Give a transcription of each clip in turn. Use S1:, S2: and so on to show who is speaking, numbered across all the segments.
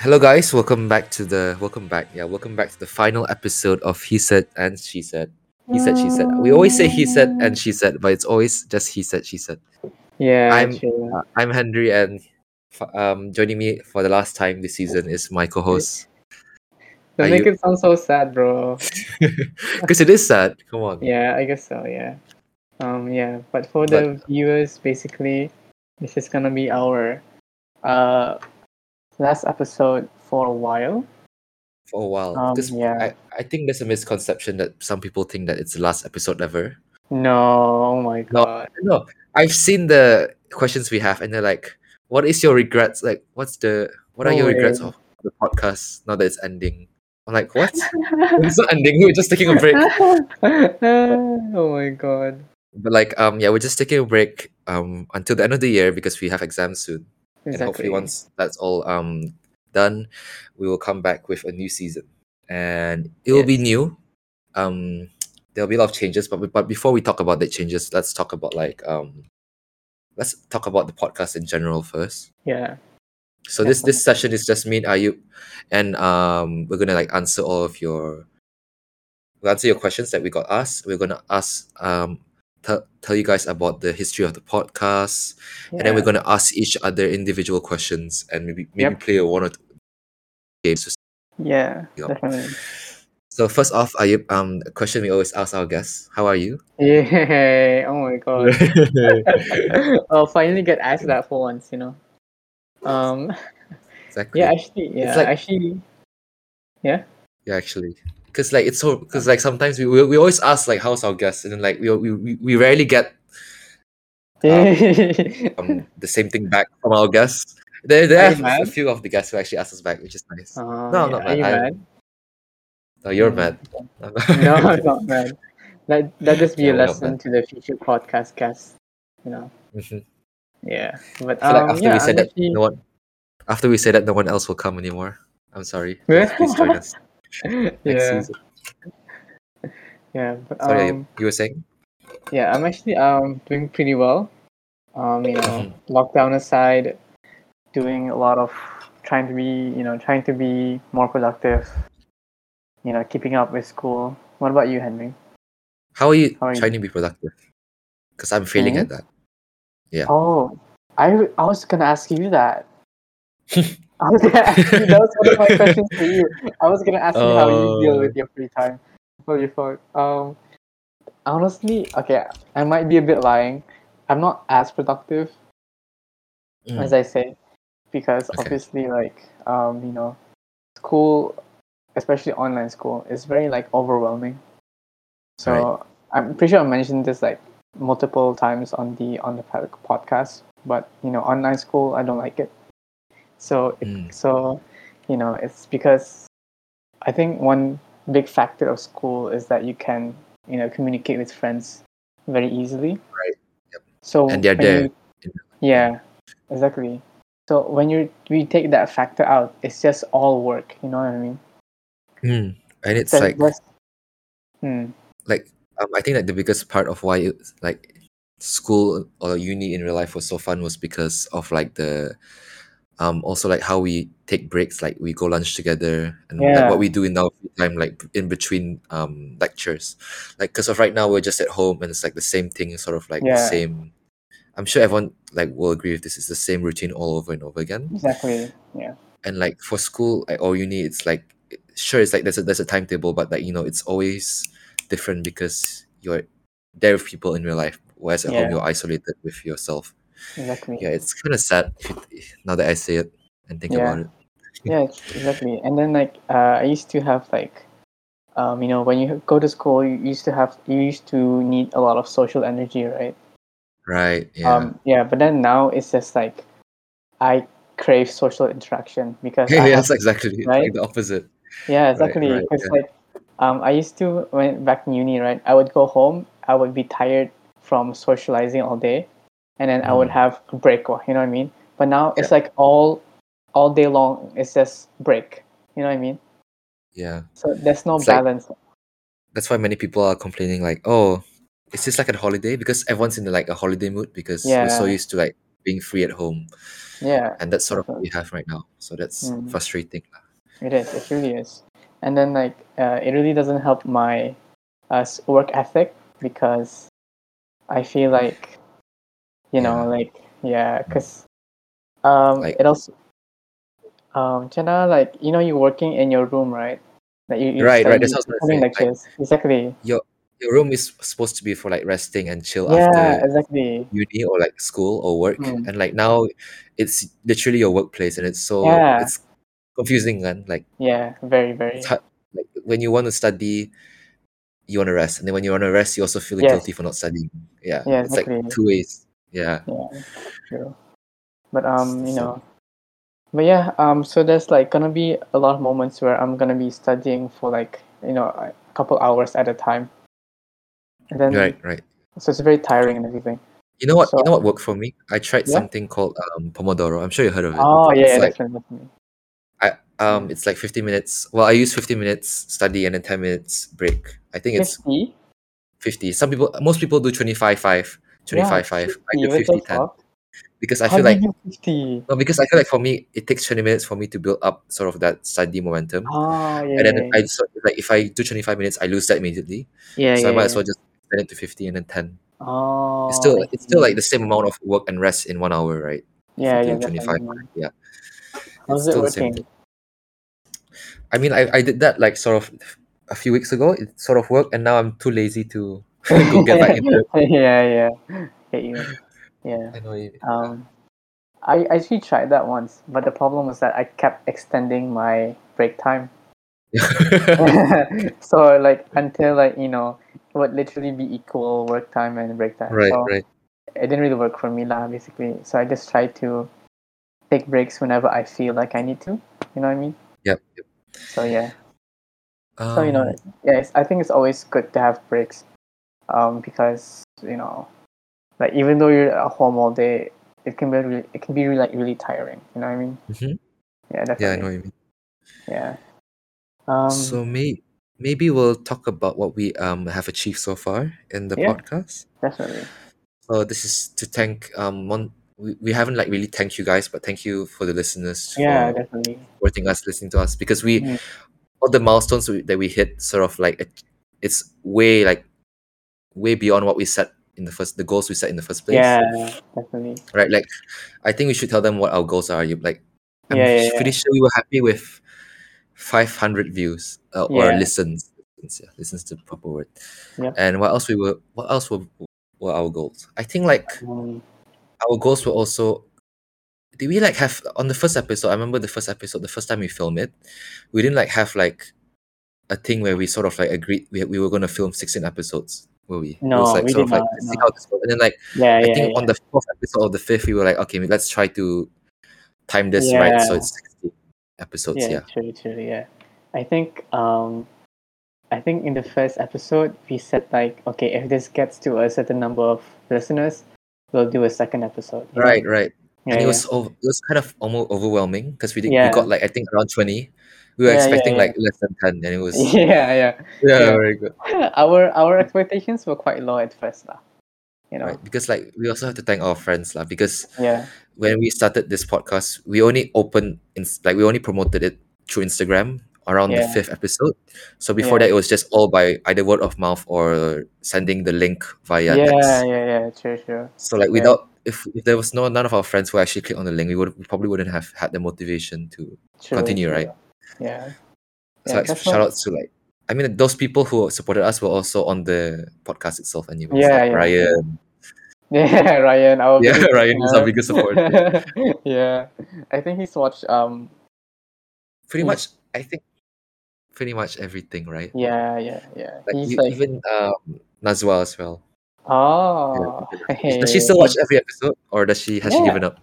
S1: Hello, guys. Welcome back to the welcome back. Yeah, welcome back to the final episode of He Said and She Said. He said, she said. We always say he said and she said, but it's always just he said, she said.
S2: Yeah,
S1: I'm-
S2: true.
S1: Uh, I'm Henry, and f- um, joining me for the last time this season is my co-host.
S2: Don't
S1: are
S2: make
S1: you-
S2: it sound so sad, bro.
S1: Because it is sad. Come on.
S2: yeah, I guess so. Yeah. Um. Yeah, but for the viewers, basically, this is gonna be our uh last episode for a while.
S1: for a while
S2: Um,
S1: because
S2: yeah.
S1: I, I think there's a misconception that some people think that it's the last episode ever
S2: No, oh my
S1: No.
S2: god.
S1: no i've seen the questions we have and they're like what is your regrets like what's the what are
S2: No
S1: your regrets
S2: way.
S1: of the podcast now that it's ending i'm like what it's not ending we're just taking a break
S2: oh my god.
S1: but like um yeah we're just taking a break um until the end of the year because we have exams soon and hopefully once that's all um done we will come back with a new season and it will be
S2: Yes.
S1: new um there'll be a lot of changes but but before we talk about the changes let's talk about like um let's talk about the podcast in general first
S2: Yeah.
S1: so this this session is just me and Ayub and um we're gonna like answer all of your we'll answer your questions that we got asked we're gonna ask um tell tell you guys about the history of the podcast and then we're
S2: yeah.
S1: gonna ask each other individual questions and maybe maybe
S2: Yep.
S1: play a one or two games. to see
S2: Yeah.
S1: how-
S2: Definitely.
S1: So first off, Ayub, um, a question we always ask our guests: How are you?
S2: Yeah. Oh my god. I'll finally get asked that for once, you know. Um.
S1: exactly.
S2: Yeah. Actually. Yeah.
S1: like-
S2: actually.
S1: Yeah, actually, because like it's so because like sometimes we, we we always ask like how's our guests and then like we we we- we rarely get um the same thing back from our guests. There there
S2: Are
S1: are
S2: you
S1: a
S2: mad?
S1: few of the guests who actually asked us back, which is nice.
S2: Oh,
S1: No, I'm
S2: yeah.
S1: not
S2: Are you
S1: mad.
S2: mad?
S1: No, you're
S2: Mm.
S1: mad.
S2: No, I'm not mad. Let that just be
S1: Yeah,
S2: a
S1: we're not
S2: lesson
S1: mad.
S2: to the future podcast guests. You know.
S1: Mhm.
S2: Yeah. But
S1: I feel
S2: um,
S1: like after
S2: yeah,
S1: we said
S2: I'm
S1: that, no one. After we say that, no one else will come anymore. I'm sorry. Please,
S2: Yeah.
S1: please join us
S2: actually-
S1: next
S2: yeah.
S1: season.
S2: Yeah. But,
S1: Sorry, Ayub,
S2: um,
S1: you were saying?
S2: yeah. I'm actually um doing pretty well. Um, you know, lockdown aside, doing a lot of trying to be, you know, trying to be more productive. You know, keeping up with school. What about you, Henry?
S1: How are you
S2: How are you?
S1: trying to be productive? Because I'm failing at
S2: Hmm?
S1: that. Yeah.
S2: Oh, I I was gonna ask you that. I was gonna ask you, that was one of my questions for you. I was gonna ask you how you deal
S1: Oh.
S2: with your free time. Holy fuck. Um, honestly, okay, I might be a bit lying. I'm not as productive
S1: Mm.
S2: as I say, because
S1: Okay.
S2: obviously, like, um, you know, school, especially online school, is very like overwhelming. So I'm pretty sure I mentioned this like multiple times on the on the pod- podcast, but you know, online school, I don't like it. So it,
S1: Mm.
S2: so, you know, it's because I think one big factor of school is that you can you know communicate with friends very easily.
S1: Right. Yep.
S2: So
S1: And they're
S2: when you-
S1: there.
S2: yeah, exactly. So when you we take that factor out, it's just all work. You know what I mean?
S1: Mm. And it's like,
S2: That's- that's- Hmm.
S1: like um, I think like the biggest part of why it, like school or uni in real life was so fun was because of like the um also like how we take breaks like we go lunch together and like
S2: Yeah.
S1: what we do in our free time like in between um lectures like because of right now we're just at home and it's like the same thing sort of like the
S2: Yeah.
S1: same i'm sure everyone like will agree with this it's the same routine all over and over again
S2: Exactly. Yeah.
S1: and like for school like, or uni it's like it- sure it's like there's a there's a timetable but like you know it's always different because you're there with people in real life whereas at home
S2: Yeah.
S1: you're isolated with yourself
S2: Exactly.
S1: yeah it's kind of sad if you- now that i say it and think
S2: Yeah.
S1: about it
S2: yeah ex- exactly and then like uh, i used to have like um, you know when you go to school you used to have you used to need a lot of social energy right
S1: right yeah
S2: um yeah but then now it's just like i crave social interaction because
S1: yeah
S2: I have,
S1: yes exactly It's like
S2: right?
S1: the opposite
S2: yeah exactly
S1: right,
S2: because like um i used to when back in uni right i would go home i would be tired from socializing all day and then i would
S1: Mm.
S2: have a break or you know what i mean but now it's like all all day long it's just break you know what i mean
S1: yeah
S2: So there's no
S1: It's like-
S2: balance.
S1: that's why many people are complaining like oh is this like a holiday because everyone's in like a holiday mood because we're so
S2: Yeah.
S1: used to like being free at home,
S2: yeah,
S1: and that's sort of what we have right now. So that's
S2: Mm.
S1: frustrating. lah.
S2: it is. It really is. And then like uh, it really doesn't help my uh, s- work ethic because I feel like you know
S1: Yeah.
S2: like yeah because um
S1: Like-
S2: it also um Jenna like you know you're working in your room right like you you're
S1: Right, right, that's
S2: studying-
S1: what I was gonna
S2: studying
S1: say, like-
S2: lectures exactly
S1: Your room is supposed to be for like resting and chill
S2: yeah
S1: after
S2: exactly
S1: uni or like school or work,
S2: Mm.
S1: and like now, it's literally your workplace, and it's so
S2: Yeah.
S1: it's confusing. And like
S2: yeah very very
S1: it's hard- like when you want to study, you want to rest, and then when you want to rest, you also feel
S2: Yes.
S1: guilty for not studying. Yeah,
S2: Yeah,
S1: it's like
S2: exactly.
S1: two ways. Yeah,
S2: True. But um, you
S1: So-
S2: know, but yeah, um, so there's like gonna be a lot of moments where I'm gonna be studying for like you know a couple hours at a time, and then
S1: right, right.
S2: so it's very tiring and everything.
S1: You know what?
S2: So-
S1: you know what worked for me? I tried
S2: Yeah?
S1: something called um, Pomodoro. I'm sure you heard of it.
S2: Oh
S1: It's
S2: yeah, yeah
S1: like
S2: definitely. definitely.
S1: um, it's like 15 minutes. Well, I use 15 minutes study and then 10 minutes break. I think it's
S2: Fifty.
S1: 50. Some people, most people do 25, 5, 25, 5. I do 50, 10 because I feel like
S2: fifty.
S1: no, because I feel like for me it takes 20 minutes for me to build up sort of that study momentum,
S2: Oh yeah.
S1: and then
S2: yeah,
S1: I just, like if I do 25 minutes, I lose that immediately.
S2: yeah,
S1: so
S2: yeah,
S1: I might
S2: yeah.
S1: as well just extend it to 50 and then 10.
S2: Oh,
S1: It's still
S2: I
S1: it's still
S2: see.
S1: like the same amount of work and rest in one hour, right?
S2: yeah, yeah,
S1: do 25.
S2: definitely.
S1: Yeah.
S2: How's
S1: It's
S2: it
S1: still the same
S2: working?
S1: thing. I mean, I, I did that like sort of a few weeks ago. It sort of worked, and now I'm too lazy to go get back into it.
S2: yeah, yeah. Get you. Yeah.
S1: I know it.
S2: Um, I I actually tried that once, but the problem was that I kept extending my break time. so like until like you know it would literally be equal work time and break time.
S1: right,
S2: so
S1: right.
S2: It didn't really work for me lah basically. So I just try to take breaks whenever I feel like I need to. You know what I mean?
S1: Yep. yep.
S2: So yeah.
S1: Um,
S2: So you know, yeah, it's, I think it's always good to have breaks, um, because you know, like even though you're at home all day, it can be really, it can be really, like really tiring. You know what I mean?
S1: mhm.
S2: Yeah,
S1: Yeah, I know
S2: definitely.
S1: what you mean.
S2: Yeah. Um,
S1: so may, maybe we'll talk about what we um have achieved so far in the
S2: Yeah.
S1: podcast.
S2: definitely.
S1: So this is to thank um one. We, we haven't like really thanked you guys, but thank you for the listeners
S2: Yeah,
S1: for
S2: definitely.
S1: supporting us, listening to us, because we
S2: Mm.
S1: all the milestones we, that we hit, sort of like it- it's way like way beyond what we set in the first the goals we set in the first place.
S2: Yeah, definitely.
S1: Right. Like, I think we should tell them what our goals are. You like, I'm
S2: Yeah, yeah,
S1: pretty sure we were happy with 500 views uh, or
S2: Yeah.
S1: listens. Listens, yeah, listens to proper word.
S2: Yep.
S1: And what else we were? What else were, were our goals? I think like
S2: Um,
S1: our goals were also did we like have on the first episode i remember the first episode the first time we filmed it we didn't like have like a thing where we sort of like agreed we, we were going to film 16 episodes were we it
S2: No,
S1: was like
S2: we
S1: sort of like
S2: did not,
S1: let's see
S2: no.
S1: how this goes and then like
S2: yeah,
S1: i
S2: yeah,
S1: think
S2: yeah.
S1: on the fourth episode or the fifth we were like okay let's try to time this right so
S2: Yeah.
S1: it's 16 episodes
S2: yeah,
S1: yeah
S2: true, true. Yeah, I think um, I think in the first episode we said like, okay, if this gets to a certain number of listeners, we'll do a second episode. you know?
S1: right right
S2: Yeah,
S1: and it
S2: yeah.
S1: was ov- it was kind of almost overwhelming because we did we
S2: Yeah.
S1: got like i think around 20 we were
S2: Yeah, yeah,
S1: expecting
S2: yeah.
S1: like less than 10 and it was yeah,
S2: yeah, Yeah.
S1: very good
S2: yeah. Our our expectations were quite low at first, lah. You know.
S1: right because like we also have to thank our friends lah because
S2: Yeah.
S1: when we started this podcast, we only opened ins- like we only promoted it through Instagram around the
S2: Yeah.
S1: fifth episode. So before
S2: Yeah.
S1: that, it was just all by either word of mouth or sending the link via
S2: yeah, yeah,
S1: text.
S2: yeah, True, true.
S1: So like
S2: Yeah.
S1: without if, if there was no none of our friends who actually clicked on the link, we would we probably wouldn't have had the motivation to
S2: True.
S1: continue,
S2: true.
S1: right?
S2: Yeah.
S1: So
S2: Yeah,
S1: like
S2: that's
S1: shout out
S2: what-
S1: to like I mean those people who supported us were also on the podcast itself, anyways. like
S2: Yeah, yeah.
S1: Ryan,
S2: Yeah, Ryan. Our
S1: yeah,
S2: biggest
S1: Ryan was our biggest supporter.
S2: supporter. yeah, I think he's watched. Um.
S1: pretty
S2: Yeah.
S1: much, I think pretty much everything, right?
S2: Yeah, yeah, yeah.
S1: like, you,
S2: he's like.
S1: even um, Nazwa as well.
S2: Oh.
S1: Is- Does she still watch every episode, or does she has she
S2: Yeah.
S1: given up?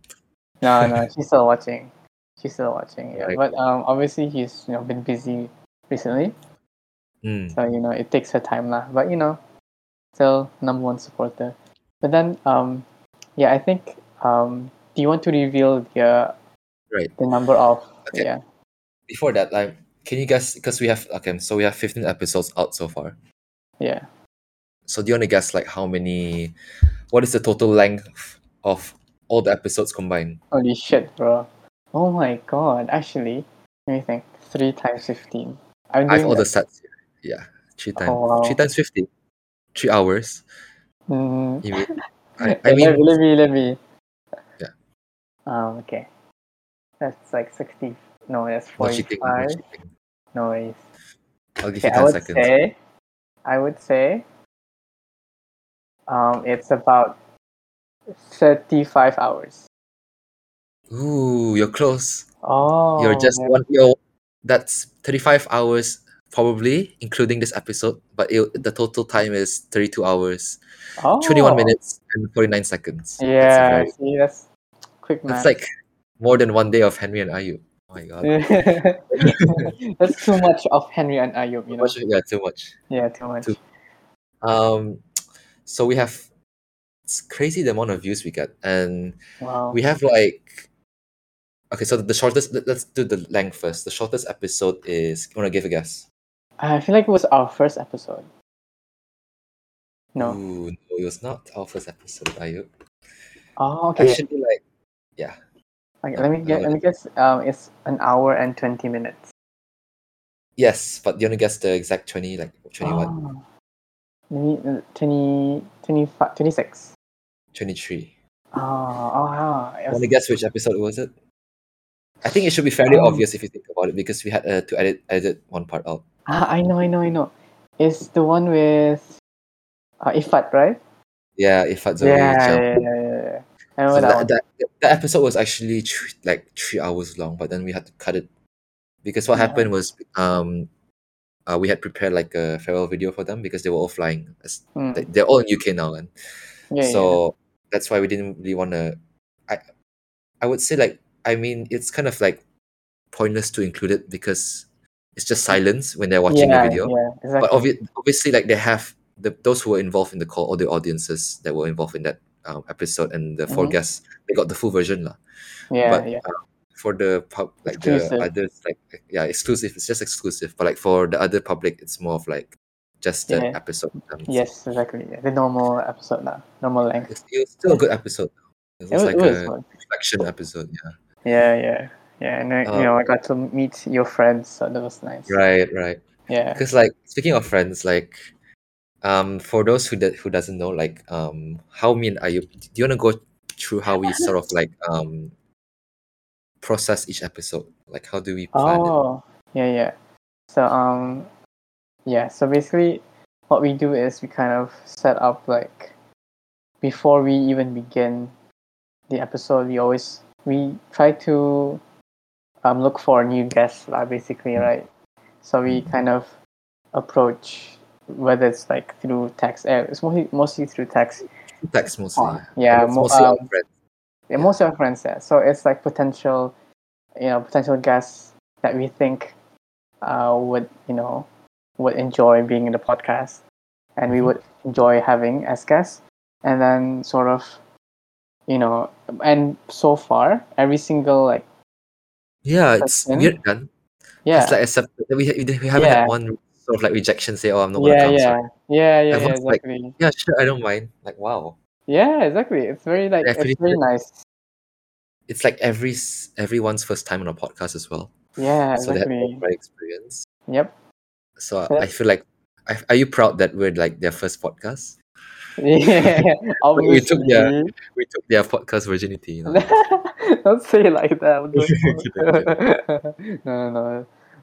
S2: No, no. She's still watching. She's still watching. Yeah,
S1: Right.
S2: but um, obviously he's you know been busy recently,
S1: Mm.
S2: so uh, you know it takes her time lah. But you know, still number one supporter. But then um, yeah, I think um, do you want to reveal the uh,
S1: Right.
S2: the number of
S1: Okay.
S2: yeah
S1: Before that, like, can you guess? Because we have okay, so we have fifteen episodes out so far.
S2: yeah
S1: So do you want to guess like how many? What is the total length of all the episodes combined.
S2: Holy shit, bro. Oh my god, actually, let me think. 3 times 15. I'm
S1: I have
S2: doing
S1: all the
S2: that-
S1: stats. here. Yeah, three times,
S2: Oh, wow.
S1: three times fifty, three hours.
S2: Mm,
S1: You mean- I, I
S2: let, me-
S1: mean,
S2: let me, let me.
S1: Yeah.
S2: Um, okay. That's like 60. No, that's
S1: what you think?
S2: 45.
S1: what you think.
S2: No, it's.
S1: I'll give
S2: Okay,
S1: you
S2: I
S1: ten
S2: would
S1: seconds.
S2: say, I would say, um, it's about thirty-five hours.
S1: Ooh, you're close.
S2: Oh,
S1: you're just
S2: man.
S1: one. You're, that's thirty-five hours probably, including this episode. But it, the total time is thirty-two hours, twenty-one
S2: Oh,
S1: minutes, and forty-nine seconds. That's a
S2: Yeah,
S1: very-
S2: see, that's quick
S1: that's
S2: math.
S1: like more than one day of Henry and Ayu. Oh my god,
S2: that's too much of Henry and Ayub,
S1: too
S2: you know.
S1: much. Yeah, too much.
S2: Yeah, too much.
S1: Too- Um, so we have it's crazy the amount of views we get, and
S2: Wow.
S1: we have like okay. So the shortest. let- Let's do the length first. The shortest episode is. You wanna give a guess?
S2: I feel like it was our first episode. No.
S1: Ooh, no, it was not our first episode. Ayu.
S2: Oh, okay.
S1: Actually, like yeah,
S2: okay let me
S1: no,
S2: guess.
S1: no.
S2: Let me guess. Um, it's an hour and twenty minutes.
S1: yes, but you wanna guess the exact twenty, like 21,
S2: Oh. Maybe uh, 20, 25, 26.
S1: 23.
S2: Oh, oh wow. It was-
S1: Wanna guess which episode was it? I think it should be fairly
S2: Um,
S1: obvious if you think about it because we had uh, to edit edit one part out.
S2: Ah, I know, I know, I know. It's the one with uh, Ifat, right?
S1: Yeah, if that's
S2: Yeah, yeah, yeah, yeah, yeah. I
S1: So
S2: remember that one.
S1: that, that, that episode was actually three, like three hours long, but then we had to cut it because what
S2: Yeah.
S1: happened was um, uh, we had prepared like a farewell video for them because they were all flying. As-
S2: Mm,
S1: they- They're all in UK now, and
S2: Yeah, yeah,
S1: so that's why we didn't really want to. I I would say like I mean it's kind of like pointless to include it because it's just silence when they're watching
S2: yeah,
S1: the video.
S2: yeah, exactly.
S1: But obvi- obviously, like they have the those who were involved in the call or the audiences that were involved in that um, episode and the 4
S2: Mhm.
S1: guests, they got the full version lah
S2: yeah,
S1: but
S2: yeah.
S1: uh, for the pub like
S2: Exclusive.
S1: the others like yeah exclusive it's just exclusive but like for the other public it's more of like just the
S2: Yeah.
S1: episode um,
S2: Yes, exactly. Yeah. The normal episode now, normal length.
S1: it's, it's still a good episode it
S2: It
S1: was
S2: was,
S1: like
S2: it was
S1: a
S2: fun.
S1: reflection episode yeah
S2: Yeah, yeah, yeah. And I,
S1: Uh,
S2: you know, I got to meet your friends, so that was nice.
S1: right right
S2: Yeah.
S1: because like speaking of friends like um for those who do- who doesn't know like um how me and Ayub do you want to go through how we sort of like um process each episode like how do we plan it
S2: Oh, yeah, yeah. So um, yeah. So basically, what we do is we kind of set up like before we even begin the episode. We always we try to um look for new guests, like basically, right? So we kind of approach whether it's like through text. Uh, it's mostly mostly through text.
S1: text mostly
S2: Uh, yeah,
S1: It's
S2: mo-
S1: mostly our
S2: um,
S1: friends
S2: yeah, most of our friends there. So it's like potential, you know, potential guests that we think uh, would, you know, would enjoy being in the podcast and we
S1: Mhm.
S2: would enjoy having as guests. And then sort of, you know, and so far, every single, like,
S1: yeah it's
S2: person.
S1: weird man
S2: yeah.
S1: It's like except that we we we haven't
S2: Yeah.
S1: had one sort of like rejection say, oh, I'm not gonna
S2: yeah,
S1: come.
S2: yeah,
S1: So,
S2: yeah, yeah, yeah,
S1: Everyone's like-
S2: exactly.
S1: yeah, sure, I don't mind. Like wow,
S2: yeah, exactly. It's very like
S1: Yeah, pretty
S2: it's very
S1: sure.
S2: nice.
S1: it's like every s- everyone's first time on a podcast as well.
S2: Yeah,
S1: So they have
S2: exactly.
S1: my experience.
S2: Yep.
S1: So I-
S2: Yeah.
S1: I feel like, I, are you proud that we're like their first podcast?
S2: Yeah,
S1: We took their-
S2: obviously.
S1: We took their podcast virginity. You know?
S2: don't say it like that. I'm doing
S1: Kidding,
S2: it. no, no, no.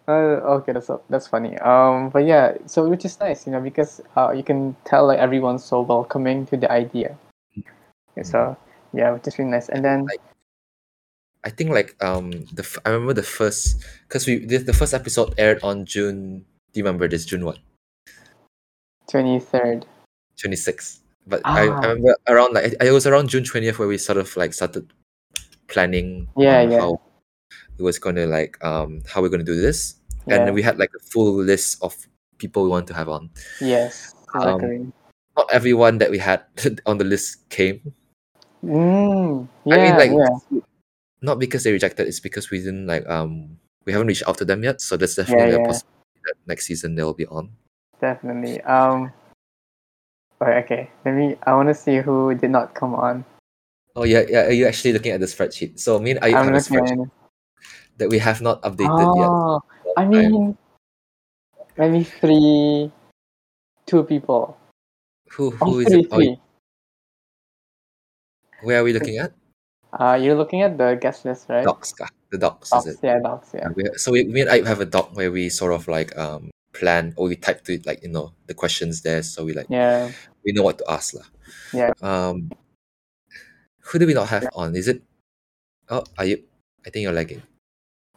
S2: Uh, okay, that's that's funny. Um, but yeah, so which is nice, you know, because uh, you can tell like everyone's so welcoming to the idea. Okay, So
S1: Mm-hmm.
S2: yeah, which is really nice. And then
S1: Like, I think like um the f- I remember the first because we the, the first episode aired on June. Do you remember this June what?
S2: twenty third.
S1: 26 but I,
S2: Ah.
S1: I remember around like it was around june 20th where we sort of like started planning
S2: Yeah,
S1: on
S2: yeah.
S1: how it was gonna like um how we're gonna do this
S2: Yeah.
S1: and we had like a full list of people we want to have on
S2: yes.
S1: um,
S2: Exactly.
S1: not everyone that we had on the list came
S2: mm, yeah.
S1: i mean like
S2: yeah.
S1: not because they rejected it's because we didn't like um we haven't reached out to them yet so there's definitely
S2: yeah.
S1: a possibility that next season they'll be on
S2: Definitely. Um. Right, okay. Let me. I want to see who did not come on.
S1: Oh yeah, yeah. Are you actually looking at the spreadsheet? So me and Ayub have
S2: I'm
S1: a
S2: looking at
S1: spreadsheet
S2: it.
S1: that we have not updated yet.
S2: Oh, I mean, maybe three, two people.
S1: who
S2: Oh,
S1: who is
S2: three,
S1: it? Oh,
S2: three.
S1: where are we looking at?
S2: Uh, you're looking at the guest list, right?
S1: Docs, kah? the docs
S2: Docs,
S1: is it?
S2: yeah, docs, yeah.
S1: We, so we, me and Ayub have a doc where we sort of like um plan or we type to it like you know the questions there, so we like
S2: Yeah,
S1: we know what to ask lah.
S2: Yeah.
S1: Um, who do we not have on? Is it? Oh, Ayub, I think you're lagging.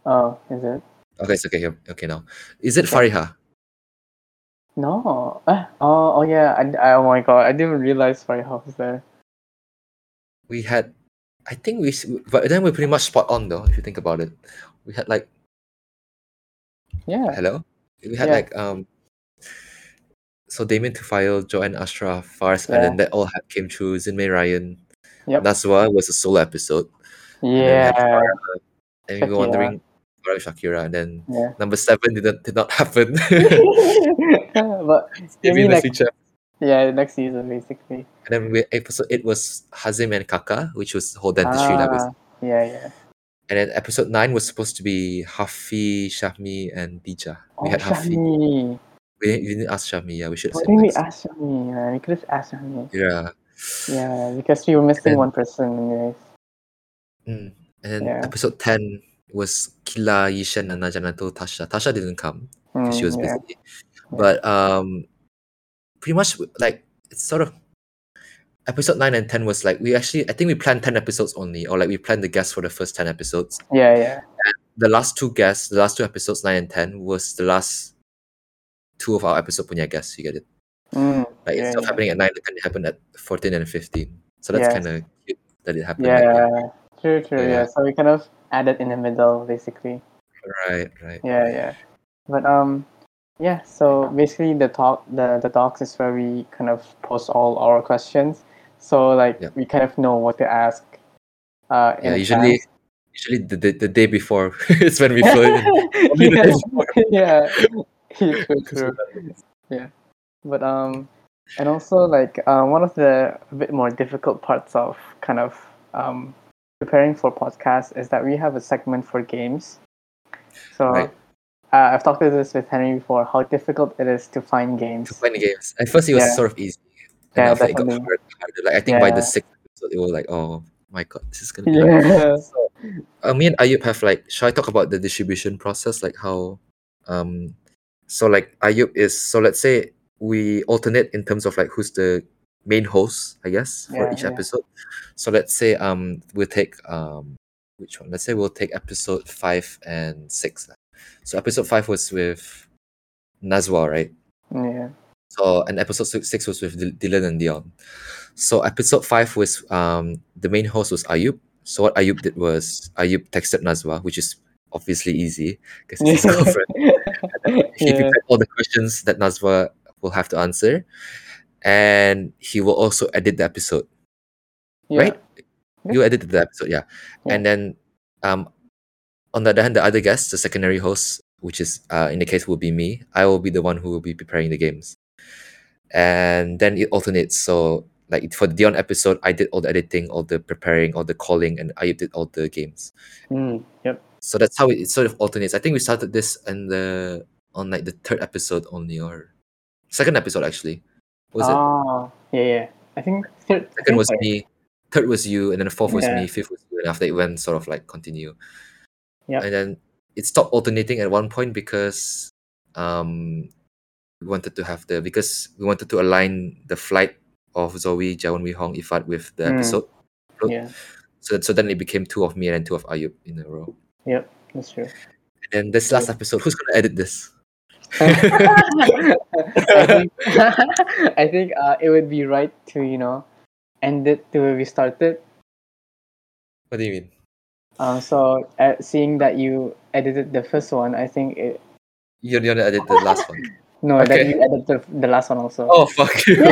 S2: oh, is it?
S1: Okay, it's okay here. Okay now, is it Fariha?
S2: No. Eh, Oh, oh yeah. I, I, oh my god, I didn't realize Firehouse was there.
S1: We had, I think we, s- but then we're pretty much spot on though. If you think about it, we had like
S2: Yeah.
S1: hello, we had
S2: Yeah.
S1: like um. So Damien Tufail, Joanne Ashraf, Faris
S2: Yeah.
S1: Aden, that all had came through. Zinmei Ryan,
S2: Yep.
S1: Naswa was a solo episode, then we
S2: Yeah.
S1: and we were
S2: Shakira.
S1: wondering about Shakira, and then
S2: Yeah.
S1: number seven did not did not happen.
S2: but
S1: Maybe in
S2: maybe
S1: the
S2: next,
S1: future.
S2: yeah, next season basically.
S1: And then we, episode eight was Hazim and Kaka, which was whole dentistry lab.
S2: Ah, yeah, yeah.
S1: And then episode nine was supposed to be Hafi, Shahmi, and Dija. We
S2: Oh,
S1: had Hafi.
S2: Shami.
S1: We didn't, we didn't ask Shahmi. Yeah, we should have
S2: Why
S1: said
S2: didn't we
S1: next.
S2: ask Shami? Yeah, we could have asked Shami.
S1: Yeah.
S2: Yeah, because we were missing
S1: And-
S2: one person, anyways.
S1: Mm. And then
S2: Yeah.
S1: episode ten was Kila, Yishan, and Najanato, Tasha. Tasha didn't come because she was
S2: Mm,
S1: busy.
S2: yeah.
S1: But um, pretty much like it's sort of episode nine and ten was like we actually I think we planned ten episodes only, or like we planned the guests for the first ten episodes.
S2: Yeah, yeah.
S1: the last two guests, the last two episodes nine and ten was the last two of our episode punya guests. You get it?
S2: Mm,
S1: Like
S2: yeah,
S1: instead of
S2: yeah.
S1: happening at nine, it kinda happened at fourteen and fifteen. So that's
S2: Yes.
S1: kind of cute that it happened. like that.
S2: yeah. True, true,
S1: Yeah.
S2: yeah. So we kind of added in the middle, basically.
S1: Right. Right.
S2: Yeah, yeah. But um, yeah. So basically, the talk, the the talks is where we kind of post all our questions. So like
S1: Yeah.
S2: we kind of know what to ask. Uh,
S1: Yeah.
S2: in
S1: Usually,
S2: advance.
S1: usually the, the, the day before it's when we flew in. Only the day before.
S2: yeah. yeah. True, true. but um and also like uh, one of the bit more difficult parts of kind of um preparing for podcasts is that we have a segment for games so
S1: Right.
S2: uh, i've talked to this with henry before how difficult it is to find
S1: To
S2: games
S1: find the games. At first, it was
S2: Yeah.
S1: sort of easy, and
S2: Yeah,
S1: after it got
S2: definitely.
S1: harder, harder. Like I think by the
S2: Yeah.
S1: sixth episode, it was like, oh my god, this is gonna be like
S2: yeah
S1: uh, me and Ayub have like, shall I talk about the distribution process? Like how, um, so like Ayub is, so let's say we alternate in terms of like who's the main host, I guess, for
S2: Yeah,
S1: each
S2: yeah.
S1: episode. So let's say, um, we'll take, um, which one? Let's say we'll take episode five and six. So episode five was with Nazwa, right?
S2: yeah
S1: So and episode six six was with Dil- Dylan and Dion. So episode five was um the main host was Ayub. So what Ayub did was Ayub texted Nazwa, which is obviously easy because it's his girlfriend. He
S2: yeah
S1: prepared all the questions that Nazwa will have to answer, and he will also edit the episode. Right?
S2: Yeah.
S1: You edited the episode, yeah. And then um on the other hand, the other guest, the secondary host, which is uh, in the case will be me, I will be the one who will be preparing the games. And then it alternates. So like for the Dion episode, I did all the editing, all the preparing, all the calling, and I did all the games.
S2: Mm, yep
S1: So that's how it, it sort of alternates. I think we started this in the on like the third episode only or second episode actually. Was it?
S2: oh yeah yeah i think third, I
S1: Second
S2: think
S1: was
S2: like-
S1: me, third was you, and then the fourth was
S2: Yeah.
S1: me, fifth was you, and after it went sort of like continue.
S2: Yep.
S1: And then it stopped alternating at one point because um we wanted to have the because we wanted to align the flight of Zoe, Jawan Wee Hong, Ifat with the
S2: Mm.
S1: episode. Look.
S2: yeah
S1: So so then it became two of me and then two of Ayub in a row.
S2: yep that's true
S1: And then this last episode, who's gonna edit this?
S2: I think, I think uh, it would be right to you know end it to where we started.
S1: What do you mean?
S2: Um, so uh, seeing that you edited the first one, I think it
S1: You're gonna edit the last one.
S2: no that
S1: Okay.
S2: you edited the, the last one also.
S1: Oh fuck you. I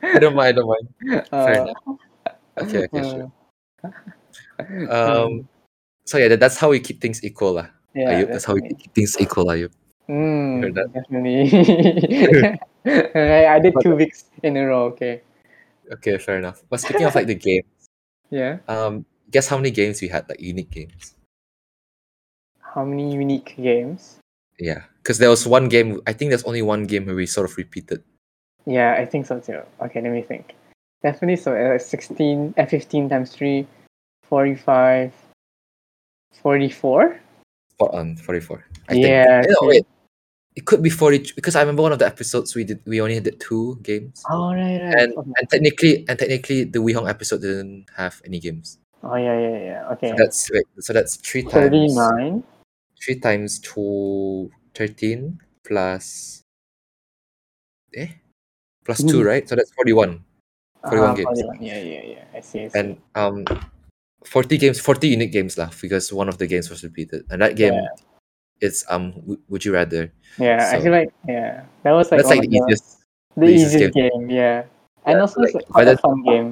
S2: Uh,
S1: don't mind, I don't mind. Fair enough. Okay, okay, sure. Um so yeah, that, that's how we keep things equal. lah.
S2: yeah,
S1: Ayub, that's how we
S2: definitely.
S1: keep things equal, Ayub.
S2: Mm,
S1: heard that.
S2: definitely. I, I did two weeks in a row. Okay.
S1: Okay, fair enough. But speaking of like the game,
S2: Yeah.
S1: um, guess how many games we had like unique games?
S2: How many unique games?
S1: Yeah, because there was one game. I think there's only one game where we sort of repeated.
S2: Yeah, I think so too. Okay, let me think. Definitely so. Uh, 16, uh, 15 times 3, 45, 44?
S1: Spot on forty-four. I Think.
S2: Yeah,
S1: Eh, no,
S2: okay.
S1: wait. It could be forty because I remember one of the episodes we did. We only did two games.
S2: Oh, right, right.
S1: and,
S2: okay.
S1: and technically and technically the Wee Hong episode didn't have any games.
S2: Oh, yeah, yeah, yeah. Okay.
S1: So that's wait, so that's three times
S2: 39.
S1: three times two thirteen plus eh plus two,
S2: Mhm.
S1: right? So that's forty one. 41
S2: Ah,
S1: games.
S2: 41. Yeah, yeah, yeah. I see. I see.
S1: And um forty games forty unique games left because one of the games was repeated. And that game it's um w- would you rather?
S2: yeah, I
S1: so-
S2: feel like, yeah. That was like,
S1: that's
S2: one
S1: like
S2: of
S1: the easiest
S2: the
S1: the easiest
S2: easiest game. yeah. And
S1: Yeah,
S2: also, it's
S1: like,
S2: like, quite
S1: by
S2: a
S1: the-
S2: fun game.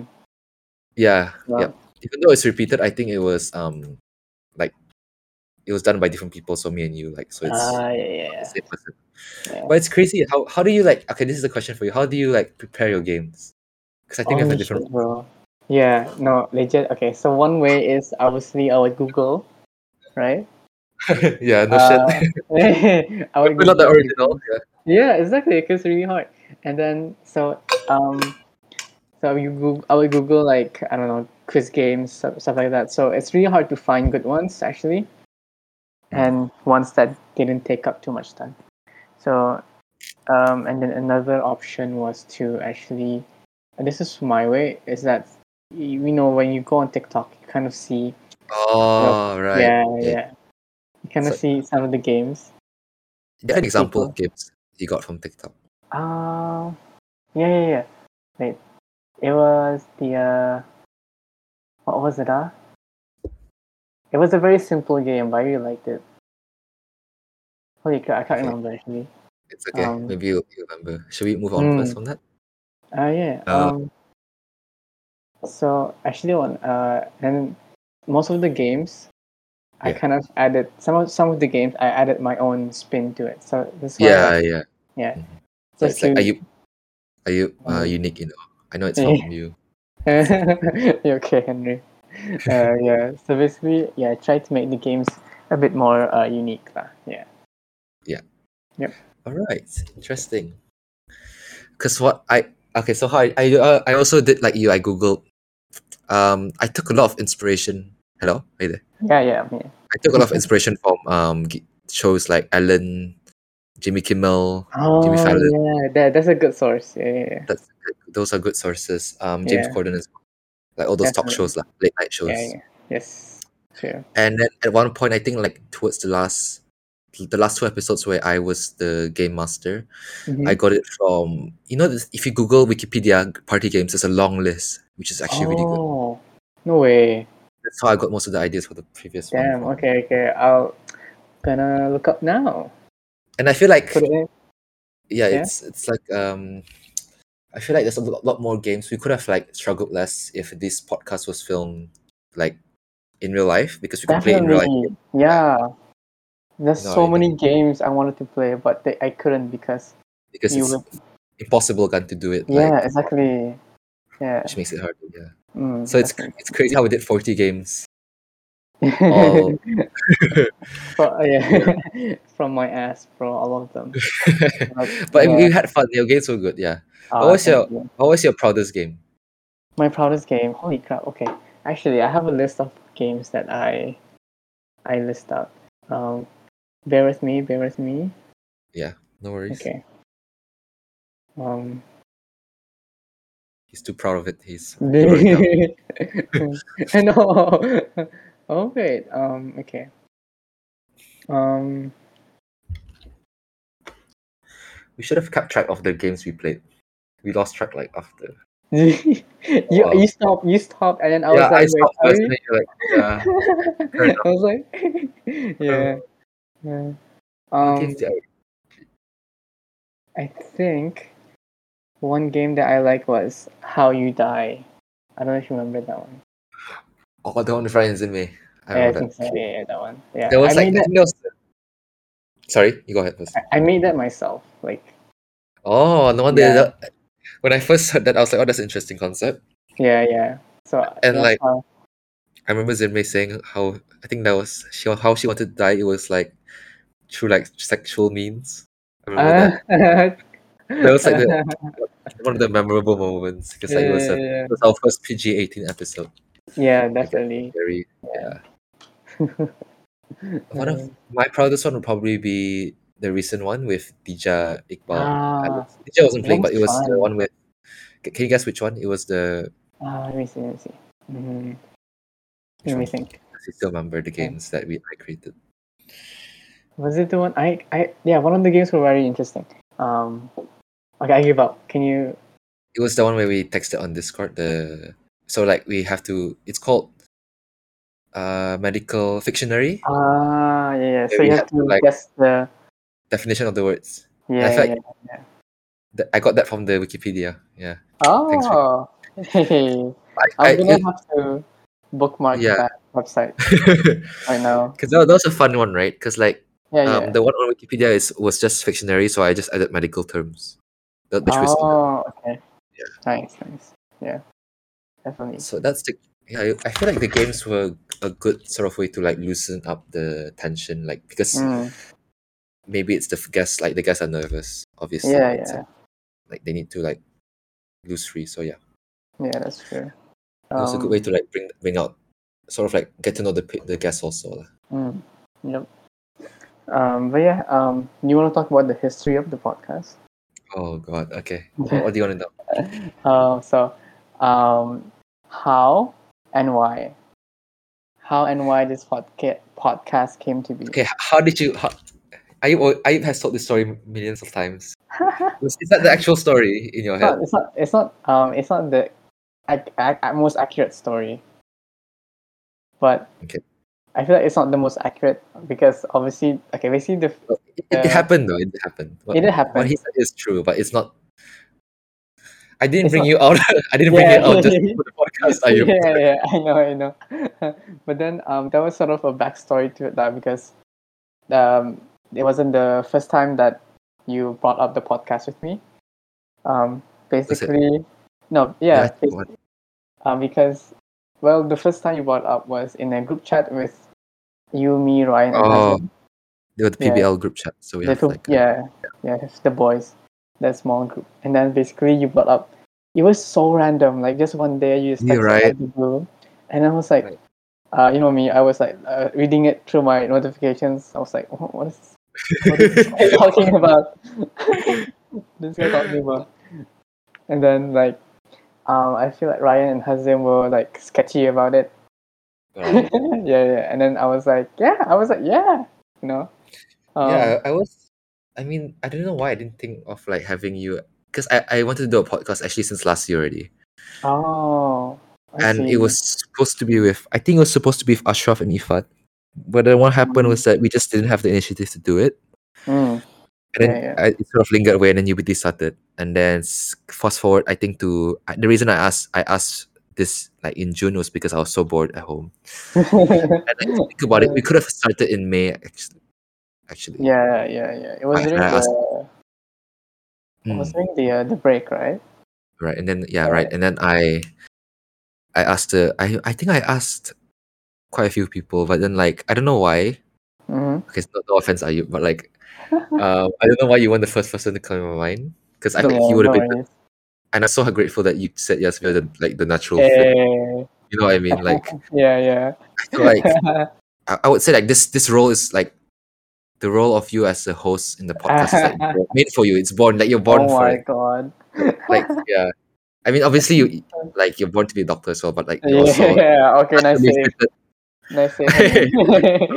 S1: Yeah,
S2: Wow.
S1: yeah. Even though it's repeated, I think it was um like it was done by different people, so me and you like so it's
S2: Ah, yeah, yeah,
S1: the
S2: yeah.
S1: same person.
S2: Yeah.
S1: But it's crazy. How how do you like? Okay, this is a question for you. How do you like prepare your games? Because I think we have a
S2: Holy
S1: different.
S2: Oh, shit, bro. Yeah, no, legit. Okay, so one way is obviously I would Google, right?
S1: yeah, no shit.
S2: Uh, Um, I would
S1: We're not that
S2: Google.
S1: original. Yeah.
S2: Yeah, exactly. It's really hard. And then so um, so you Google, I would Google like I don't know quiz games stuff, stuff like that. So it's really hard to find good ones actually,
S1: Mm.
S2: and ones that didn't take up too much time. So um, and then another option was to actually, and this is my way, is that you you know when you go on TikTok, you kind of see
S1: Oh right.
S2: yeah
S1: yeah.
S2: yeah, you kind of
S1: So-
S2: see some of the games.
S1: Give an example of games you got from TikTok.
S2: Uh, yeah, yeah, yeah. Wait, it was the uh, what was it? Uh, it was a very simple game, but I really liked it. Holy crap, I can't
S1: Okay.
S2: remember actually.
S1: It's okay.
S2: Um,
S1: Maybe you you remember. Should we move on
S2: Mm.
S1: first from that?
S2: Uh, yeah.
S1: Uh,
S2: Um, so actually, one uh, and most of the games,
S1: Yeah.
S2: I kind of added some of some of the games. I added my own spin to it. So this one,
S1: Yeah, yeah.
S2: yeah.
S1: Mhm. So
S2: Just
S1: it's like,
S2: to-
S1: are you are you uh,
S2: Um,
S1: unique? You know, I know it's
S2: yeah.
S1: from you.
S2: you okay, Henry? Uh, yeah. So basically, yeah, I try to make the games a bit more uh, unique, lah. Yeah.
S1: All right, interesting. Cause what I okay, so how I I, uh, I also did like you. I googled. Um, I took a lot of inspiration. Hello, are you there?
S2: Yeah, yeah, yeah.
S1: I took a lot of inspiration from um g- shows like Ellen, Jimmy Kimmel.
S2: Oh,
S1: Fallon.
S2: yeah. That, that's a good source. Yeah, yeah, yeah.
S1: That's those are good sources. Um, James
S2: Yeah.
S1: Corden as well. Like all those talk
S2: Definitely.
S1: shows, like late night shows.
S2: yeah, yeah. Yes. Sure.
S1: And then at one point, I think like towards the last, the last two episodes where I was the game master, I
S2: Mhm.
S1: got it from you know this- if you Google Wikipedia party games, there's a long list which is actually really good.
S2: Oh, no way.
S1: That's how I got most of the ideas for the previous
S2: Damn.
S1: one. from.
S2: Okay, okay. I'll gonna look up now.
S1: And I feel like
S2: Put it in.
S1: yeah,
S2: yeah.
S1: it's it's like um, I feel like there's a lot, lot more games we could have like struggled less if this podcast was filmed like in real life because we could play in real life.
S2: Definitely. Yeah. There's
S1: No,
S2: so
S1: I
S2: many games I wanted to play, but they, I couldn't because
S1: because
S2: you
S1: it's
S2: will.
S1: impossible gun to do it.
S2: Yeah,
S1: Like,
S2: exactly. Yeah.
S1: which makes it hard. Yeah.
S2: Mm,
S1: So it's
S2: definitely.
S1: cr- it's crazy how we did forty games. all-
S2: Fro- oh, yeah. From my ass, bro, all of them.
S1: but
S2: yeah.
S1: we had fun. Your games were good. Yeah.
S2: Ah,
S1: What was
S2: thank
S1: your-
S2: you.
S1: What was your proudest game?
S2: my proudest game? Holy crap! Okay, actually, I have a list of games that I I list out. Um, bear with me, bear with me.
S1: No worries.
S2: Okay. Um,
S1: He's too proud of it. He's growing up.
S2: no. Oh wait. Um. Okay. Um.
S1: we should have kept track of the games we played. We lost track like after.
S2: you
S1: Wow.
S2: you stop you stop and then I was
S1: yeah,
S2: like
S1: I
S2: wait,
S1: stopped
S2: are
S1: first.
S2: we-
S1: And then you're like, yeah.
S2: Um, I
S1: enough.
S2: was like, yeah, yeah. Um,
S1: games did I-
S2: I think one game that I like was How You Die. I don't know if you remember that one.
S1: oh, the one with Ryan Zimmer. I
S2: Yeah, I
S1: remember
S2: think
S1: that.
S2: so. Yeah, yeah, that one. Yeah,
S1: There was
S2: I
S1: like
S2: made
S1: I
S2: that.
S1: think there was. Sorry, you go ahead first.
S2: I made that myself. Like,
S1: Oh, no wonder.
S2: Yeah.
S1: that- when I first heard that, I was like, oh, that's an interesting concept.
S2: Yeah, yeah. So
S1: And,
S2: that's
S1: like,
S2: how-
S1: I remember Zinmei saying how I think that was she how she wanted to die. It was like through like sexual means. I remember that.
S2: Ah.
S1: That was like the- one of the memorable moments because like it was,
S2: yeah,
S1: a,
S2: yeah,
S1: it was our first PG eighteen episode.
S2: yeah, definitely.
S1: Very yeah. One
S2: Mm-hmm.
S1: of my proudest one would probably be the recent one with Dija Iqbal. I
S2: Ah,
S1: was- Dija wasn't playing,
S2: that
S1: but it was
S2: was
S1: the
S2: fun.
S1: one with. c- Can you guess which one? It was the.
S2: ah, let me see, let me see. Mm,
S1: Which
S2: let me
S1: one?
S2: think.
S1: I still remember the games that we I created.
S2: Was it the one I I yeah, one of the games were very interesting. Um okay, I give up. Can you
S1: It was the one where we texted on Discord. The so like we have to. It's called. Uh, medical fictionary
S2: Ah yeah, yeah.
S1: Yeah,
S2: So
S1: we
S2: you
S1: had
S2: have
S1: to,
S2: to
S1: like-
S2: guess the
S1: definition of the words.
S2: yeah,
S1: felt
S2: yeah.
S1: That- I got that from the Wikipedia. Yeah. thanks
S2: Oh hey.
S1: I-
S2: I'm gonna
S1: it-
S2: have to bookmark
S1: Yeah.
S2: that website right now.
S1: Because that, that was a fun one, right? Because like
S2: Yeah, yeah.
S1: um, the one on Wikipedia is was just fictionary, so I just added medical terms, that- which was
S2: oh, okay.
S1: Yeah.
S2: Nice, nice. Yeah, definitely.
S1: so that's the yeah. I- I feel like the games were a good sort of way to like loosen up the tension, like because
S2: Mm,
S1: maybe it's the f- guests like the guests are nervous, obviously.
S2: yeah,
S1: it's,
S2: yeah,
S1: Like they need to like lose free. So yeah,
S2: yeah. That's true.
S1: it was a good way
S2: Um,
S1: to like bring bring out sort of like get to know the pe- the guests also. lah.
S2: mm, yep. Um, but yeah, um, you want to talk about the history of the podcast?
S1: Oh god, okay. what, what do you want to know?
S2: Uh, so, um, how and why? How and why this podca- podcast came to be?
S1: Okay, h- how did you? How, Ayub, al- Ayub has told this story millions of times. Is is that the actual story in your
S2: it's, not,
S1: head?
S2: it's not. It's not. Um, it's not the ac- ac- most accurate story, but
S1: Okay.
S2: I feel like it's not the most accurate because obviously, okay, basically the
S1: It, it
S2: Uh,
S1: happened though. It happened. What,
S2: it
S1: what
S2: did happen.
S1: he said is true, but it's not. I didn't
S2: It's
S1: bring
S2: not-
S1: you out. I didn't bring
S2: Yeah,
S1: you out just
S2: yeah, yeah.
S1: for the podcast. Ayub.
S2: yeah, yeah, I know, I know. but then um, there was sort of a backstory to it that because um, it wasn't the first time that you brought up the podcast with me. Um,
S1: it?
S2: basically, no, yeah,
S1: That's what-
S2: uh, because well the first time you brought up was in a group chat with you me ryan and
S1: Oh,
S2: Hassan.
S1: they were the
S2: Yeah.
S1: PBL group chat, so we
S2: the
S1: have
S2: two,
S1: like a-
S2: yeah yeah it's the boys that small group and then basically you brought up it was so random like just one day you just
S1: Yeah,
S2: texted
S1: right.
S2: out the blue and i was like
S1: Right.
S2: uh, you know me i was like uh, reading it through my notifications i was like "Wha- what is what is this guy talking about this guy talking about and then like um, i feel like ryan and hazim were like sketchy about it
S1: Right.
S2: yeah, yeah. And then I was like, yeah, I was like, yeah, you know. Um,
S1: yeah, I was. I mean, I don't know why I didn't think of like having you because I, I wanted to do a podcast actually since last year already,
S2: Oh. I
S1: and it
S2: see.
S1: was supposed to be with I think it was supposed to be with Ashraf and Ifat, but then what happened
S2: Mm.
S1: was that we just didn't have the initiative to do it.
S2: Mm,
S1: And then
S2: Yeah,
S1: I, it sort of lingered away, and then UBT started. And then s- fast forward, I think to I- the reason I asked I asked this like in June was because I was so bored at home. And I think about it, we could have started in May actually. Actually,
S2: yeah, yeah, yeah. It was
S1: I-
S2: during
S1: I asked-
S2: the it was
S1: Mm,
S2: during the uh, the break, right?
S1: right. And then yeah, right. And then I I asked uh, I I think I asked quite a few people, but then like I don't know why.
S2: Mm-hmm.
S1: Okay, so no, no offense, are you? But like, um, I don't know why you weren't the first person to come to my mind because I felt he would have been, and I'm so grateful that you said yes, you're the like the natural fit.
S2: Eh.
S1: You know what I mean? Like,
S2: yeah, yeah.
S1: I feel like I, I would say like this this role is like the role of you as a host in the podcast is like born- made for you. It's born like you're born
S2: oh
S1: for
S2: my
S1: it.
S2: god.
S1: Like yeah, I mean obviously you like you're born to be a doctor as well, but like you're also
S2: yeah. Okay. Nice
S1: naturally
S2: save.
S1: fitted.
S2: Nice save.
S1: I'm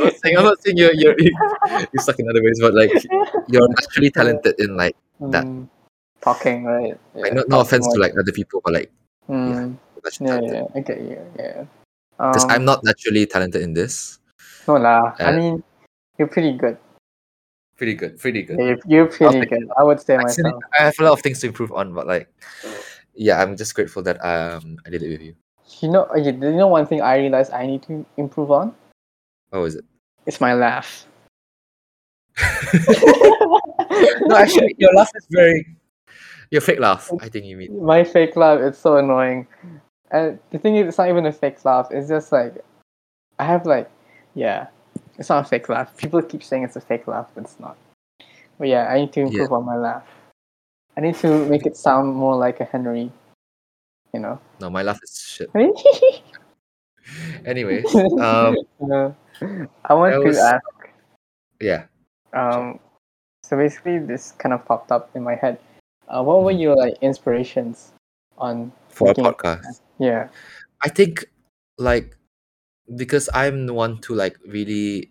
S1: not saying I'm not saying you're you're you suck in other ways, but like you're naturally talented in like that.
S2: Mm, talking, right? Yeah,
S1: like no, no
S2: talking
S1: offense to
S2: more.
S1: like other people, but like
S2: Mm.
S1: you're naturally
S2: Yeah,
S1: talented.
S2: yeah, I get you. Yeah.
S1: Because
S2: Um,
S1: I'm not naturally talented in this.
S2: no lah.
S1: uh,
S2: I mean, you're pretty good.
S1: Pretty good, pretty good.
S2: Yeah, you're, you're pretty
S1: take
S2: good. I would say
S1: I still-
S2: myself.
S1: I have a lot of things to improve on, but like, yeah, I'm just grateful that um I did it with you.
S2: You know, uh, you you know one thing I realized I need to improve on?
S1: What was it?
S2: It's my laugh.
S1: no, actually, your laugh is very. Your fake laugh. I think you mean.
S2: My fake laugh is so annoying. And the thing is, it's not even a fake laugh. It's just like, I have like, yeah, it's not a fake laugh. People keep saying it's a fake laugh, but it's not. But yeah, I need to improve on my laugh. I need to make it sound more like a Henry. You know.
S1: No, my laugh is shit. Anyway, um,
S2: Uh, I want
S1: that
S2: to
S1: was-
S2: ask.
S1: yeah.
S2: Um, so basically, this kind of popped up in my head. Uh, what
S1: Hmm.
S2: were your like inspirations on?
S1: For a
S2: making a
S1: podcast.
S2: Yeah.
S1: I think like because I'm the one to like really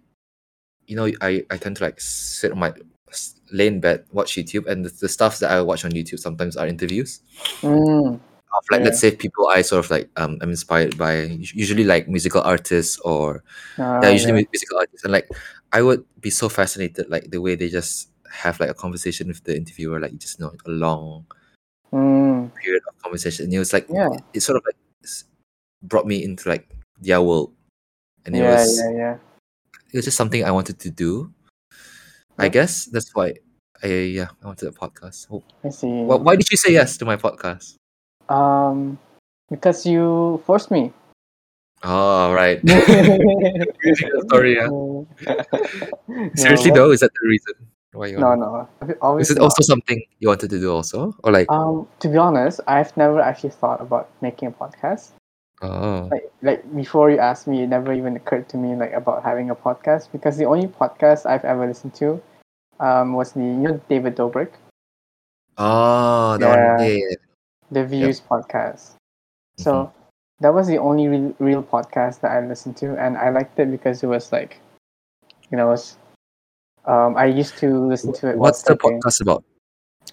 S1: you know I, I tend to like sit on my s- lay in bed watch YouTube and the, the stuff that I watch on YouTube sometimes are interviews
S2: Mm,
S1: of like
S2: Yeah.
S1: let's say people I sort of like um am inspired by us- usually like musical artists or
S2: uh,
S1: yeah usually mu- musical artists and like I would be so fascinated like the way they just have like a conversation with the interviewer like just you know a long
S2: Mm,
S1: period of conversation and it was like
S2: yeah.
S1: it sort of like s- brought me into like their world and it
S2: Yeah.
S1: was
S2: Yeah. Yeah.
S1: it was just something i wanted to do i
S2: Yeah.
S1: guess that's why i yeah i wanted a podcast oh,
S2: I see.
S1: why, why did you say yes to my podcast
S2: Um, because you forced me.
S1: oh right sorry yeah.
S2: No,
S1: seriously
S2: what-
S1: though is that the reason why you
S2: No, no.
S1: is it
S2: Obviously not.
S1: also something you wanted to do also or like
S2: Um, to be honest, I've never actually thought about making a podcast.
S1: oh
S2: Uh, Like, like before you asked me, it never even occurred to me like about having a podcast because the only podcast I've ever listened to, um, was the you know David Dobrik,
S1: oh that one
S2: Yeah.
S1: yeah, yeah.
S2: the Views podcast. So
S1: Mhm.
S2: that was the only real, real podcast that I listened to, and I liked it because it was like, you know, it was, um, I used to listen to it. while
S1: what's the
S2: cycling.
S1: podcast about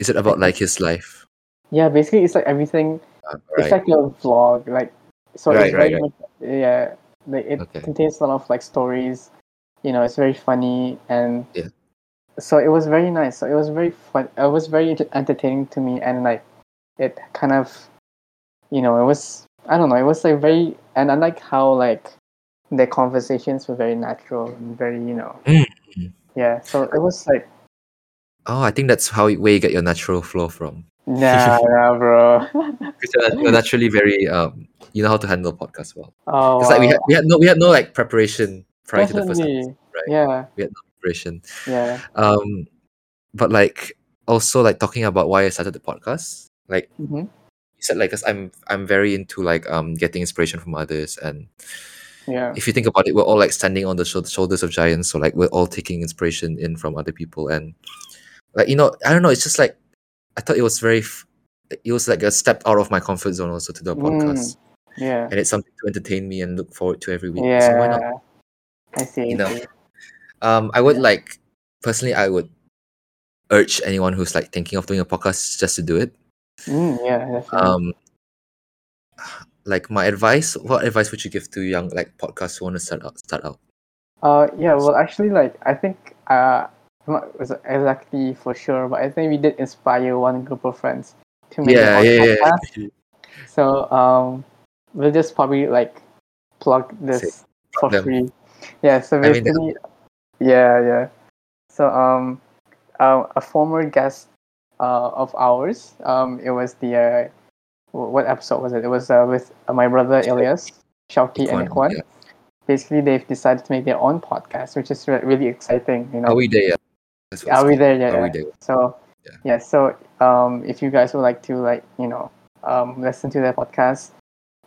S1: is it about like his life
S2: Yeah, basically, it's like everything.
S1: Uh,
S2: It's like a vlog, like so.
S1: Right,
S2: it's very
S1: right,
S2: Much, yeah, like it
S1: Okay.
S2: contains a lot of like stories. You know, it's very funny and
S1: Yeah.
S2: So it was very nice. So it was very fun. It was very ent- entertaining to me, and like it kind of, you know, it was I don't know. It was like very, and I like how like their conversations were very natural and very you know.
S1: Mm.
S2: Yeah, so it was like
S1: Oh, I think that's how where you get your natural flow from.
S2: nah, nah, bro.
S1: Because you're, you're naturally very um, you know how to handle podcasts well.
S2: oh,
S1: It's like we
S2: wow.
S1: had we had no we had no like preparation prior to the first
S2: Definitely.
S1: episode, right?
S2: yeah,
S1: We had no preparation.
S2: yeah.
S1: Um, but like also like talking about why I started the podcast. Like
S2: hmm
S1: you said, like 'cause I'm I'm very into like um getting inspiration from others, and
S2: Yeah.
S1: if you think about it, we're all like standing on the shou- shoulders of giants, so like we're all taking inspiration in from other people, and like you know I don't know, it's just like I thought it was very. F- it was like a step out of my comfort zone also to do a
S2: Mm.
S1: podcast,
S2: Yeah.
S1: and it's something to entertain me and look forward to every week. So why not?
S2: Yeah. I see. I
S1: You know.
S2: see.
S1: Um, I would like personally, I would urge anyone who's like thinking of doing a podcast just to do it.
S2: Mm, yeah, definitely.
S1: Um, like my advice, what advice would you give to young like podcasts who want to start out? Start out.
S2: uh, yeah. Well, actually, like I think uh, I'm not ex- exactly for sure, but I think we did inspire one group of friends to make
S1: Yeah,
S2: our
S1: yeah, yeah.
S2: podcast. So um, we'll just probably like plug this for
S1: them.
S2: free. Yeah. So
S1: I mean,
S2: basically, yeah, yeah. So um, uh, a former guest uh, of ours. Um, it was the uh, wh- what episode was it? It was uh, with uh, my brother Elias, Shauki, and Ikwan.
S1: yeah.
S2: Basically, they've decided to make their own podcast, which is re- really exciting. You know,
S1: Are we there? Yeah. That's what it's
S2: Are we
S1: called.
S2: there? Yeah.
S1: Are we
S2: yeah.
S1: there?
S2: So
S1: Yeah.
S2: yeah. so um, if you guys would like to like you know um, listen to their podcast,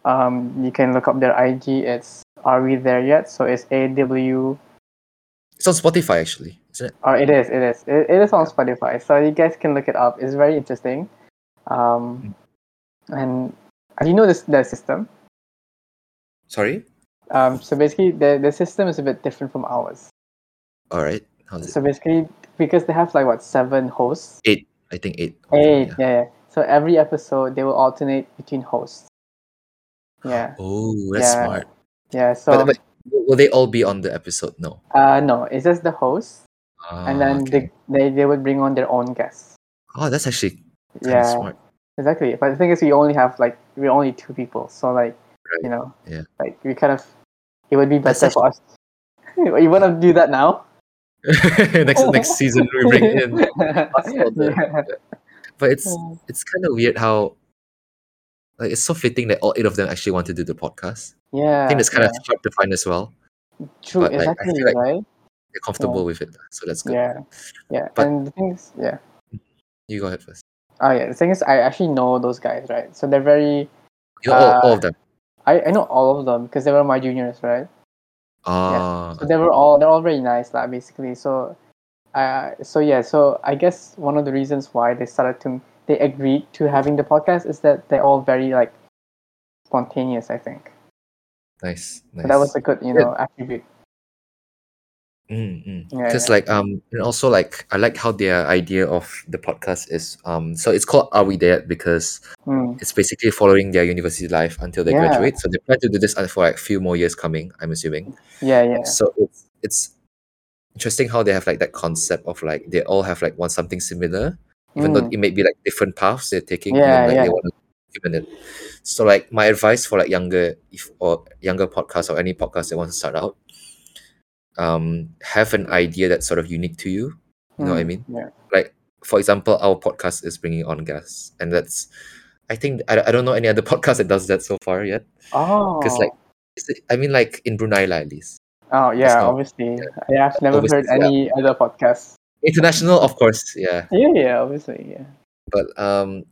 S2: um, you can look up their IG. It's Are We There Yet? So it's A W.
S1: It's on Spotify actually, isn't it?
S2: Or Oh, it is. It is. It, it is on Spotify. So you guys can look it up. It's very interesting. Um, and and you know this their system.
S1: Sorry.
S2: Um, so basically, the the system is a bit different from ours.
S1: All right. How's it?
S2: So basically, because they have like what seven hosts,
S1: Eight. I think eight. Oh,
S2: Eight,
S1: Yeah.
S2: yeah. yeah. So every episode they will alternate between hosts. Yeah,
S1: Oh, that's
S2: Yeah.
S1: smart.
S2: yeah. So
S1: But, but will they all be on the episode? No.
S2: uh, no, it's just the hosts,
S1: Ah,
S2: and then
S1: okay.
S2: they, they they would bring on their own guests.
S1: Oh, that's actually kind
S2: Yeah,
S1: of smart.
S2: exactly. But the thing is, we only have like we're only two people, so like you know,
S1: yeah.
S2: like we kind of it would be
S1: That's
S2: better for us. you want to do that now?
S1: next next season we bring in us for the
S2: Yeah.
S1: But it's
S2: Yeah.
S1: it's kind of weird how like it's so fitting that all eight of them actually want to do the podcast. I
S2: Yeah.
S1: think it's kind
S2: yeah.
S1: of hard to find as well.
S2: true.
S1: but, like, I
S2: exactly
S1: feel like-
S2: right.
S1: They're comfortable with it, so that's good.
S2: Yeah. Yeah.
S1: But-
S2: and the thing is, yeah.
S1: You go ahead first.
S2: Oh yeah. The thing is, I actually know those guys, right? So they're very.
S1: You know, all, all
S2: Uh,
S1: of them.
S2: I, I know all of them because they were my juniors, right?
S1: Ah,
S2: Uh, So they were all they're all very nice, like basically. So, uh, so yeah. So I guess one of the reasons why they started to they agreed to having the podcast is that they're all very like spontaneous. I think
S1: nice, nice.
S2: so that was a good you know attribute.
S1: Mm, mm.
S2: Yeah.
S1: because like um and also like i like how their idea of the podcast is um so it's called are we there because
S2: yeah. Mm,
S1: it's basically following their university life until they
S2: Yeah.
S1: graduate so they plan to do this uh, for like a few more years coming i'm assuming
S2: yeah. Yeah.
S1: so it's it's interesting how they have like that concept of like they all have like want something similar even though
S2: Mm,
S1: it may be like different paths they're taking and
S2: Yeah,
S1: like
S2: yeah.
S1: they want to implement it so like my advice for like younger if or younger podcasts or any podcast that wants to start out um have an idea that's sort of unique to you you know what I mean?
S2: mm, Yeah.
S1: for example, our podcast is bringing on guests, and that's I think I, I don't know any other podcast that does that so far yet.
S2: Oh.
S1: Because like, is it- I mean, like in Brunei lah, at least
S2: Oh yeah,
S1: not-
S2: obviously. Yeah, I've never
S1: Obviously,
S2: heard
S1: yeah.
S2: any other podcast.
S1: international, of course, yeah.
S2: Yeah, yeah, obviously, yeah.
S1: But um,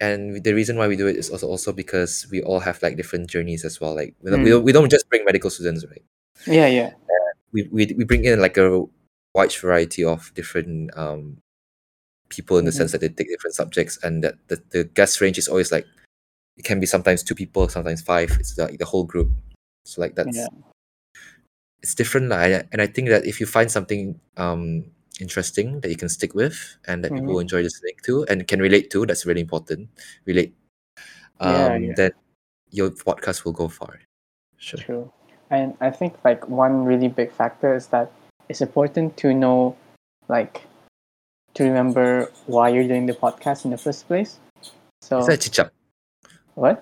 S1: and the reason why we do it is also also because we all have like different journeys as well. Like we don't, we
S2: Mm.
S1: don't, we don't just bring medical students, right?
S2: Yeah, yeah.
S1: We, we we bring in like a wide variety of different um people in the
S2: Mhm.
S1: sense that they take different subjects and that the, the guest range is always like it can be sometimes two people sometimes five it's like the whole group so like that's
S2: Yeah.
S1: it's different lah. and I- and i think that if you find something um interesting that you can stick with and that
S2: Mm-hmm.
S1: people enjoy listening to and can relate to that's really important relate um
S2: Yeah, yeah.
S1: then your podcast will go far sure
S2: True. And I think like one really big factor is that it's important to know like to remember why you're doing the podcast in the first place. So
S1: is that chichap
S2: what?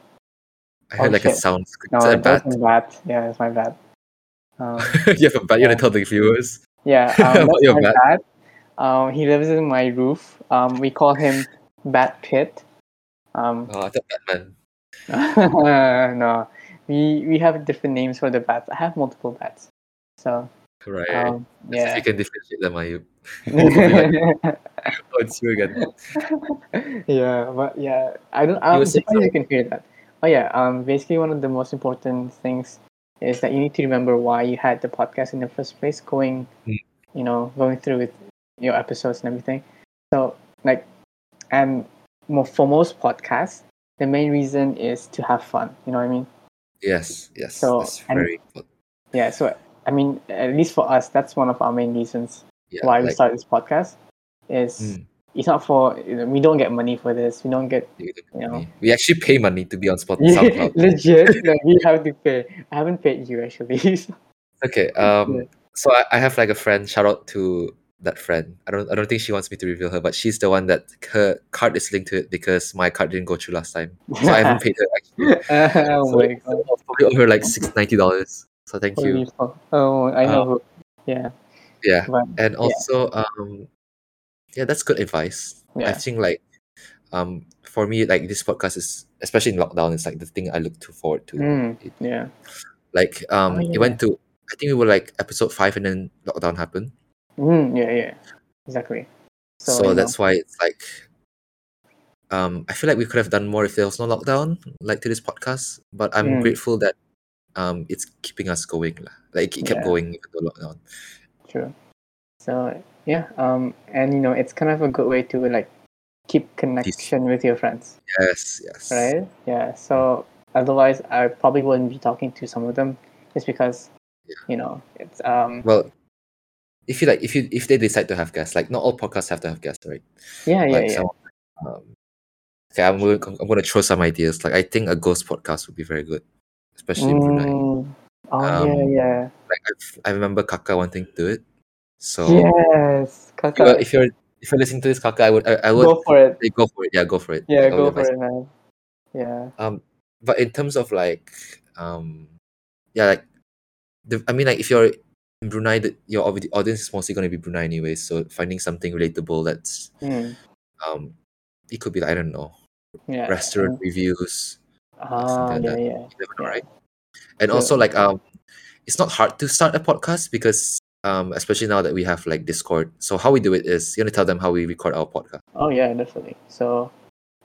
S1: i heard
S2: Oh,
S1: like a
S2: shit.
S1: sound
S2: No,
S1: is that a
S2: that
S1: bat
S2: was my bad. Yeah, it's my bad. Um,
S1: you have a bat you
S2: Yeah.
S1: want to tell the viewers
S2: yeah, um,
S1: About
S2: that's
S1: your
S2: my
S1: bat.
S2: bat. Um, he lives in my roof. Um, we call him Bat Pit. Um,
S1: oh i thought batman
S2: no, we we have different names for the bats. I have multiple bats, so
S1: right
S2: um,
S1: As if
S2: yeah.
S1: you can differentiate them are you oh it's you again
S2: yeah, but yeah, I don't. I'm
S1: were saying
S2: surprised you can hear that. Oh yeah, um, basically one of the most important things is that you need to remember why you had the podcast in the first place. Going,
S1: Mm.
S2: you know, going through with your episodes and everything. So like, and mo- for most podcasts, the main reason is to have fun. You know what I mean?
S1: Yes, yes.
S2: So,
S1: that's
S2: and-
S1: very good.
S2: Yeah, so I mean, at least for us, that's one of our main reasons
S1: Yeah,
S2: why we
S1: like,
S2: started this podcast. Is
S1: Mm.
S2: it's not for we don't get money for this. We don't get
S1: we, don't
S2: you know.
S1: need- we actually pay money to be on Spot SoundCloud.
S2: legit. Like, we have to pay. I haven't paid you actually. So,
S1: Okay. Um so I, I have like a friend, shout out to that friend. I don't I don't think she wants me to reveal her, but she's the one that her card is linked to it because my card didn't go through last time. So I haven't paid her actually.
S2: oh
S1: so
S2: my
S1: it's
S2: god.
S1: probably over like six ninety dollars. So thank
S2: Holy
S1: you.
S2: fuck. Oh, I know. who- yeah,
S1: Yeah.
S2: but
S1: and also um yeah that's good advice i
S2: Yeah.
S1: think like um for me like this podcast is especially in lockdown it's like the thing i look to forward to
S2: mm,
S1: It-
S2: yeah,
S1: like um
S2: yeah,
S1: it went to i think we were like episode five and then lockdown happened
S2: mm, yeah, yeah, exactly. So,
S1: so,
S2: you know,
S1: that's why it's like um i feel like we could have done more if there was no lockdown like to this podcast but i'm
S2: Mm.
S1: grateful that um it's keeping us going lah. like it kept
S2: Yeah.
S1: going even though lockdown
S2: True. So yeah, um, and you know, it's kind of a good way to like keep connection with your friends,
S1: yes yes
S2: right? Yeah. So otherwise, I probably wouldn't be talking to some of them just because, you know, it's um,
S1: well if you like if you if they decide to have guests like not all podcasts have to have guests right
S2: yeah, yeah,
S1: like
S2: yeah.
S1: some um, okay i'm going to i'm going to throw some ideas like i think a ghost podcast would be very good especially in brunei
S2: Mm. Oh
S1: Um,
S2: yeah,
S1: like I've, i remember kaka wanting to do it so
S2: yeah. Yes,
S1: if, you're,
S2: Kaka,
S1: if you're if you're listening to this kaka i would i, I would
S2: go for it.
S1: say go for it yeah go for it
S2: Yeah,
S1: Like, I
S2: go
S1: would
S2: for
S1: advise-
S2: it, man. Yeah.
S1: um but in terms of like um yeah like the, i mean like if you're in brunei the, your audi- audience is mostly going to be brunei anyway so finding something relatable that's
S2: Mm.
S1: um it could be like, I don't know
S2: Yeah.
S1: restaurant reviews,
S2: Ah,
S1: that-
S2: yeah,
S1: that-
S2: yeah.
S1: right? And
S2: Yeah.
S1: also like um, it's not hard to start a podcast because um, especially now that we have like Discord. So how we do it is you want to tell them how we record our podcast.
S2: Oh yeah, definitely. So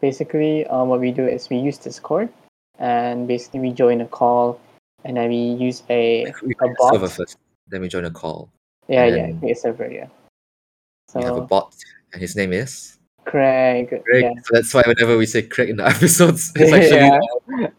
S2: basically, um, what we do is we use Discord, and basically we join a call, and then we use a
S1: We
S2: a
S1: create a
S2: bot.
S1: server first, then we join a call.
S2: yeah
S1: and
S2: yeah
S1: then-
S2: create a server yeah.
S1: We have a
S2: So
S1: bot, and his name is
S2: Craig,
S1: Craig.
S2: Oh. yeah
S1: So that's why whenever we say Craig in the episodes, it's actually
S2: Yeah.
S1: yeah.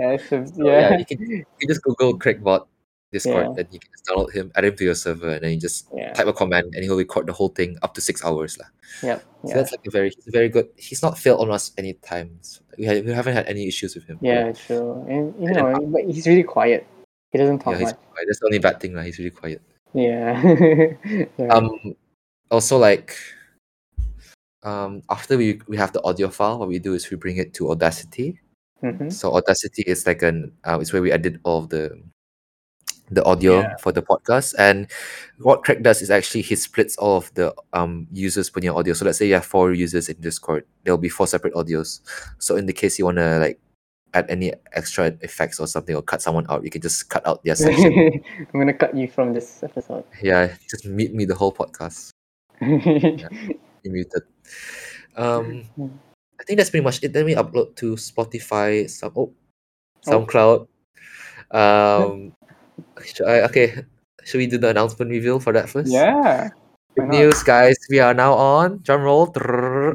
S2: yeah, it's a-
S1: yeah.
S2: yeah.
S1: you, can, you can just Google Craig bot Discord,
S2: Yeah.
S1: then you can just download him, add him to your server, and then you just
S2: yeah.
S1: type a command, and he'll record the whole thing up to six hours lah.
S2: Yep.
S1: So
S2: Yeah.
S1: that's like a very he's a very good. He's not failed on us any times. We, ha- we haven't had any issues with him.
S2: yeah. True. And you
S1: And then
S2: know, but he's really quiet. He doesn't
S1: yeah,
S2: talk
S1: he's
S2: much.
S1: quiet. That's the only bad thing lah. He's really quiet.
S2: Yeah. yeah.
S1: Um, also like, um, after we we have the audio file, what we do is we bring it to Audacity.
S2: Mhm.
S1: So Audacity is like an uh, it's where we edit all of the the audio
S2: Yeah.
S1: for the podcast. And what Craig does is actually he splits all of the um users punya audio. So let's say you have four users in Discord, there'll be four separate audios. So in the case you wanna like add any extra effects or something or cut someone out, you can just cut out their section.
S2: I'm gonna cut you from this episode.
S1: yeah, just mute me the whole podcast. You muted. Um
S2: Mm.
S1: I think that's pretty much it. Then we upload to Spotify, some oh,
S2: Oh.
S1: SoundCloud. Um, should I, okay, should we do the announcement reveal for that first?
S2: yeah.
S1: Good
S2: why not?
S1: news, guys. We are now on drum roll. trrrr,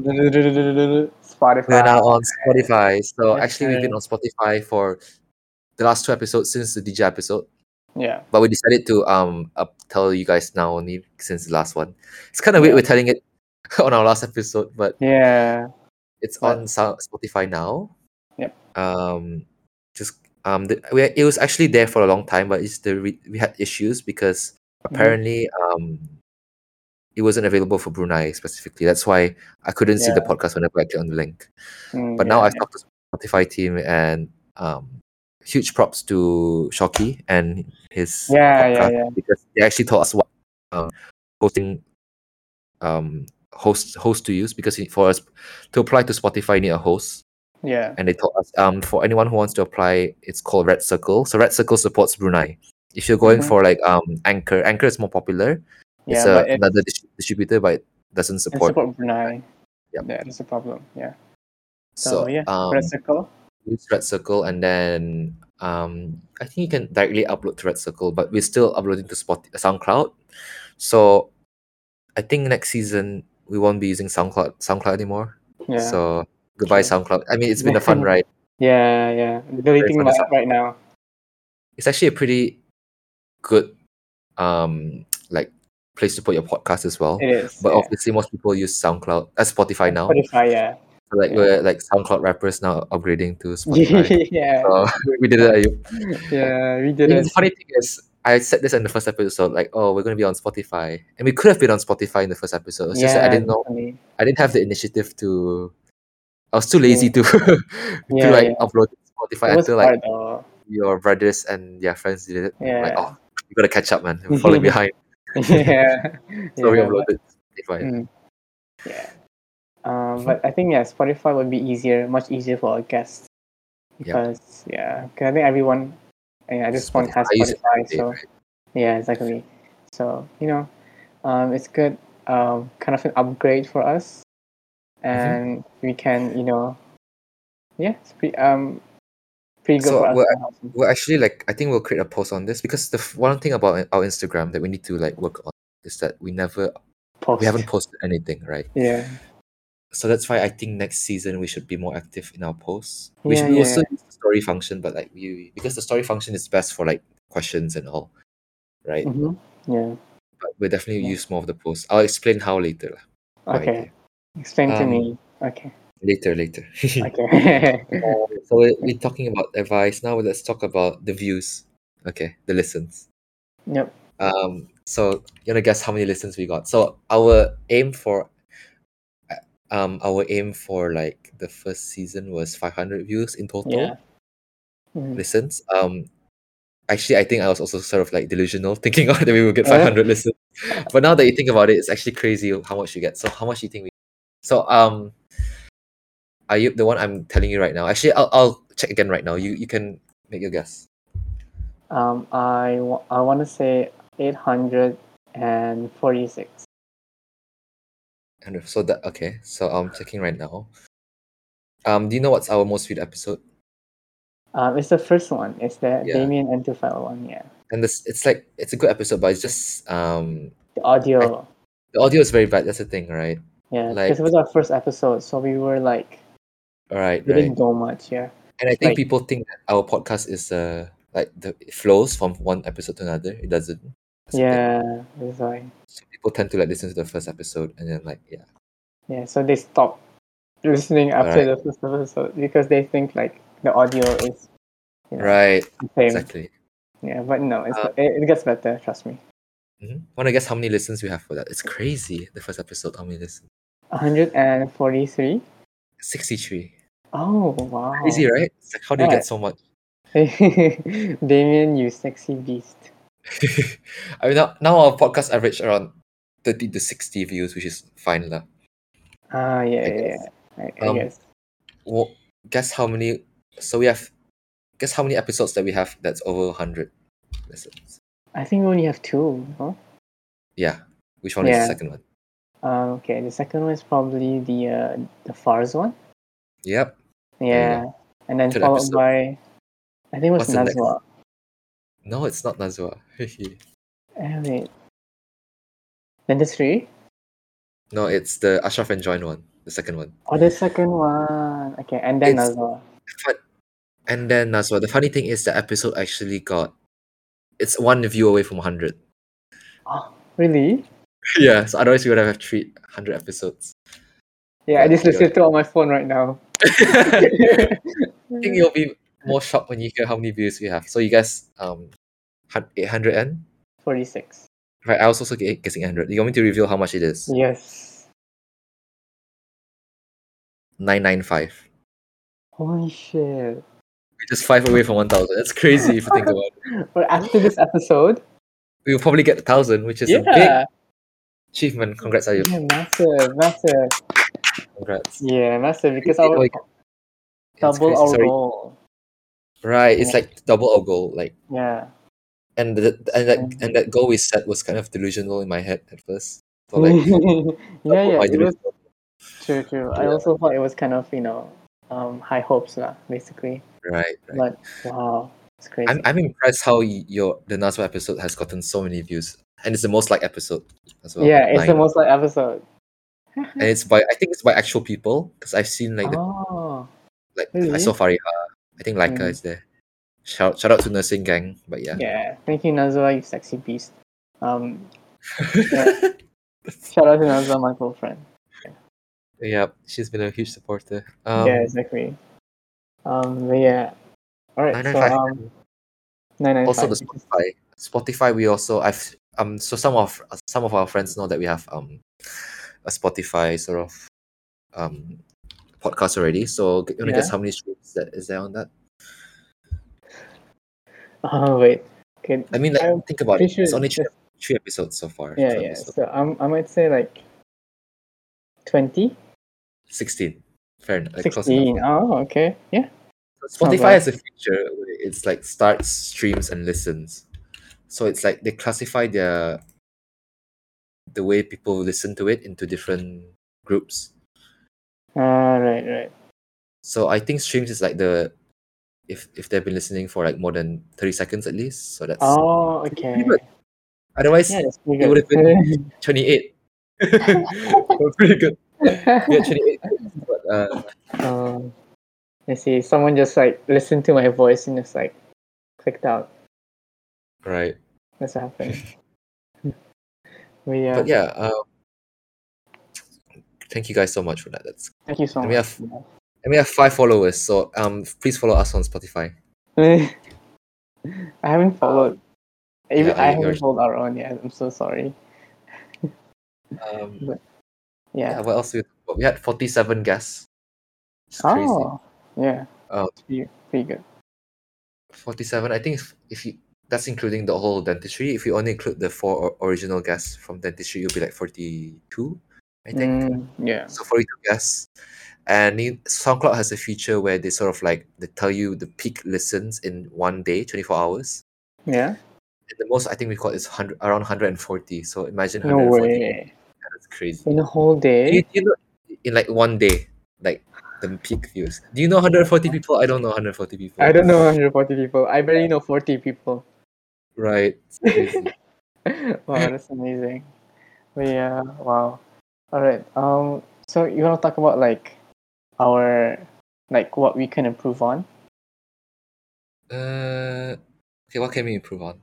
S2: Spotify.
S1: We are now on Spotify. So
S2: Yes,
S1: actually, we've been on
S2: sir.
S1: Spotify for the last two episodes since the DJ episode,
S2: Yeah.
S1: but we decided to um up tell you guys now only since the last one. It's kind of weird we're
S2: Yeah.
S1: telling it on our last episode, but
S2: Yeah.
S1: it's on
S2: But-
S1: Sou- Spotify now.
S2: Yep.
S1: Um, just um, the, we, it was actually there for a long time, but it's the re- we had issues because
S2: Mm-hmm.
S1: apparently um, it wasn't available for Brunei specifically. That's why I couldn't see the podcast whenever I clicked on the link.
S2: Mm,
S1: But now
S2: yeah,
S1: I've talked to Spotify team and um, huge props to Shocky and his
S2: Yeah, yeah,
S1: podcast
S2: yeah.
S1: because they actually taught us what um, hosting um host host to use because it- for us to apply to Spotify you need a host
S2: yeah.
S1: and they taught us um for anyone who wants to apply it's called Red Circle so Red Circle supports Brunei if you're going
S2: Mhm.
S1: for like um Anchor Anchor is more popular
S2: Yeah,
S1: it's a,
S2: but it,
S1: another dis- distributor but it doesn't
S2: it
S1: support,
S2: support Brunei.
S1: Yep.
S2: Yeah, that's a problem. Yeah.
S1: so,
S2: So, yeah,
S1: um
S2: Red Circle.
S1: use Red Circle and then um I think you can directly upload to Red Circle but we're still uploading to Spot SoundCloud so I think next season we won't be using SoundCloud SoundCloud anymore
S2: Yeah.
S1: So goodbye,
S2: True.
S1: SoundCloud. I mean, it's been a fun ride.
S2: yeah, yeah. Deleting
S1: fun
S2: my
S1: to
S2: app right now.
S1: It's actually a pretty good, um, like place to put your podcast as well.
S2: It is.
S1: But
S2: yeah.
S1: obviously, most people use SoundCloud, uh, Spotify now.
S2: Spotify, yeah.
S1: So, like
S2: yeah.
S1: we're like SoundCloud rappers now upgrading to Spotify.
S2: yeah.
S1: so we did it. Ayub.
S2: Yeah, we did
S1: Even the
S2: it.
S1: funny thing is, I said this in the first episode, like, oh, we're gonna be on Spotify, and we could have been on Spotify in the first episode. It's just that I didn't know,
S2: definitely.
S1: I didn't have the initiative to. I was too lazy to
S2: Yeah,
S1: to like
S2: yeah.
S1: upload to Spotify
S2: It was
S1: until like
S2: hard, though.
S1: your brothers and your friends did it. I'm Like,
S2: Yeah.
S1: oh, you gotta catch up, man. We're falling behind.
S2: yeah.
S1: So we
S2: Yeah,
S1: uploaded. it right.
S2: Mm. Yeah. Um, but I think yeah, Spotify would be easier, much easier for our guests because yeah, 'cause I think everyone, yeah, this one has
S1: I use it
S2: Spotify,
S1: every day,
S2: so
S1: right?
S2: yeah, exactly. So you know, um, it's good, um, kind of an upgrade for us,
S1: Mm-hmm.
S2: and we can you know, yeah, it's pretty um, pretty good
S1: So
S2: for us.
S1: we're-
S2: to have.
S1: Well, actually, like I think we'll create a post on this because the f- one thing about our Instagram that we need to like work on is that we never
S2: Post.
S1: we haven't posted anything, right?
S2: Yeah,
S1: So that's why I think next season we should be more active in our posts. We
S2: Yeah,
S1: should we
S2: yeah,
S1: also use the story function, but like we because the story function is best for like questions and all, right?
S2: hmm yeah.
S1: But we'll definitely
S2: Yeah.
S1: use more of the posts. I'll explain how later. lah, my
S2: Okay,
S1: idea.
S2: explain to
S1: Um,
S2: me. Okay,
S1: Later, later.
S2: okay.
S1: So we're, we're talking about advice now. Let's talk about the views. Okay, the listens.
S2: yep.
S1: Um, so you wanna guess how many listens we got? So our aim for, uh, um, our aim for like the first season was 500 views in total
S2: Yeah. Mm.
S1: listens. Um, actually, I think I was also sort of like delusional, thinking that we would get
S2: Yeah.
S1: 500 listens. But now that you think about it, it's actually crazy how much you get. So how much do you think we? So um, Ayub, the one I'm telling you right now. Actually, I'll, I'll check again right now. You you can make your guess.
S2: Um, I, wa- I want to say 846.
S1: And if- so that okay. So I'm checking right now. Um, do you know what's our most viewed episode?
S2: Um, it's the first one. It's the
S1: Yeah.
S2: Damien and Tufel one, yeah.
S1: And this it's like it's a good episode, but it's just um
S2: The audio.
S1: the audio is very bad. That's the thing, right?
S2: Yeah,
S1: like-
S2: because it was our first episode, so we were like,
S1: All right,
S2: we
S1: right.
S2: didn't go much, yeah.
S1: And I think
S2: like-
S1: people think that our podcast is uh like the it flows from one episode to another. It doesn't. That's the thing.
S2: Yeah, that's why.
S1: So people tend to like listen to the first episode and then like yeah.
S2: Yeah, so they stopped listening after
S1: Alright.
S2: the first episode because they think like the audio is Yeah.
S1: Right.
S2: the same.
S1: Exactly.
S2: Yeah, but no, it's,
S1: Uh,
S2: it, it gets better. Trust me.
S1: hmm Want to guess how many listens we have for that? It's crazy. The first episode, how many listens?
S2: 143.
S1: Sixty-three.
S2: Oh wow!
S1: Crazy, right? It's like how do you
S2: Yeah.
S1: get so much?
S2: Damien, you sexy beast.
S1: I mean, now, now our podcast average around thirty to sixty views, which is fine lah.
S2: Ah,
S1: I
S2: yeah, yeah,
S1: guess.
S2: yeah. I, I
S1: Um,
S2: guess.
S1: Wha- guess how many? So we have. Guess how many episodes that we have that's over hundred listens?
S2: I think we only have two. No?
S1: Yeah. Which one is
S2: Yeah.
S1: the second one?
S2: Um, okay, the second one is probably the uh, the Fars one.
S1: Yep.
S2: Yeah, and then
S1: Third
S2: followed
S1: episode.
S2: by, I think it was
S1: What's the next?
S2: Nazwa.
S1: No, it's not Nazwa.
S2: Eh, wait. Then the three.
S1: no, it's the Ashraf and Join one, the second one.
S2: Oh, the second one. Okay, and then
S1: It's-
S2: Nazwa.
S1: And then Nazwa. The funny thing is the episode actually got it's one view away from hundred.
S2: Oh, really?
S1: yeah. So otherwise we would have three hundred episodes.
S2: Yeah, I
S1: Yeah,
S2: just
S1: yeah.
S2: listened to it on my phone right now.
S1: I think you'll be more shocked when you hear how many views we have. So you guys um eight hundred and
S2: Forty-six.
S1: right, I was also gu- guessing hundred. You want me to reveal how much it is?
S2: Yes.
S1: Nine nine five.
S2: Holy shit.
S1: We're just five away from one thousand. That's crazy if you think about it.
S2: But after this episode,
S1: We'll probably get a thousand, which is a big
S2: yeah,
S1: achievement. Congrats, Ayub.
S2: yeah, massive, massive,
S1: Congrats.
S2: yeah, massive. Because
S1: It's
S2: our
S1: like- It's
S2: double
S1: crazy.
S2: our
S1: Sorry.
S2: goal.
S1: Right, it's
S2: Yeah.
S1: like double our goal. Like
S2: Yeah,
S1: and the, and that
S2: Mhm.
S1: and that goal we set was kind of delusional in my head at first. So
S2: yeah,
S1: like double
S2: yeah.
S1: my
S2: It was
S1: delusional-
S2: true, true. I
S1: Yeah.
S2: also thought it was kind of you know, um, high hopes lah, basically.
S1: right, right.
S2: But wow, it's crazy.
S1: I'm I'm impressed how y- your the Nazwa episode has gotten so many views. And it's the most liked episode as well.
S2: yeah, it's the
S1: nine.
S2: most like episode.
S1: and it's by I think it's by actual people because I've seen like the,
S2: Oh,
S1: like I
S2: really?
S1: saw Fariha. I think Laika
S2: Mm.
S1: is there. Shout shout out to Nursing Gang, but yeah.
S2: yeah. Thank you, Nazwa, you sexy beast. Um, shout out to Nazwa, my girlfriend.
S1: yeah, she's been a huge supporter. Um,
S2: yeah, exactly. Um, but yeah. All right. So
S1: 995.
S2: um, nine nine
S1: also
S2: five.
S1: the Spotify. Spotify, we also I've um so some of some of our friends know that we have um a Spotify sort of um podcast already. So g- you wanna guess
S2: Yeah.
S1: how many streams that is there on that?
S2: Oh wait. Okay.
S1: I mean, like
S2: I'm
S1: think about it.
S2: pretty
S1: It's
S2: sure
S1: only three,
S2: it's-
S1: three episodes so far.
S2: Yeah,
S1: three
S2: yeah.
S1: episodes.
S2: So um, I might say like 20,
S1: Sixteen. Fair enough. Like, close enough.
S2: 16. Oh, okay. Yeah. not
S1: Spotify
S2: bad.
S1: has a feature. where It's like starts, streams, and listens. So it's like they classify their the way people listen to it into different groups.
S2: Uh, right, right.
S1: So I think streams is like the if if they've been listening for like more than thirty seconds at least. So that's
S2: Oh, okay.
S1: good. otherwise
S2: Yeah, that's pretty
S1: It
S2: good.
S1: would've twenty eight. pretty good. Yeah, twenty eight. But uh,
S2: um, I see. Someone just like listened to my voice and just like clicked out.
S1: right.
S2: That's what happened. we, uh,
S1: But yeah. Um, thank you guys so much for that. That's
S2: Thank you so
S1: and
S2: much.
S1: we have and we have five followers. So um, please follow us on Spotify.
S2: I haven't followed. Even,
S1: yeah,
S2: I
S1: I-
S2: haven't
S1: yours-
S2: followed our own yet. I'm so sorry.
S1: Um, yeah.
S2: Yeah.
S1: What else? We, we had forty seven guests. It's crazy.
S2: oh, yeah.
S1: Oh.
S2: It's pretty, pretty good.
S1: Forty-seven. I think if, if you that's including the whole dentistry. If you only include the four or, original guests from dentistry, you'll be like forty-two. I think.
S2: Mm, yeah.
S1: So for you to guess. And it- SoundCloud has a feature where they sort of like they tell you the peak listens in one day, 24 hours.
S2: Yeah.
S1: And the most I think we got is 100, around 140. So imagine
S2: No
S1: 140.
S2: way. Eh?
S1: That's crazy.
S2: In a whole
S1: Do you,
S2: day.
S1: do you know, in like one day, like the peak views. Do you know 140 people? I don't know 140 people.
S2: I don't know 140 people. I barely know 40 people.
S1: Right. It's crazy.
S2: wow, that's amazing. But yeah, wow. All right. Um. So you want to talk about like our like what we can improve on?
S1: uh, okay, what can we improve on?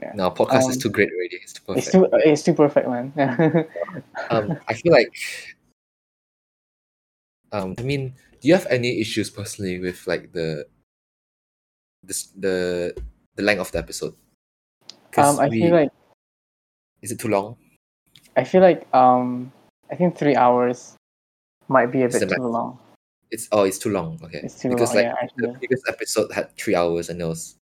S2: Yeah.
S1: No, podcast is
S2: Um,
S1: too great already. It's too perfect.
S2: It's too it's too perfect, man.
S1: um, I feel like. Um, I mean, do you have any issues personally with like the, this the the length of the episode? 'Cause
S2: um. I
S1: we-
S2: feel like
S1: is it too long?
S2: I feel like um. I think three hours might be a
S1: It's
S2: bit
S1: the
S2: too long.
S1: It's oh, it's too long. Okay,
S2: It's too
S1: because
S2: long.
S1: like
S2: yeah,
S1: the
S2: actually.
S1: previous episode had three hours and it was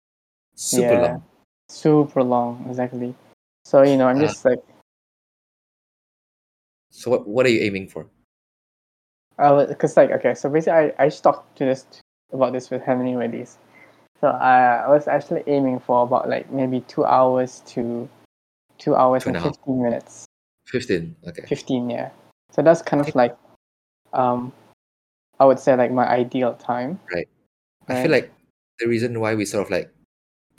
S1: super
S2: Yeah.
S1: long.
S2: Super long, exactly. So you know, I'm
S1: Uh,
S2: just like
S1: So what what are you aiming for?
S2: Uh, because like okay, so basically, I I just talked to this about this with Henry Wedis. So uh, I, I was actually aiming for about like maybe two hours to two hours
S1: Two
S2: and
S1: and a half.
S2: fifteen minutes,
S1: Fifteen. Okay.
S2: fifteen yeah. So that's kind of like um, I would say like my ideal time.
S1: Right. I feel like the reason why we sort of like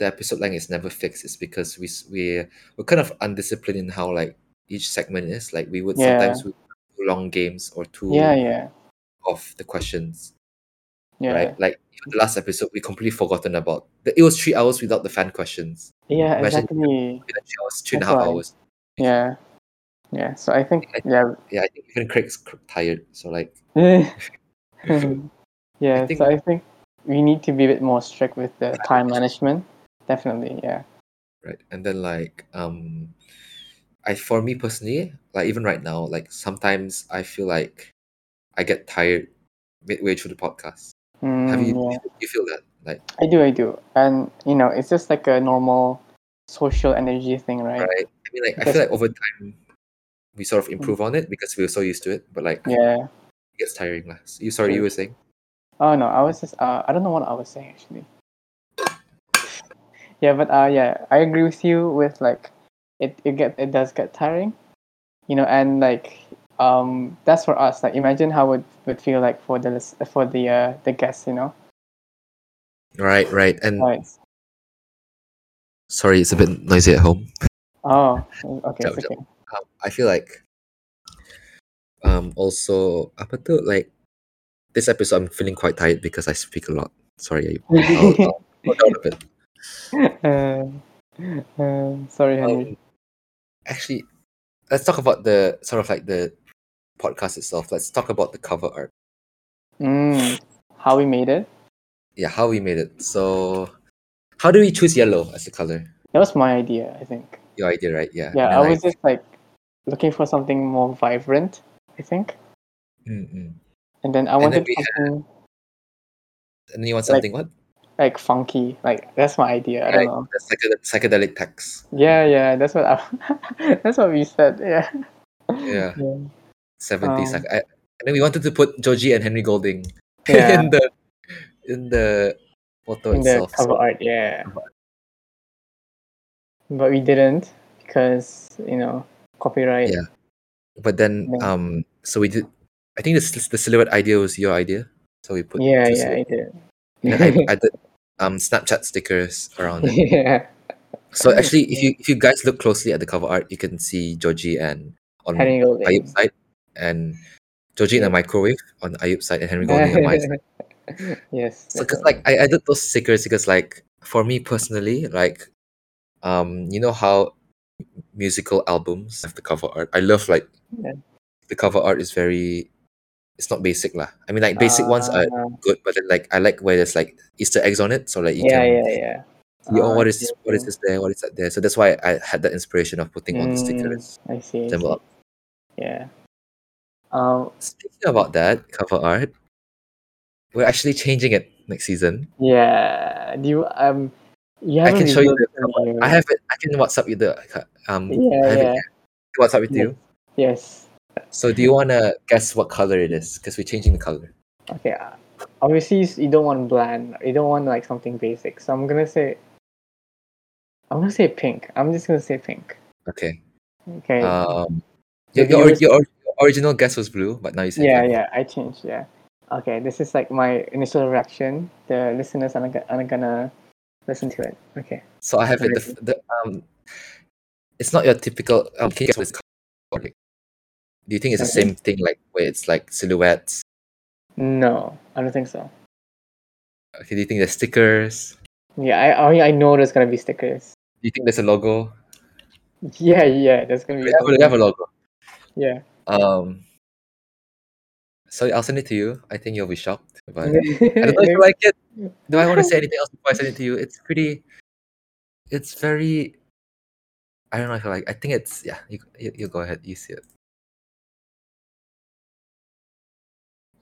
S1: the episode length is never fixed is because we s- we we're kind of undisciplined in how like each segment is. Like we would
S2: Yeah.
S1: sometimes do too long games or too
S2: yeah, yeah,
S1: of the questions,
S2: yeah,
S1: right? Like even the last episode, we completely forgotten about. The, it was three hours without the fan questions.
S2: yeah,
S1: Imagine-
S2: exactly.
S1: It actually was two and a
S2: That's
S1: half
S2: why.
S1: hours.
S2: Yeah, yeah. So I think
S1: I-
S2: yeah,
S1: Yeah, I think even Craig's cr- tired. So like,
S2: Hmm. yeah.
S1: think-
S2: So I think we need to be a bit more strict with the time management. Definitely, yeah.
S1: right? And then like um, I for me personally, like even right now, like sometimes I feel like I get tired midway through the podcast. Have you
S2: Mm, yeah,
S1: you feel that like
S2: I do, I do, and you know, it's just like a normal social energy thing, right?
S1: right? I mean, like I
S2: Because- Mm.
S1: feel like over time we sort of improve on it because we were so used to it, but like
S2: Yeah.
S1: it gets tiring less. You sorry, you
S2: True.
S1: were saying
S2: Oh no, I was just, uh, I don't know what I was saying actually. Yeah, but uh, yeah, I agree with you with like, it it get it does get tiring, you know, and like um that's for us. Like, imagine how it would feel like for the lis- for the uh the guests, you know,
S1: right, right, and
S2: right?
S1: sorry, it's a bit noisy at home.
S2: Oh, okay,
S1: Jap,
S2: it's
S1: jap.
S2: okay.
S1: Um, I feel like um also up until like this episode, I'm feeling quite tired because I speak a lot. Sorry, I- I'll, I'll, I'll down a bit.
S2: Um, um, sorry, Henry.
S1: Um, actually, let's talk about the sort of like the podcast itself. Let's talk about the cover art. Oh.
S2: Mm, how we made it?
S1: Yeah, how we made it. So, how do we choose yellow as a color?
S2: That was my idea, I think.
S1: Your idea, right? Yeah.
S2: Yeah,
S1: And
S2: I
S1: then
S2: was just like looking for something more vibrant, I think.
S1: Mm, mm.
S2: And then I
S1: And then
S2: wanted
S1: we had-
S2: something
S1: And then you want
S2: Like-
S1: something what?
S2: like funky. Like that's my idea. I don't
S1: Like
S2: know.
S1: the psychedelic, psychedelic text.
S2: Yeah, yeah, that's what I, that's what we said. Yeah.
S1: Yeah.
S2: Yeah.
S1: 70s.
S2: Um,
S1: like, I, and then we wanted to put Georgie and Henry Golding
S2: Yeah.
S1: in the in the photo
S2: In the
S1: itself.
S2: cover art, yeah. But we didn't because, you know, copyright.
S1: Yeah. But then
S2: Yeah.
S1: um so we did I think this the silhouette idea was your idea. So we put
S2: Yeah,
S1: two
S2: yeah, I
S1: silhouettes.
S2: did.
S1: And then I, I did um Snapchat stickers around it.
S2: yeah.
S1: So actually if you if you guys look closely at the cover art, you can see Georgie and on
S2: Henry Golding.
S1: Ayub's side and Georgie in a microwave on Ayub's side and Henry Golding on my side.
S2: yes.
S1: So, cause
S2: definitely.
S1: like I added those stickers because like for me personally, like um, you know how musical albums have the cover art. I love like
S2: Yeah.
S1: the cover art is very, it's not basic lah. I mean like basic ones are
S2: Uh,
S1: good, but then like I like where there's like Easter eggs on it, so like you
S2: yeah,
S1: can
S2: yeah, yeah.
S1: see oh
S2: Ah,
S1: what
S2: I
S1: is
S2: see,
S1: this,
S2: I
S1: what is
S2: see.
S1: this there, what is that there. So that's why I had that inspiration of putting on the stickers.
S2: Mm, I see. I
S1: Then,
S2: see.
S1: well,
S2: Yeah. Um.
S1: Speaking about that cover art, we're actually changing it next season.
S2: Yeah. Do you um? You
S1: I can
S2: haven't
S1: show you the
S2: revealed it to
S1: cover.
S2: me,
S1: I
S2: right?
S1: have it. I can WhatsApp you the um. I
S2: Yeah.
S1: have it
S2: Yeah.
S1: WhatsApp with
S2: Yes.
S1: you.
S2: Yes.
S1: So do you wanna guess what color it is? Because we're changing the color.
S2: Okay. uh, Obviously, s- you don't want bland. You don't want like something basic. So I'm gonna say. I'm gonna say pink. I'm just gonna say pink.
S1: Okay.
S2: Okay.
S1: Um, your,
S2: The
S1: your,
S2: viewers-
S1: your, your original guess was blue, but now you said
S2: yeah,
S1: pink.
S2: yeah. I changed. Yeah. Okay. This is like my initial reaction. The listeners aren't, go- aren't gonna listen to it. Okay.
S1: So I have it. The, f- the, um, it's not your typical. Um, can you guess what it's called? Like, do you think it's the
S2: Okay.
S1: same thing? Like where it's like silhouettes.
S2: No, I don't think so.
S1: Okay, do you think there's stickers?
S2: Yeah, I I, mean, I know there's gonna be stickers.
S1: Do you think there's a logo?
S2: Yeah, yeah. There's gonna be.
S1: We have, we have a logo.
S2: Yeah.
S1: Um, so I'll send it to you. I think you'll be shocked. But I don't know if you
S2: Maybe-
S1: like it. Do I want to say anything else before I send it to you? It's pretty. It's very. I don't know if you like. I think it's yeah. You you, you go ahead. You see it.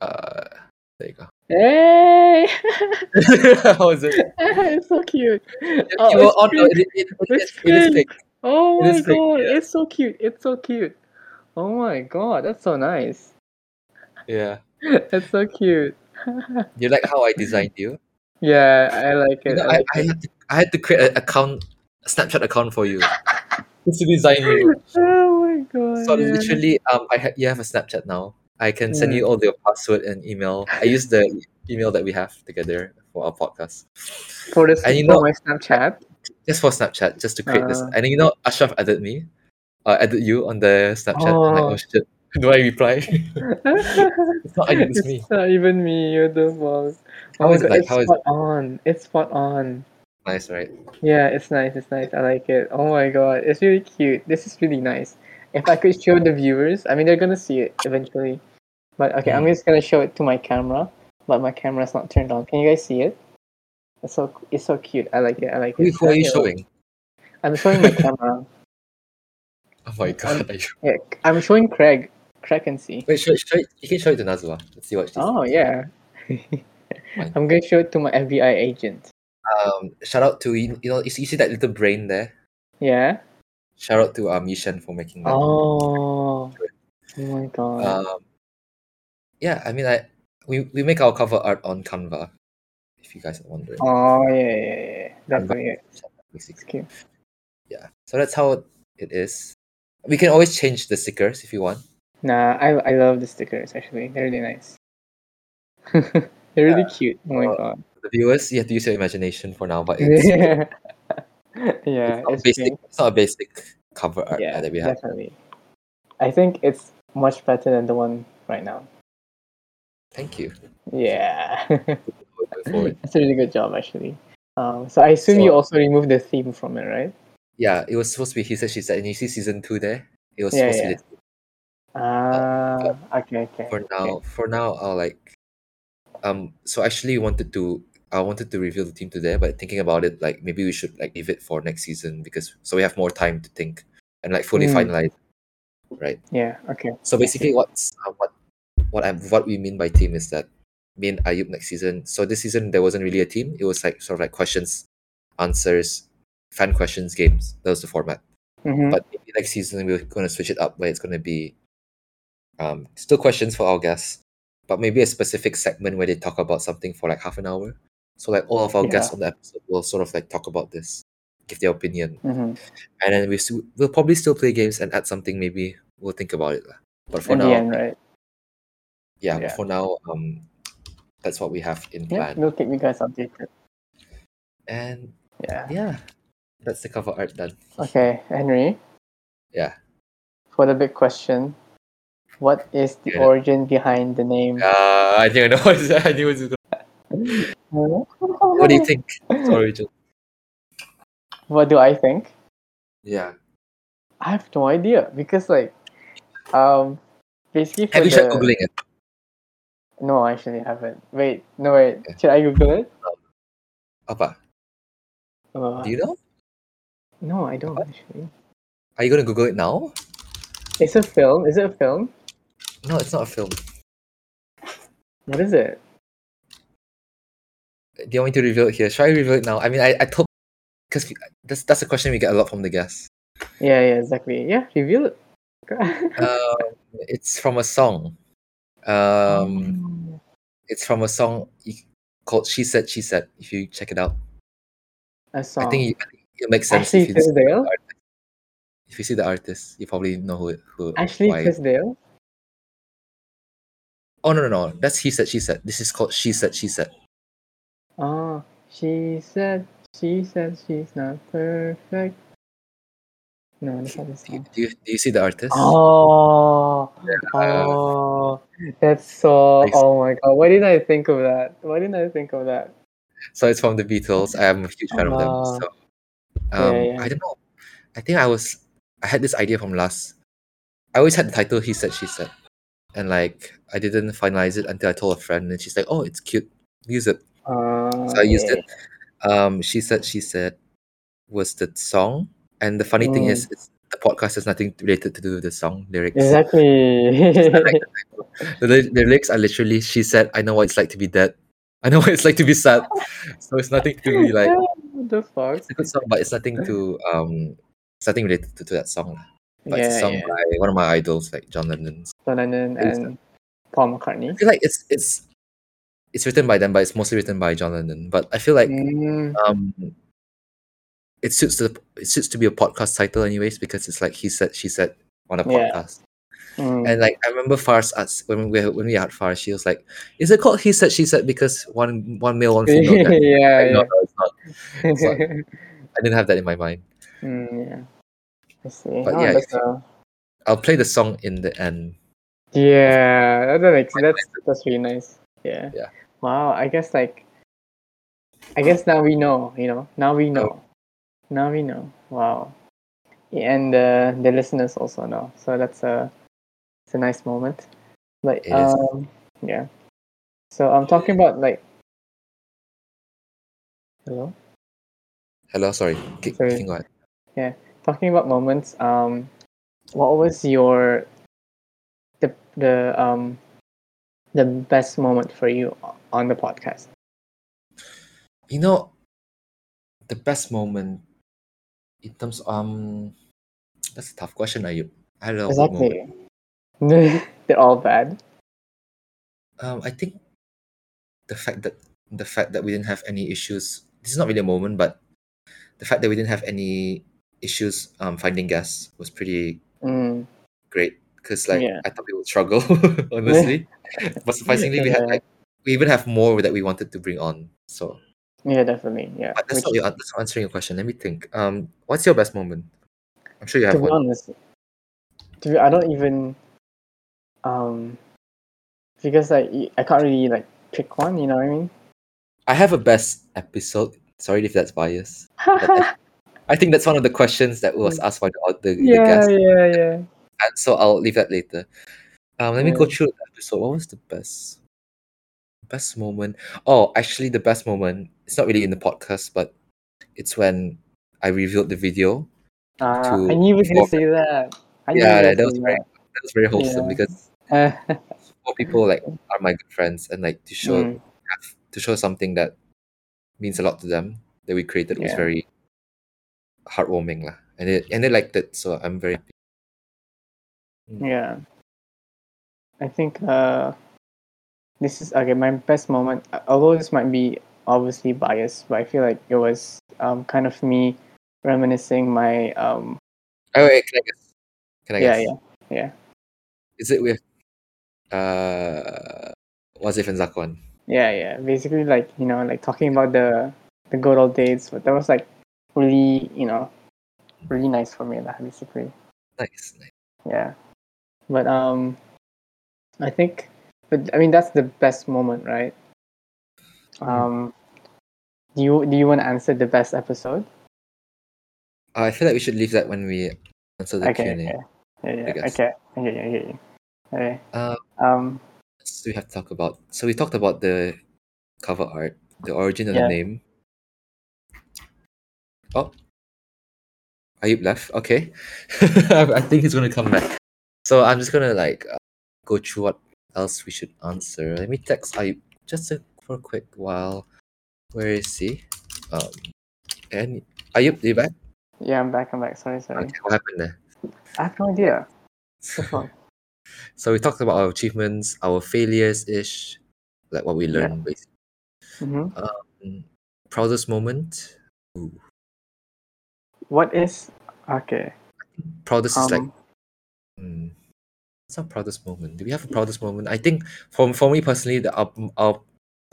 S1: Uh, there you go.
S2: hey,
S1: How is it?
S2: it's so cute.
S1: You
S2: Oh,
S1: are-
S2: it's
S1: oh, no,
S2: pink.
S1: it, it, it,
S2: It's
S1: it is
S2: pink.
S1: pink.
S2: Oh
S1: It
S2: my
S1: is fake,
S2: god,
S1: yeah.
S2: it's so cute. It's so cute. Oh my god, that's so nice.
S1: Yeah.
S2: That's so cute.
S1: You like how I designed you?
S2: yeah, I like
S1: You
S2: it.
S1: know,
S2: I
S1: I, I
S2: like
S1: had to I had to create an account, a Snapchat account for you. Just to design you.
S2: it. Oh my god.
S1: So
S2: yeah.
S1: literally, um, I ha- you have a Snapchat now. I can send
S2: Mm.
S1: you all the password and email. I use the email that we have together for our podcast.
S2: for this
S1: and you
S2: for
S1: know-
S2: my Snapchat.
S1: Just for Snapchat, just to create this.
S2: Uh.
S1: And then, you know, Ashraf added me, uh, added you on the Snapchat. I'm like,
S2: Oh.
S1: oh shit, do I reply? it's not I, Oh, it's
S2: It's
S1: me.
S2: not even me, you're the boss.
S1: How
S2: oh my
S1: is it
S2: god,
S1: like-
S2: it's
S1: how is
S2: spot on. It's spot on.
S1: Nice, right?
S2: Yeah, it's nice, it's nice. I like it. Oh my god, it's really cute. This is really nice. If I could show the viewers, I mean, they're gonna see it eventually. But okay,
S1: Mm.
S2: I'm just gonna show it to my camera, but my camera's not turned on. Can you guys see it? It's so it's so cute. I like it. I like
S1: Who,
S2: it.
S1: who are you
S2: Okay,
S1: showing?
S2: I'm showing my camera.
S1: Oh my god. Are you...
S2: Yeah, I'm showing Craig. Craig can see.
S1: Wait, show, show it. you can show it to Nazwa. Let's see what she
S2: Oh yeah. I'm gonna show it to my FBI agent.
S1: Um, shout out to, you you know, you see you see that little brain there?
S2: Yeah.
S1: Shout out to um, Yishan for making that.
S2: Oh. Oh my god.
S1: Um, yeah, I mean, I we, we make our cover art on Canva, if you guys are wondering.
S2: oh yeah, yeah, yeah, yeah.
S1: Canva
S2: Definitely. yeah.
S1: is
S2: It's
S1: basically-
S2: cute.
S1: Yeah, so that's how it is. We can always change the stickers if you want.
S2: Nah, I I love the stickers actually. They're really nice. They're really cute. Oh my
S1: Uh,
S2: god.
S1: The viewers, you have to use your imagination for now, but it's, it's
S2: yeah. yeah.
S1: not
S2: It's
S1: basic.
S2: pink.
S1: It's not a basic cover art uh,
S2: Yeah,
S1: that we have.
S2: definitely. I think it's much better than the one right now.
S1: Thank you.
S2: Yeah.
S1: Going forward.
S2: That's a really good job actually. Um, so I assume you
S1: So-
S2: also removed the theme from it, right?
S1: Yeah, it was supposed to be he said she said, and you see season two there. It was
S2: Yeah,
S1: supposed
S2: yeah.
S1: to be
S2: Ah, okay, okay.
S1: for now. For now, I'll like um. So actually, wanted to I wanted to reveal the team today, but thinking about it, like maybe we should like leave it for next season because so we have more time to think and like fully
S2: Mm.
S1: finalize, right?
S2: Yeah, okay.
S1: So basically, what's uh, what what I what we mean by team is that me and Ayub next season. So this season there wasn't really a team. It was like sort of like questions, answers, fan questions, games. That was the format.
S2: Mhm.
S1: But maybe next season we're going to switch it up where it's going to be um still questions for our guests, but maybe a specific segment where they talk about something for like half an hour. So like all of our guests
S2: Yeah.
S1: on the episode will sort of like talk about this, give their opinion,
S2: Mhm.
S1: and then we s- we'll probably still play games and add something. Maybe we'll think about it. lah. But for now,
S2: In the end, right?
S1: yeah,
S2: Yeah.
S1: for now, um, that's what we have in
S2: Yeah,
S1: plan.
S2: we'll keep you guys updated.
S1: And
S2: Yeah.
S1: yeah, that's the cover art done.
S2: Okay, Henry.
S1: Yeah.
S2: For the big question, what is the
S1: Yeah.
S2: origin behind the name?
S1: Uh, I think I know. What I knew what you- What do you think? It's origin.
S2: What do I think?
S1: Yeah.
S2: I have no idea because like, um, basically for
S1: Have you
S2: the
S1: tried googling it?
S2: no, I actually haven't. Wait, no wait.
S1: Okay.
S2: Should I Google it?
S1: Apa,
S2: Uh,
S1: do you know?
S2: no, I don't actually.
S1: Are you gonna Google it now?
S2: It's a film. Is it a film?
S1: No, it's not a film.
S2: What is it?
S1: Do you want me to reveal it here? Should I reveal it now? I mean, I, I told because that's that's a question we get a lot from the guests.
S2: Yeah, yeah, exactly. Yeah, reveal it.
S1: um, it's from a song. Um,
S2: Mm,
S1: it's from a song e- called "She Said She Said." If you check it out,
S2: a song.
S1: I think it, I think it makes sense.
S2: Ashley
S1: If you, see the
S2: Tisdale.
S1: artist. if you see the artist, you probably know who who.
S2: Ashley
S1: why-
S2: Tisdale.
S1: Oh no no no! That's he said she said. This is called she said she said.
S2: Oh, she said, she said she's not perfect. No, that's not the
S1: Do you,
S2: song.
S1: do you, do you see the artist?
S2: Oh, oh, that's so.
S1: Nice.
S2: Oh my god, why didn't I think of that? Why didn't I think of that?
S1: So it's from the Beatles. I am a huge fan of
S2: Ah.
S1: them. So um,
S2: Yeah, yeah.
S1: I don't know. I think I was I had this idea from last. I always had the title "He Said She Said," and like I didn't finalize it until I told a friend, and she's like, "Oh, it's cute. Use it."
S2: Uh,
S1: So I used it. Um, she said, she said, was the song. And the funny thing
S2: Mm.
S1: is, it's, the podcast has nothing related to do with the song lyrics.
S2: Exactly.
S1: The, ly- the lyrics are literally, she said, I know what it's like to be dead. I know what it's like to be sad. so it's nothing to be like,
S2: what the fuck?
S1: it's a good song, but it's nothing to, um, it's nothing related to, to that song. lah. But it's a
S2: Yeah,
S1: song
S2: yeah.
S1: by one of my idols, like John Lennon.
S2: John Lennon
S1: It's-
S2: and Paul McCartney.
S1: I feel like it's, it's, it's written by them, but it's mostly written by John Lennon. But I feel like
S2: Mm,
S1: um it suits the it suits to be a podcast title anyways because it's like he said she said on a
S2: Yeah.
S1: podcast
S2: mm.
S1: and like i remember fars asked when we when we had fars she was like is it called he said she said because one one male one female
S2: yeah,
S1: died?" Like,
S2: yeah.
S1: no, no, it's not.
S2: Mm,
S1: Sorry. i didn't have that in my mind
S2: yeah. I see.
S1: But
S2: Oh,
S1: yeah,
S2: that's
S1: if you-
S2: a-
S1: i'll play the song in the end
S2: yeah, that, that makes that's that's really nice. Yeah.
S1: Yeah.
S2: Wow. I guess like, I guess now we know. You know. Now we
S1: Oh.
S2: know. Now we know. Wow. Yeah, and uh, the listeners also know. So that's a, it's a nice moment. But
S1: It is.
S2: um, yeah. So I'm talking about like. Hello.
S1: hello sorry K-
S2: Sorry.
S1: you can go ahead.
S2: talking about moments um what was your the the um the best moment for you o- on the podcast
S1: you know the best moment in terms um that's a tough question are you i don't know what moment.
S2: exactly they're all bad
S1: Um, I think the fact that the fact that we didn't have any issues. This is not really a moment, but the fact that we didn't have any issues um, finding guests was pretty
S2: mm.
S1: great. Because like
S2: Yeah.
S1: I thought we would struggle, honestly. but surprisingly, we had
S2: Yeah.
S1: like we even have more that we wanted to bring on. So,
S2: yeah definitely yeah
S1: but Uh, that's not
S2: Which-
S1: your, that's not answering your question. Let me think. Um, what's your best moment? I'm sure you
S2: to
S1: have
S2: be
S1: one.
S2: honest to be, i don't even um because like y- i can't really like pick one you know what i mean
S1: I have a best episode. Sorry if that's biased. I think that's one of the questions that was asked by the, the, the
S2: Mm. yeah
S1: guest.
S2: yeah yeah
S1: and so I'll leave that later. Um, let me go
S2: Yeah.
S1: through the episode. What was the best best moment? Oh, actually, the best moment. It's not really in the podcast, but it's when I revealed the video.
S2: uh,
S1: To-
S2: i knew you were gonna
S1: for-
S2: say that I knew you
S1: Yeah,
S2: were gonna
S1: that was
S2: say
S1: very that was very wholesome
S2: Yeah.
S1: because
S2: that. Uh,
S1: four people like are my good friends, and like to show
S2: mm,
S1: to show something that means a lot to them that we created was
S2: Yeah.
S1: very heartwarming lah. And it and they liked it, so I'm very happy.
S2: Yeah. I think uh, this is okay. My best moment, although this might be obviously biased, but I feel like it was um, kind of me reminiscing my um,
S1: Oh wait, can I guess? Can I
S2: yeah
S1: guess?
S2: yeah
S1: Is it with uh Wazif and Zakwan?
S2: yeah yeah basically like you know like talking about the the good old days, but that was like really you know really nice for me lah basically
S1: Nice, nice.
S2: yeah, but um, I think but I mean that's the best moment right?
S1: Mm-hmm.
S2: Um, do you do you want to answer the best episode?
S1: Uh, I feel like we should leave that when we answer the
S2: okay,
S1: Q&A.
S2: okay. Yeah, yeah,
S1: guess.
S2: okay, okay, yeah, yeah, yeah. Okay.
S1: Uh,
S2: Um,
S1: so we have to talk about. So we talked about the cover art, the origin of the
S2: Yeah.
S1: name. Oh, Ayub left. Okay, I think he's gonna come back. So I'm just gonna like uh, go through what else we should answer. Let me text Ayub just a, for a quick while. Where is he? Um, and Ayub, are you back?
S2: yeah, I'm back. I'm back. Sorry, sorry.
S1: Okay, what happened there?
S2: I have no idea. That's all.
S1: So we talked about our achievements, our failures ish, like what we
S2: Yeah.
S1: learned. Basically.
S2: Mhm.
S1: Proudest moment. Ooh.
S2: What is okay?
S1: Proudest is like
S2: um,
S1: Mm. What's our proudest moment? Do we have a proudest moment? I think for for me personally, the our, our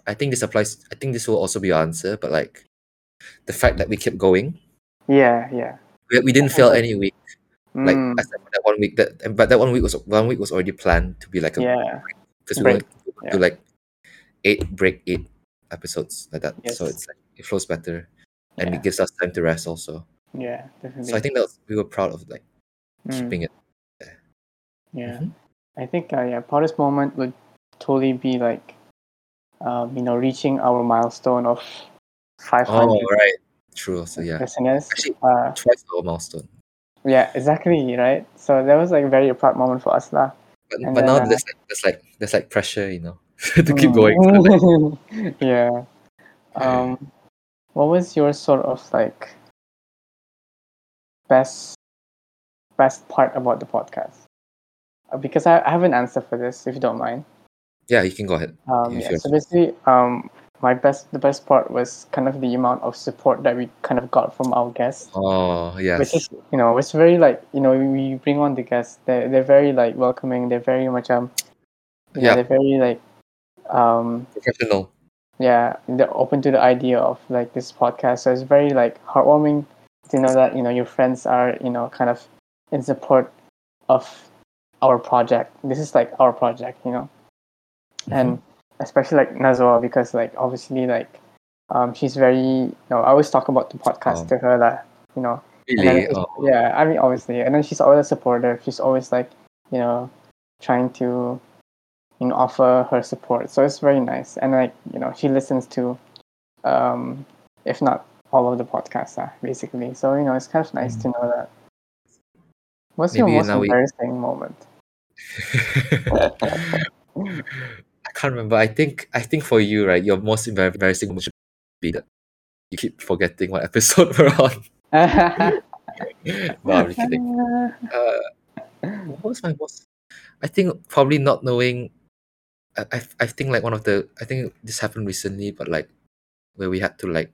S1: I think this applies. I think this will also be your answer, but like the fact that we kept going,
S2: yeah, yeah.
S1: we, we didn't
S2: Oh,
S1: fail
S2: like-
S1: any week. Like
S2: Mm,
S1: except for that one week that, and- but that one week was one week was already planned to be like a
S2: yeah,
S1: because we
S2: break,
S1: wanted to do like eight break eight episodes like that. So
S2: Yes.
S1: it's like it flows better, and
S2: yeah,
S1: it gives us time to rest also.
S2: yeah, definitely.
S1: So I think that was, we were proud of like
S2: Mm,
S1: keeping it.
S2: yeah,
S1: Mhm.
S2: I think uh, yeah, proudest moment would totally be like, um, you know, reaching our milestone of five
S1: Oh
S2: hundred
S1: right, true. So yeah,
S2: listeners.
S1: actually
S2: Uh,
S1: twice our milestone.
S2: yeah, exactly, right. So that was like a very proud moment for us, lah.
S1: but,
S2: And
S1: but
S2: then,
S1: now
S2: uh,
S1: there's like there's like there's like pressure, you know, to keep going. So like,
S2: Mm.
S1: yeah.
S2: yeah. Um, what was your sort of like best best part about the podcast? Uh, Because I, I have an answer for this, if you don't mind.
S1: yeah, you can go ahead.
S2: Um,
S1: If
S2: yeah.
S1: you're-
S2: So basically, um, my best the best part was kind of the amount of support that we kind of got from our guests,
S1: Oh
S2: which
S1: yes,
S2: is you know it's very like you know we bring on the guests, they they're very like welcoming, they're very much um you know
S1: Yeah.
S2: they're very like um
S1: professional.
S2: yeah they're open to the idea of like this podcast so it's very like heartwarming to know that you know your friends are you know kind of in support of our project this is like our project you know and especially like Nazwa because like obviously like um she's very you know I always talk about the podcast
S1: Oh.
S2: to her like you know and then
S1: really,
S2: it's-
S1: oh,
S2: yeah, I mean, obviously, and then she's always supportive. She's always like, you know, trying to, you know, offer her support. So it's very nice, and like, you know, she listens to, um, if not all of the podcasts, uh, basically. So you know, it's kind of nice to know that. What's
S1: Mm. Maybe
S2: your most
S1: now we-
S2: embarrassing moment?
S1: I can't remember. I think I think for you, right, your most embar- embarrassing moment should be that you keep forgetting what episode we're on. no, I'm just kidding. Uh, what was my most? I think probably not knowing. I, I I think like one of the I think this happened recently, but like where we had to like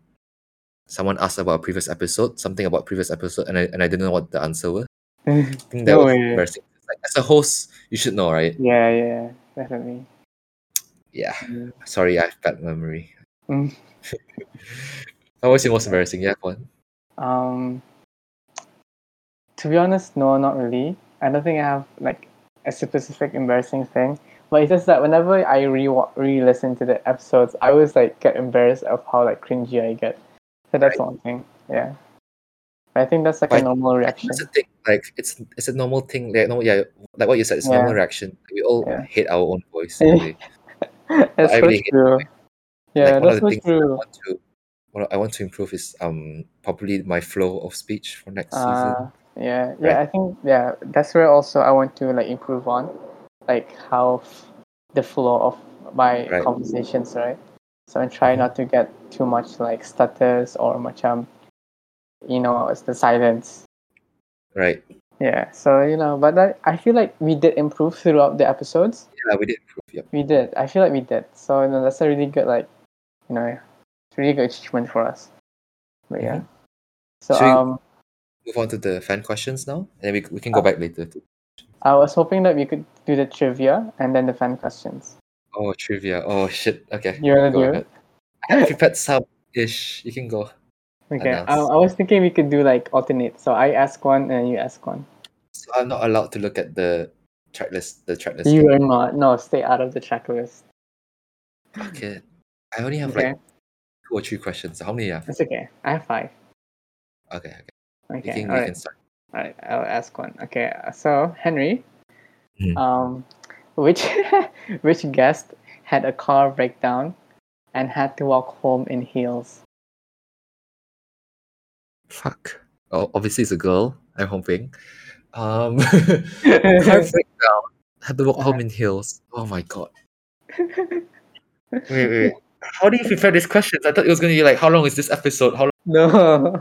S1: someone asked about a previous episode, something about previous episode, and I, and I didn't know what the answer was. I think that
S2: no
S1: was
S2: way.
S1: embarrassing. Like, as a host, you should know, right?
S2: Yeah, yeah, definitely.
S1: Yeah.
S2: Mm.
S1: Sorry, I've got memory.
S2: Mm.
S1: That was your most embarrassing. Yeah, go on.
S2: Um. To be honest, no, not really. I don't think I have like a specific embarrassing thing. But it's just that whenever I re re listen to the episodes, I always like get embarrassed of how like cringy I get. So that's one thing. Yeah. But I think that's like a
S1: But
S2: normal
S1: I think
S2: reaction.
S1: that's the thing. Like, it's it's a normal thing. Like, no, yeah, like what you said, it's a normal
S2: Yeah.
S1: reaction. We all
S2: Yeah.
S1: hate our own voice in a way. But
S2: that's
S1: I
S2: so
S1: really hate.
S2: true.
S1: Like
S2: Yeah,
S1: one of the
S2: that's so
S1: things that I
S2: true.
S1: want to, what I want to improve is um probably my flow of speech for next
S2: Uh
S1: season.
S2: yeah,
S1: Right.
S2: yeah, I think yeah, that's where also I want to like improve on like how f- the flow of my
S1: Right. Mm-hmm.
S2: conversations, right? So I try not to get too much like stutters or much um you know, it's the silence.
S1: Right.
S2: Yeah. So, you know, but I, I feel like we did improve throughout the episodes.
S1: Yeah, we did improve. Yep.
S2: We did. I feel like we did. So, you know, that's a really good like, you know, it's a really good achievement for us. But yeah.
S1: Mhm.
S2: So,
S1: So you-
S2: um
S1: move on to the fan questions now, and then we, we can go
S2: Uh,
S1: back later. To,
S2: I was hoping that we could do the trivia and then the fan questions.
S1: oh, trivia. Oh, shit. Okay.
S2: You wanna
S1: go
S2: do it?
S1: ahead. I had prepared some ish. You can go.
S2: Okay, I,
S1: Anas.
S2: I was thinking we could do like alternate. So I ask one and you ask one.
S1: So I'm not allowed to look at the track list. The track list.
S2: You
S1: thing.
S2: are not. No, stay out of the track list.
S1: Okay. I only have
S2: Okay,
S1: like two or three questions. How many you have?
S2: it's okay. I have five.
S1: Okay. Okay. You
S2: Okay,
S1: can
S2: all
S1: you
S2: right,
S1: can start.
S2: all right. I'll ask one. Okay, so Henry,
S1: Mhm.
S2: um, which which guest had a car breakdown and had to walk home in heels?
S1: Fuck. Oh, obviously it's a girl. I'm hoping. Um, car breakdown. Had to walk home in heels. Oh my god. Wait, wait. wait. How do you prepare these questions? I thought it was gonna be like, how long is this episode? How
S2: no.
S1: long?
S2: Uh,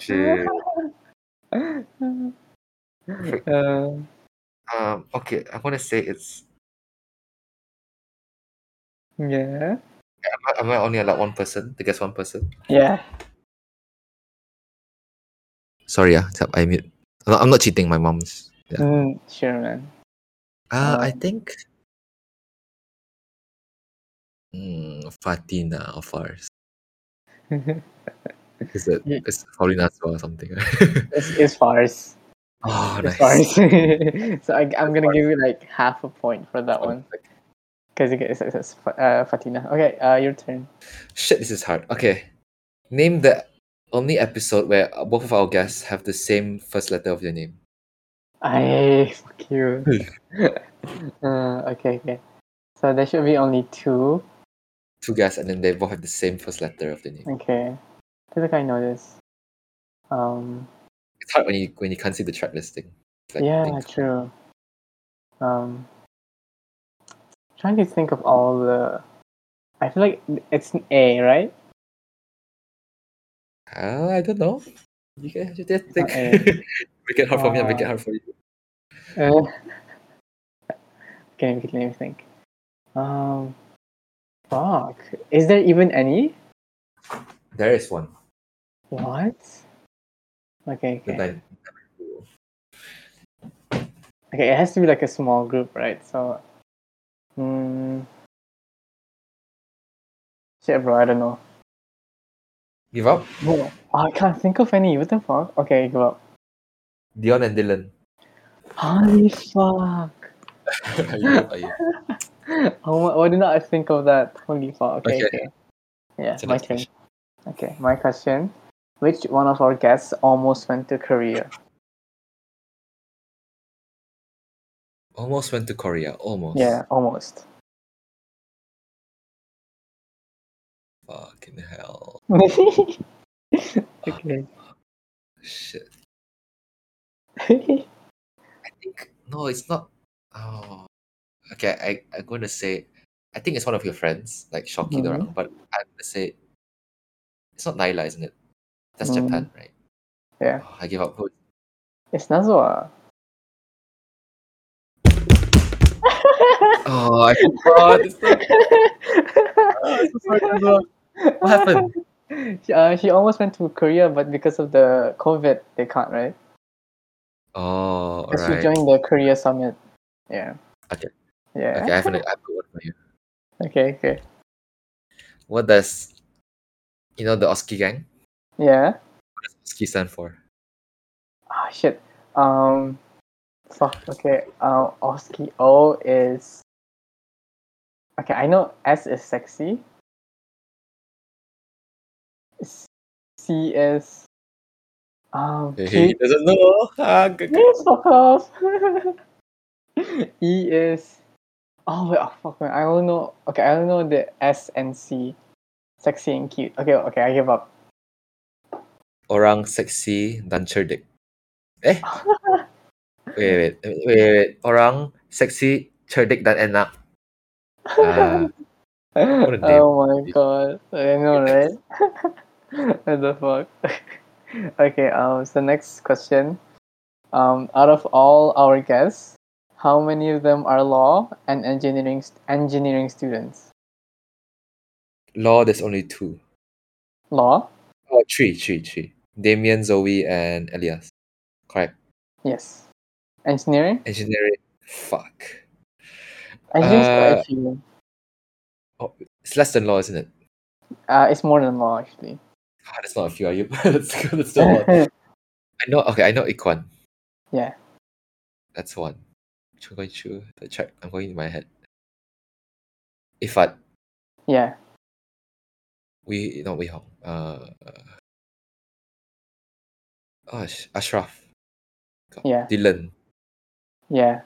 S1: Shit.
S2: Uh,
S1: Um, okay, I want to say it's.
S2: yeah.
S1: Am I, am I only allowed one person to guess one person?
S2: Yeah.
S1: Sorry, yeah, tap- I mute. I'm not, I'm not cheating. My mom's. Yeah.
S2: Mm, sure, man.
S1: Uh, I
S2: Um,
S1: think. Mm, Fatina or Fars. Is it?
S2: Yeah.
S1: It's probably Naswa or something.
S2: it's, it's Fars.
S1: oh,
S2: It's
S1: nice.
S2: Fars. so I, I'm gonna give you like half a point for that one because it gets- it's, it's, Fa- uh, Fatina. Okay, uh, your turn.
S1: Shit, this is hard. Okay. Name the only episode where both of our guests have the same first letter of their name.
S2: I fuck you. uh, okay, okay. So there should be only two.
S1: Two guests, and then they both have the same first letter of their name.
S2: Okay, I feel like I know this. Um,
S1: It's hard when you when you can't see the track listing. It's like,
S2: yeah,
S1: think-
S2: true. Um, trying to think of all the. I feel like it's an A, right?
S1: Ah, I don't know. You can you just think.
S2: eh.
S1: make it hard for me. and make it
S2: Ah.
S1: hard for you.
S2: Uh, okay, let me think. Um, fuck. Is there even any?
S1: There is one.
S2: What? Okay,
S1: The
S2: okay.
S1: nine-
S2: Okay, it has to be like a small group, right? So, hmm. Shit, bro, I don't know.
S1: Give up.
S2: Bro, I can't think of any. What the fuck? Okay, give up.
S1: Dion and Dylan.
S2: Holy fuck!
S1: Are you- are you-
S2: Oh my, why did not I think of that? Holy fuck! Okay,
S1: Okay.
S2: okay. Yeah,
S1: it's the
S2: my
S1: next
S2: turn.
S1: question.
S2: Okay, my question: Which one of our guests almost went to Korea?
S1: Almost went to Korea. Almost.
S2: Yeah, almost.
S1: Fucking hell.
S2: okay.
S1: Shit. I think no, it's not. Oh, okay. I I'm gonna say, I think it's one of your friends, like Shoki
S2: Mhm.
S1: dorang, But I'm gonna say, it's not Naila, isn't it? That's
S2: Mm.
S1: Japan, right?
S2: Yeah.
S1: Oh, I give up. Who-
S2: it's Nazwa.
S1: Oh, I forgot. It's not- What happened?
S2: She, uh, she almost went to Korea, but because of the COVID, they can't, right?
S1: Oh,
S2: Because
S1: alright.
S2: she joined the Korea summit. Yeah.
S1: Okay.
S2: Yeah.
S1: Okay, I have, an, I have a word for you.
S2: Okay. Okay.
S1: What does you know the Oski gang?
S2: Yeah.
S1: What does Oski stand for?
S2: Ah shit. Um. Fuck. Okay. Um. Oski O is. Okay, I know S is sexy. S- C is. Um.
S1: He
S2: cute.
S1: doesn't know. Ah, g- g-
S2: Yes, fuck off. e is. Oh wait. Oh fuck man. I don't know. Okay, I don't know the S and C. Sexy and cute. Okay. Okay. I give up.
S1: Orang seksi dan cerdik. Eh, wait, wait, wait, wait, wait. Orang seksi, cerdik dan enak. Ah, a name.
S2: oh my god. I know, right? what the fuck? okay, um so next question. Um out of all our guests, how many of them are law and engineering st- engineering students?
S1: law. There's only two.
S2: Law?
S1: Oh, three, three, three. Damien, Zoe, and Elias. Correct.
S2: Yes. Engineering?
S1: Engineering. Fuck.
S2: Engineering's
S1: Uh,
S2: uh, actually.
S1: It's less than law, isn't it?
S2: Uh it's more than law actually.
S1: God, it's not a few. Are you? let's go. Let's do one. I know. Okay, I know Ikwan.
S2: Yeah.
S1: That's one. Which I'm going to the check. I'm going in my head. Ifat,
S2: yeah.
S1: we not we Hong. Uh, oh, Ash- Ashraf. God,
S2: Yeah.
S1: Dylan.
S2: Yeah.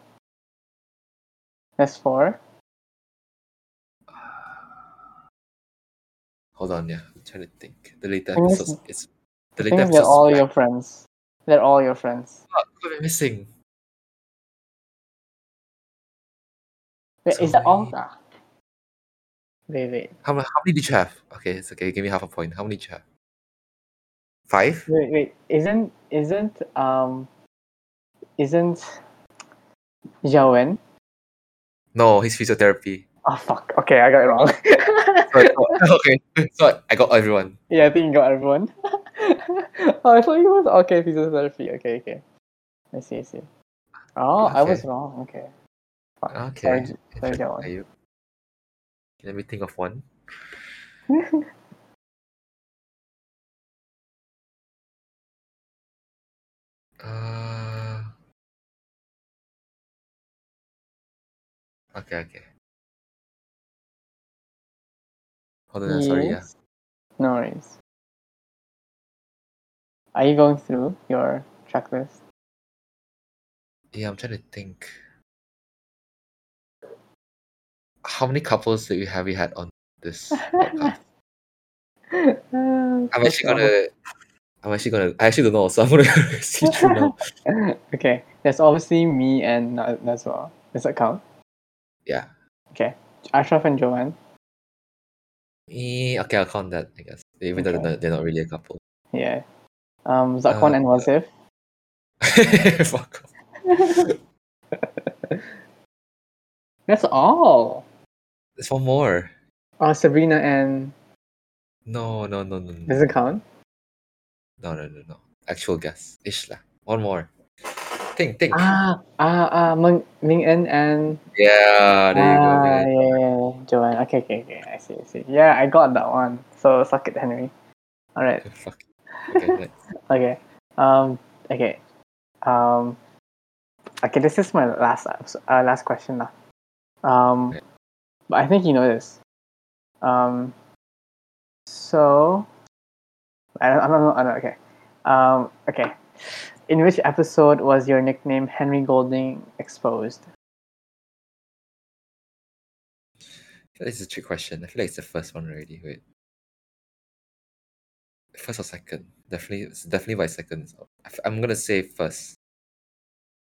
S2: That's four.
S1: Hold on, yeah. I'm trying to think. The later
S2: Can you
S1: episodes.
S2: listen?
S1: It's the
S2: The
S1: later
S2: thing is they're
S1: episodes.
S2: all your friends. They're all your friends.
S1: What am I missing?
S2: Wait, is that all?
S1: Sorry.
S2: Ah. Wait, wait.
S1: How, mu- how many did you have? Okay, it's okay. Give me half a point. How many did you have? Five?
S2: Wait, wait, isn't isn't um isn't Zhao Wen?
S1: No, he's physiotherapy.
S2: Oh fuck. Okay, I got it wrong.
S1: Sorry, oh, okay, so I got everyone.
S2: yeah, I think you got everyone. oh, I thought you was okay physiotherapy. Okay, okay. I see, I see. Oh, I was
S1: Okay.
S2: wrong. Okay. Fuck.
S1: Okay.
S2: Sorry, sorry, Zhao Wen.
S1: Ayub. Let me think of one. Uh, okay, okay. Hold on, sorry, yeah.
S2: Yes. No worries. Are you going through your checklist?
S1: Yeah, I'm trying to think. How many couples that you have you had on this? podcast? I'm actually gonna. I'm actually gonna. I actually don't know, so I'm gonna see through now.
S2: okay, that's obviously me and Na- Nazwa. Does that count?
S1: Yeah.
S2: Ashraf and Joanne.
S1: Eh, Okay, I'll count that. I guess even though they're
S2: Okay.
S1: not, they're not really a couple.
S2: Yeah. Um, Zakwan
S1: Uh,
S2: and Wasif.
S1: Fuck off.
S2: That's all.
S1: There's one more.
S2: Uh, Sabrina and
S1: No, no, no, no, no,
S2: doesn't count.
S1: no, no, no, no. Actual guess. Ishla. One more. Think, think.
S2: Ah, ah, ah, Meng Ming En and
S1: Yeah, there you go.
S2: ah,
S1: man.
S2: yeah, yeah, yeah, Joanne. Okay, okay, okay. I see, I see. Yeah, I got that one. So suck it, Henry. All right.
S1: Fuck. Okay, next.
S2: Okay. Um. Okay. Um. Okay. This is my last abs- uh, last question lah. Um.
S1: Okay.
S2: But I think you know this. Um. So. I don't, I don't know. I don't, okay. Um. Okay. In which episode was your nickname Henry Golding exposed?
S1: This is a trick question. I feel like it's the first one already. Wait. First or second? Definitely, it's definitely by second. So I f- I'm gonna say first.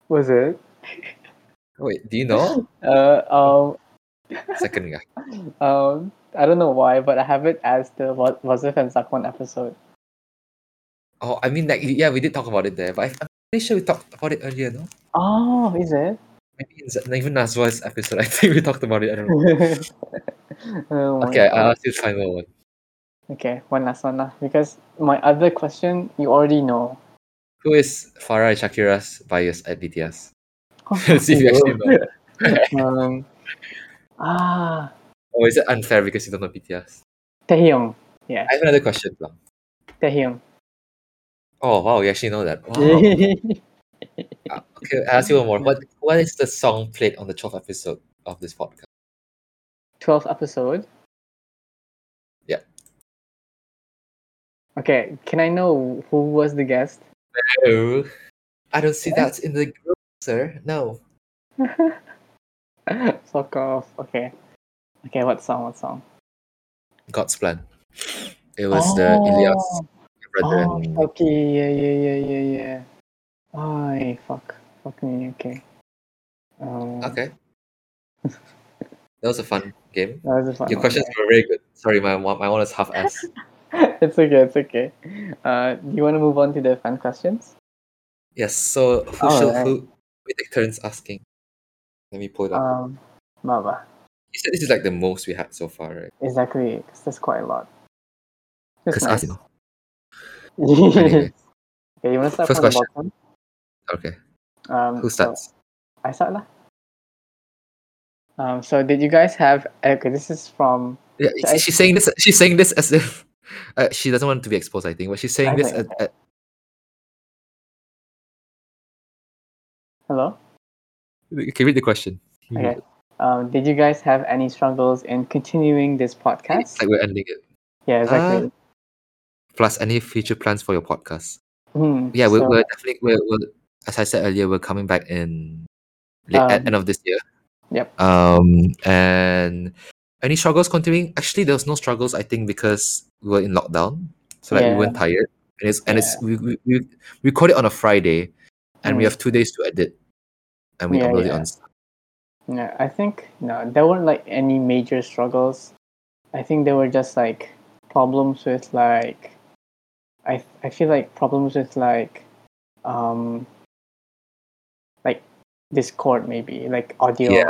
S2: Was it?
S1: Wait, do you know?
S2: Uh. Um.
S1: second guy.
S2: Um. I don't know why, but I have it as the Wa- Wazif and Zakwan episode.
S1: Oh, I mean, like, yeah, we did talk about it there, but I, I'm pretty sure we talked about it earlier, no?
S2: Oh, is it?
S1: Maybe in, Z- even Nazwa's episode, I think we talked about it. I don't know.
S2: Oh my
S1: Okay, uh, I- I'll
S2: God.
S1: ask you try more one.
S2: okay, one last one lah. Because my other question, you already know.
S1: Who is Farah and Shakira's bias at BTS?
S2: Oh,
S1: See if you actually know.
S2: um, ah,
S1: Or is it unfair because you don't know BTS?
S2: Taehyung.
S1: I have another question. Plum.
S2: Taehyung.
S1: Oh, wow, you actually know that. Wow. Uh, okay, I'll ask you one more. What what is the song played on the 12th episode of this podcast?
S2: 12th episode.
S1: Yeah.
S2: Okay, can I know who was the guest? Oh.
S1: No. I don't see that in the group, sir. No.
S2: Fuck off. Okay. Okay, what song? What song?
S1: God's plan. It was the Ilyas
S2: Oh.
S1: brother
S2: Oh,
S1: and
S2: okay, yeah, yeah, yeah, yeah, yeah. Ay, fuck, fuck me, okay. Um,
S1: Okay. That was a fun game.
S2: That was a fun
S1: Your
S2: one,
S1: questions were very good. Sorry, my one, my one is half ass.
S2: yeah. it's okay, it's okay. Uh, do you want to move on to the fan questions?
S1: yes. So who shall
S2: Alright.
S1: who? We take turns asking. Let me pull it up.
S2: Um, Maba,
S1: you said this is like the most we had so far, right?
S2: exactly, because that's quite a lot. That's
S1: Because
S2: nice.
S1: us.
S2: okay,
S1: Anyway,
S2: you want to start
S1: First
S2: from
S1: question.
S2: the
S1: okay.
S2: bottom? Um,
S1: Who
S2: so-
S1: starts?
S2: I start lah. Um, so did you guys have, okay, this is from
S1: Yeah,
S2: So I-
S1: she's saying this. She's saying this as if uh, she doesn't want to be exposed. I think, but she's saying
S2: I
S1: this.
S2: know,
S1: At, at,
S2: Hello?
S1: okay, uh, read the question. Can you read
S2: Okay. Um, did you guys have any struggles in continuing this
S1: it? It's
S2: podcast?
S1: like we're ending it. Uh,
S2: yeah, exactly.
S1: Plus, any future plans for your podcast?
S2: Hmm,
S1: Yeah, we're,
S2: so-
S1: we're definitely. We're, we're, as I said earlier, we're coming back in late, at
S2: Um,
S1: end of this year.
S2: Yep.
S1: Um, and any struggles continuing? Actually, there was no struggles. I think because we were in lockdown, so like we
S2: Yeah.
S1: weren't tired, and it's and it's we we, we record it on a Friday, and we
S2: Mm.
S1: have two days to edit, and we
S2: Yeah,
S1: upload it
S2: yeah.
S1: on
S2: Yeah, I think no, there weren't like any major struggles. I think there were just like problems with like, I I feel like problems with like, um, Discord maybe like audio,
S1: Yeah,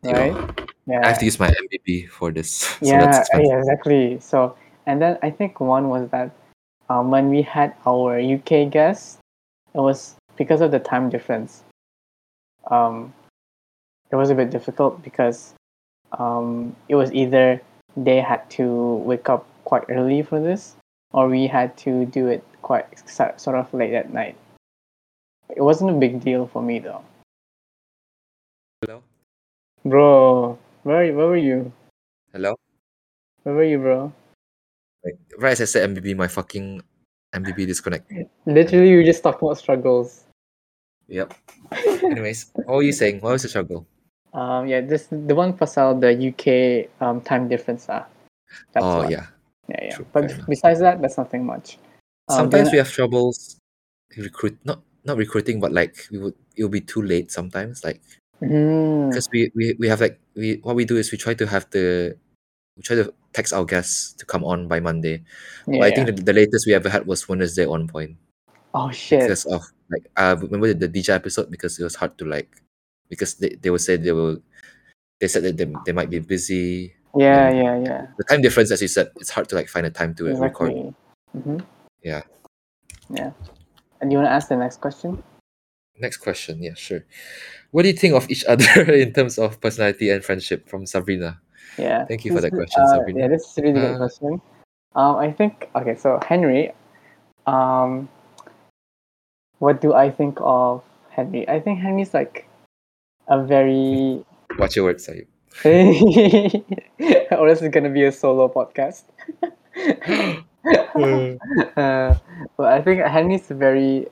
S1: yeah,
S2: right?
S1: audio.
S2: Yeah,
S1: I have to use my MVP for this. so
S2: yeah,
S1: that's expensive.
S2: yeah, exactly. So and then I think one was that um, when we had our UK guest, it was because of the time difference. Um, it was a bit difficult because um, it was either they had to wake up quite early for this, or we had to do it quite so- sort of late at night. It wasn't a big deal for me though,
S1: Hello,
S2: bro. Where where were you?
S1: hello.
S2: Where were you, bro?
S1: Like, right as I said MVP, my fucking MVP disconnect.
S2: Literally, we just talked about struggles.
S1: Yep. Anyways, what were you saying? What was the struggle?
S2: Um, yeah, this the one Pascal, the UK um, time difference. Ah, that's
S1: oh
S2: what-
S1: yeah.
S2: yeah, yeah.
S1: true,
S2: But
S1: fair enough.
S2: besides that, that's nothing much. Um,
S1: sometimes we
S2: then-
S1: have troubles recruit not not recruiting, but like we would it would be too late sometimes. Like
S2: Mm,
S1: because we, we we have like we what we do is we try to have the we try to text our guests to come on by Monday.
S2: yeah,
S1: But I
S2: yeah.
S1: think the, the latest we ever had was Wednesday on point
S2: oh shit.
S1: because of like I remember the, the DJ episode because it was hard to like because they, they would say they will they said that they, they might be busy.
S2: yeah,
S1: um,
S2: yeah, yeah.
S1: The time difference, as you said, it's hard to like find a time to record.
S2: Exactly. Mm-hmm.
S1: Yeah.
S2: Yeah. And you want to ask the next question?
S1: Next question, yeah, sure. What do you think of each other in terms of personality and friendship from Sabrina?
S2: Yeah.
S1: Thank you for
S2: This
S1: that
S2: is-
S1: question,
S2: uh,
S1: Sabrina.
S2: Yeah, this is a really good
S1: Uh,
S2: question. Um, I think okay. So Henry, um, what do I think of Henry? I think Henry's like a very
S1: Watch your words, Sayub.
S2: or this is gonna be a solo podcast. uh, but I think Henry's very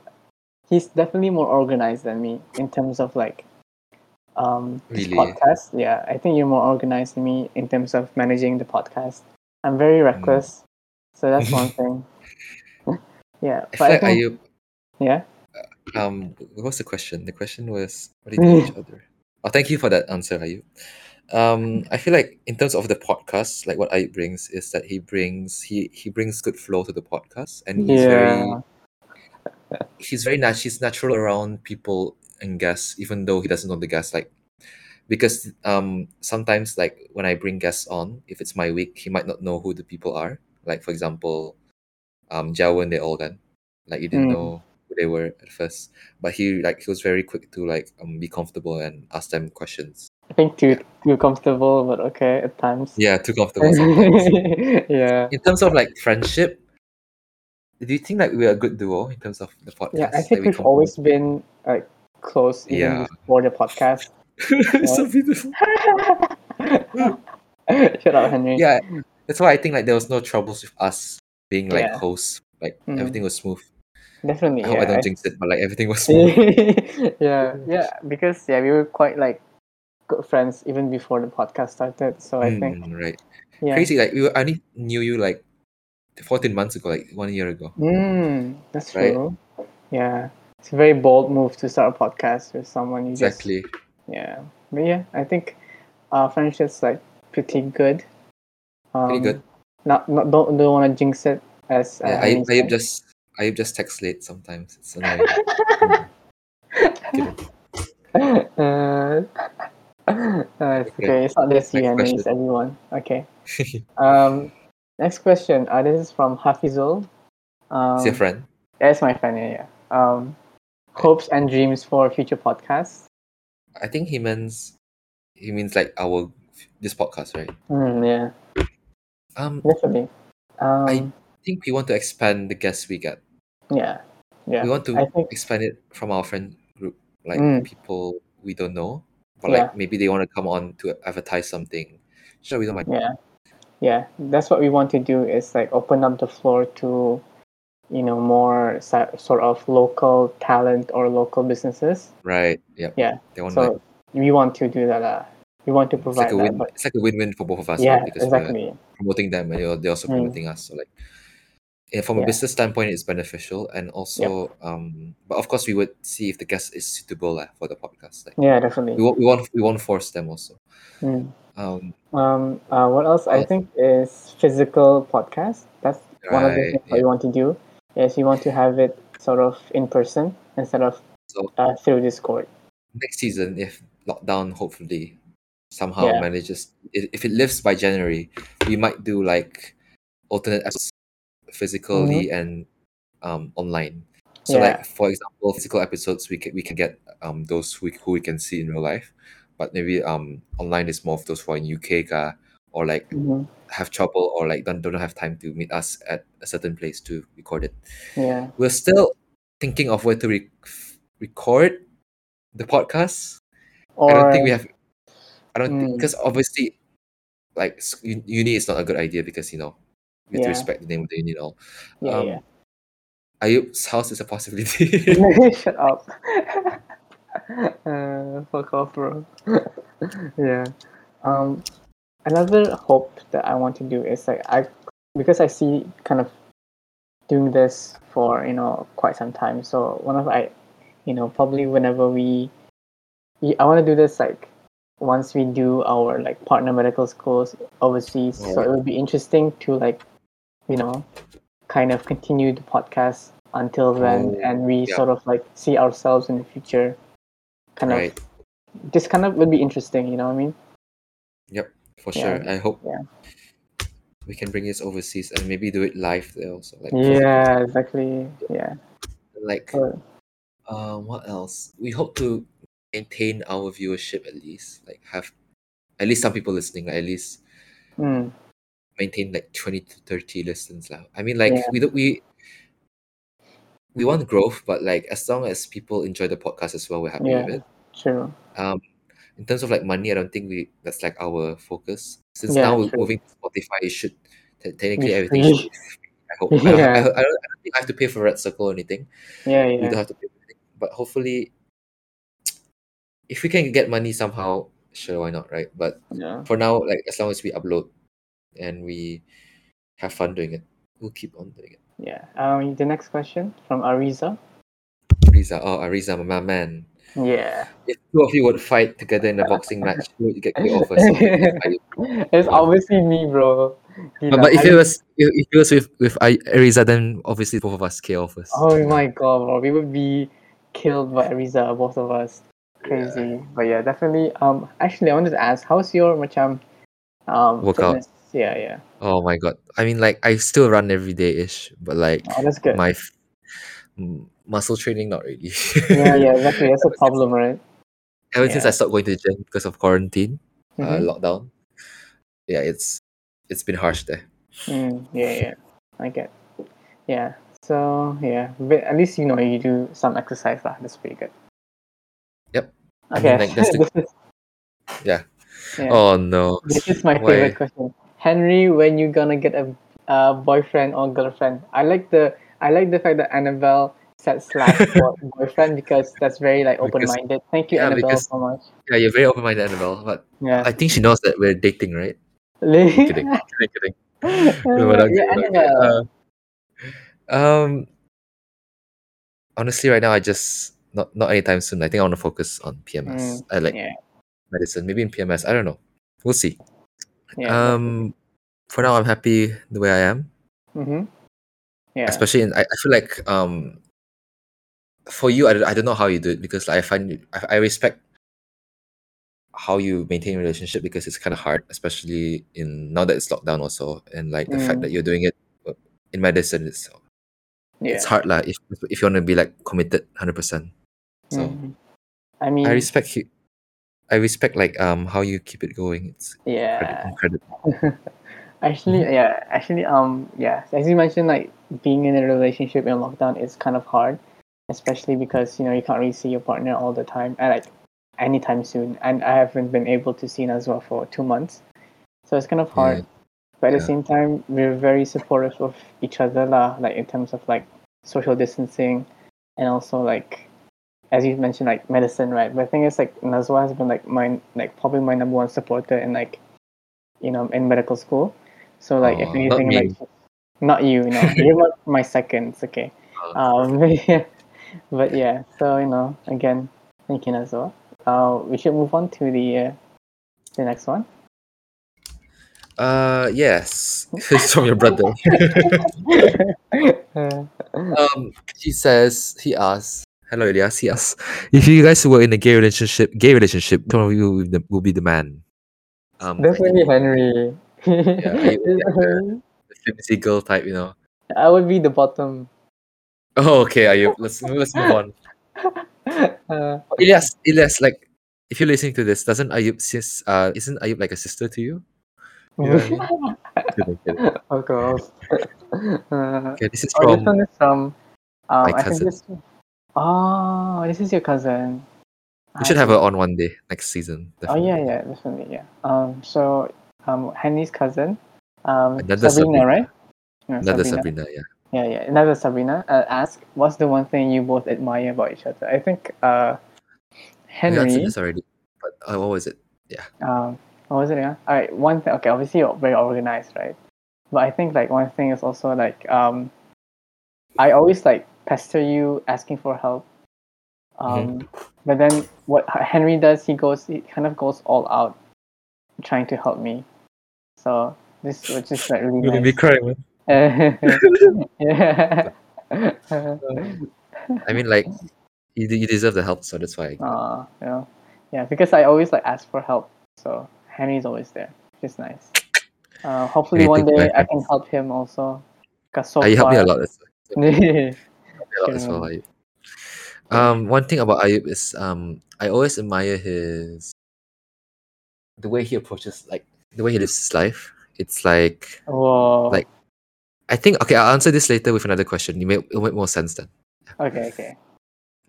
S2: he's definitely more organized than me in terms of like um this
S1: Really?
S2: podcast. Yeah, I think you're more organized than me in terms of managing the podcast. I'm
S1: Mm.
S2: very reckless. So that's one thing. yeah.
S1: I
S2: But
S1: feel
S2: I
S1: like
S2: think,
S1: Ayub,
S2: yeah.
S1: um, what was the question? The question was, what do you think of each other? Oh, thank you for that answer, Ayub. Um, I feel like in terms of the podcast, like what Ayub brings is that he brings he he brings good flow to the podcast, and he's very
S2: Yeah.
S1: he's very nat- he's natural around people and guests, even though he doesn't know the guests. Like because um sometimes like when I bring guests on, if it's my week, he might not know who the people are. Like for example, um Jawan they all done. Like you didn't
S2: Mm.
S1: know who they were at first. But he like he was very quick to like um be comfortable and ask them questions.
S2: I think too too comfortable but okay at times.
S1: Yeah, too comfortable
S2: Mm-hmm.
S1: sometimes.
S2: yeah.
S1: in terms of like friendship, do you think like we're a good duo in terms of the podcast?
S2: Yeah, I
S1: Like,
S2: think we've
S1: complement-
S2: always been like close even
S1: Yeah.
S2: before the podcast.
S1: It's so beautiful.
S2: Shut up, Henry.
S1: Yeah. That's why I think like there was no troubles with us being like
S2: Yeah.
S1: hosts. Like
S2: Mhm.
S1: everything was smooth.
S2: Definitely.
S1: I hope I
S2: yeah.
S1: don't jinx it, but like everything was smooth.
S2: I- yeah. Yeah. Because yeah, we were quite like good friends even before the podcast started. So I think
S1: Mm, right.
S2: yeah.
S1: Crazy. Like we were, I only knew you like 14 months ago, like one year ago.
S2: Mm, that's
S1: Right.
S2: true. Yeah. It's a very bold move to start a podcast with someone you just
S1: Exactly.
S2: Yeah, but yeah, I think our friendship's like pretty good. Um,
S1: Pretty good.
S2: Not, not don't don't want to jinx it as
S1: Yeah,
S2: uh,
S1: I,
S2: Henry
S1: I
S2: said.
S1: just I just text late sometimes. It's annoying. Hmm.
S2: uh, uh, it's
S1: Okay,
S2: okay. It's not just
S1: next
S2: you, Henry.
S1: question.
S2: It's everyone. Okay. Um, next question. Uh, this is from Hafizul. Um,
S1: it's your friend.
S2: That's my friend. Yeah. yeah. Um, hopes and dreams for future podcasts.
S1: I think he means he means like our this podcast, right?
S2: Mm, yeah,
S1: Um,
S2: definitely. Um,
S1: I think we want to expand the guests we get.
S2: yeah, yeah.
S1: We want to
S2: I think.
S1: expand it from our friend group, like
S2: Mm.
S1: people we don't know, but
S2: Yeah.
S1: like maybe they want to come on to advertise something. Sure, we don't mind.
S2: yeah yeah that's what we want to do is like open up the floor to you know more so- sort of local talent or local businesses
S1: Right. Yep.
S2: Yeah,
S1: They want like
S2: so we want to do that uh, we want to
S1: it's like
S2: provide
S1: a
S2: that
S1: win.
S2: but
S1: It's like a win-win for both of us.
S2: yeah
S1: right? Because we're
S2: exactly
S1: promoting them and they're they're also
S2: Mm.
S1: promoting us. So like, yeah, from a
S2: Yeah.
S1: business standpoint, it's beneficial and also, um, but of course, we would see if the guest is suitable lah for the podcast. Like,
S2: yeah
S1: we
S2: definitely
S1: won't, we won't, we won't force them also.
S2: Mm.
S1: Um,
S2: um uh, what else i
S1: Yes.
S2: think is physical podcast that's one of the
S1: Right,
S2: things that we want to do is we want to have it sort of in person instead of
S1: So-
S2: uh, through discord
S1: next season if lockdown hopefully somehow
S2: Yeah.
S1: manages i- if it lifts by January, we might do like alternate episodes physically and um online. So
S2: Mm-hmm. Yeah.
S1: like for example, physical episodes we can we can get um those who, who we can see in real life, but maybe um online is more of those who are in UK ka, or like
S2: Mhm.
S1: have trouble or like don't don't have time to meet us at a certain place to record it
S2: Yeah.
S1: we're still thinking of where to re- record the podcast. I
S2: Or
S1: don't think we have. I don't
S2: Mm.
S1: because obviously, like s- u- uni is not a good idea because you know you have to
S2: Yeah.
S1: respect the name of the uni and all.
S2: yeah,
S1: um,
S2: yeah.
S1: Ayub's house is a possibility.
S2: Shut up. uh, fuck off, bro. yeah. Um, another hope that I want to do is like I, because I see kind of doing this for you know quite some time. So one of I, you know, probably whenever we, we- I want to do this like once we do our like partner medical schools overseas. So it would be interesting to like, you know, kind of continue the podcast until then,
S1: Oh,
S2: and we
S1: yeah.
S2: sort of like see ourselves in the future. Kind of
S1: right,
S2: this kind of would be interesting, you know what I mean?
S1: for
S2: Yeah.
S1: sure. I hope
S2: Yeah.
S1: we can bring this overseas and maybe do it live there also. Like
S2: Yeah, exactly. Yeah.
S1: like
S2: So,
S1: um, what else? We hope to maintain our viewership at least. Like have at least some people listening. Like at least
S2: mm,
S1: maintain like 20 to 30 listens now i mean like
S2: Yeah.
S1: we don't we we want growth but like as long as people enjoy the podcast as well we're happy with
S2: Yeah.
S1: it
S2: true.
S1: um in terms of like money i don't think we that's like our focus since
S2: Yeah,
S1: now we're
S2: true.
S1: moving to spotify it should te- technically
S2: Be
S1: everything
S2: free.
S1: should be free, i hope I, don't, I,
S2: Yeah.
S1: don't, I don't think i have to pay for red circle or anything
S2: Yeah,
S1: we don't
S2: yeah.
S1: have to pay for anything but hopefully if we can get money somehow sure why not right but
S2: Yeah.
S1: for now like as long as we upload and we have fun doing it we'll keep on doing it
S2: Yeah. Um the next question from Ariza.
S1: Ariza. Oh, Ariza, my man.
S2: Yeah.
S1: If two of you would fight together in a boxing match, who would get kicked off first? Are you-
S2: it's obviously me, bro. Gila,
S1: But, but if
S2: I-
S1: it was if if it was with with Ari- Ariza, then obviously both of us KO first.
S2: Oh my god, bro. We would be killed by Ariza, both of us. Crazy. But yeah, definitely. Um actually I wanted to ask, how's your macam um
S1: Workout.
S2: fitness? Yeah, yeah.
S1: Oh my god. I mean, like I still run every day ish, but like
S2: Oh, that's good.
S1: my f- m- muscle training not really.
S2: yeah, yeah, exactly. That's
S1: Ever
S2: a
S1: since-
S2: problem, right?
S1: Ever since I
S2: Yeah.
S1: stopped going to the gym because of quarantine,
S2: Mhm.
S1: uh, lockdown. Yeah, it's it's been harsh there.
S2: Mm, yeah, yeah, I get. Yeah, so yeah, but at least you know you do some exercise lah. That's pretty good.
S1: Yep. I
S2: Okay.
S1: mean, like, that's the-
S2: this is,
S1: Yeah.
S2: yeah.
S1: Oh no.
S2: This is my
S1: Why?
S2: favorite question, Henry. When you gonna get a, a boyfriend or girlfriend? I like the I like the fact that Annabelle said slash for boyfriend because that's very like open
S1: Because-
S2: minded. Thank you,
S1: yeah,
S2: Annabelle,
S1: because-
S2: so much.
S1: Yeah, you're very open minded, Annabelle. But
S2: Yeah.
S1: I think she knows that we're dating, right? kidding, kidding, kidding. No, we're not
S2: yeah,
S1: kidding, we're not kidding.
S2: Annabelle.
S1: Uh, um, honestly, right now I just not not anytime soon. I think I want to focus on PMS.
S2: Mm,
S1: I like
S2: yeah.
S1: medicine, maybe in PMS. I don't know. We'll see.
S2: Yeah.
S1: um, for now, I'm happy the way I am.
S2: mm-hmm. Yeah.
S1: Especially, in, I, I feel like um, for you, I, don't- I don't know how you do it because like, I find it- I, I respect how you maintain a relationship because it's kind of hard, especially in now that it's lockdown also, and like the fact
S2: Mm.
S1: that you're doing it uh, in medicine itself.
S2: yeah.
S1: it's hard lah. If if you want to be like committed, hundred percent. So
S2: Mhm. I mean,
S1: I respect you. I respect like um how you keep it going. It's credit,
S2: yeah.
S1: incredible.
S2: Actually,
S1: Mm-hmm.
S2: yeah. Actually, um, yeah. As you mentioned, like being in a relationship in lockdown is kind of hard, especially because you know you can't really see your partner all the time, and like anytime soon. And I haven't been able to see him as well for two months, so it's kind of hard.
S1: Yeah.
S2: But at the
S1: Yeah.
S2: same time, we're very supportive of each other, lah. Like in terms of like social distancing, and also like as you mentioned, like medicine, right? But the thing is, like Nazwa has been like my like probably my number one supporter in like you know in medical school. So like if
S1: Aw, Oh, not
S2: anything,
S1: me.
S2: like not you, you know, you're my- my second. It's okay.
S1: Oh,
S2: Um, yeah. but yeah, so you know, again, thank you, Nazwa. Uh, we should move on to the uh, the next one.
S1: Uh yes, it's from your brother.
S2: Uh,
S1: um, he says he asks, Hello, Elias. Yes. If you guys were in a gay relationship, gay relationship, which one of you will be the, will be the man? Um,
S2: Definitely Henry.
S1: I would get the- the flimsy girl type, you know.
S2: I would be the bottom.
S1: Oh, okay. Are you? Let's let's move on.
S2: Uh,
S1: Elias, Elias, like if you're listening to this, doesn't Ayub sis? Uh, isn't Ayub like a sister to you? You know what I mean? Kidding, kidding.
S2: of course. Uh,
S1: Okay, this is
S2: oh, this one
S1: from
S2: is from. Um,
S1: my
S2: I
S1: cousin.
S2: think this. Oh, this is your cousin.
S1: We should
S2: I
S1: have her on one day next season.
S2: Oh
S1: Definitely.
S2: yeah, yeah, definitely, yeah. Um, so um, Henry's cousin, um,
S1: Another
S2: Sabrina,
S1: Sabrina.
S2: right? No,
S1: Another Sabrina. yeah.
S2: Yeah, yeah, another Sabrina. Uh, ask what's the one thing you both admire about each other? I think uh,
S1: We answered
S2: Henry.
S1: this already. But uh, what was it?
S2: Um, what was it? Yeah. All right. One thing. Okay. Obviously, you're very organized, right? But I think like one thing is also like um, I always like pester you asking for help. Um, but then what H- Henry does, he goes, he kind of goes all out, trying to help me. So this, which is like really nice.
S1: crying. Man.
S2: yeah.
S1: I mean, like you, de- you deserve the help, so that's why. I,
S2: Uh, you know, yeah, because I always like ask for help. So Henry's always there, which is nice. Uh, hopefully one
S1: Anything
S2: day
S1: like
S2: I can help him also. 'Cause so
S1: Ah, you helped me a
S2: far-
S1: lot. As, helped me a lot as well, Ayub. Um, one thing about Ayub is um, I always admire his the way he approaches, like the way he lives his life. It's like
S2: Whoa.
S1: Like- I think okay. I'll answer this later with another question. You may it'll make more sense then.
S2: okay, okay.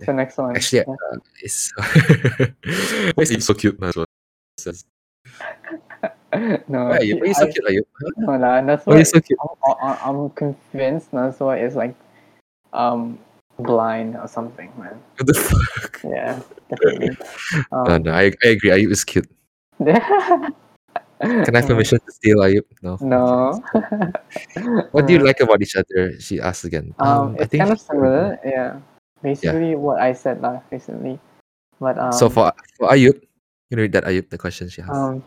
S2: So next one.
S1: Actually,
S2: Yeah.
S1: uh, it's he's so cute, man. as well. Says,
S2: no,
S1: uh, "Why, Ayub? Why you so
S2: I-
S1: cute, Ayub? Huh?
S2: no lah, that's
S1: Why
S2: why
S1: you so cute?"
S2: I'm, I- I'm convinced Nazwa is like um blind or something, man.
S1: What the fuck?
S2: Yeah, definitely.
S1: No,
S2: Um,
S1: no, I, I agree. Ayub is cute. Can I
S2: uh,
S1: have permission to steal Ayub? No.
S2: No.
S1: What do you like about each other? She asked again.
S2: Um, it's kind of
S1: she-
S2: similar, yeah. Basically, what I said last recently, but um,
S1: so for for Ayub, you know that Ayub the question she asked.
S2: um,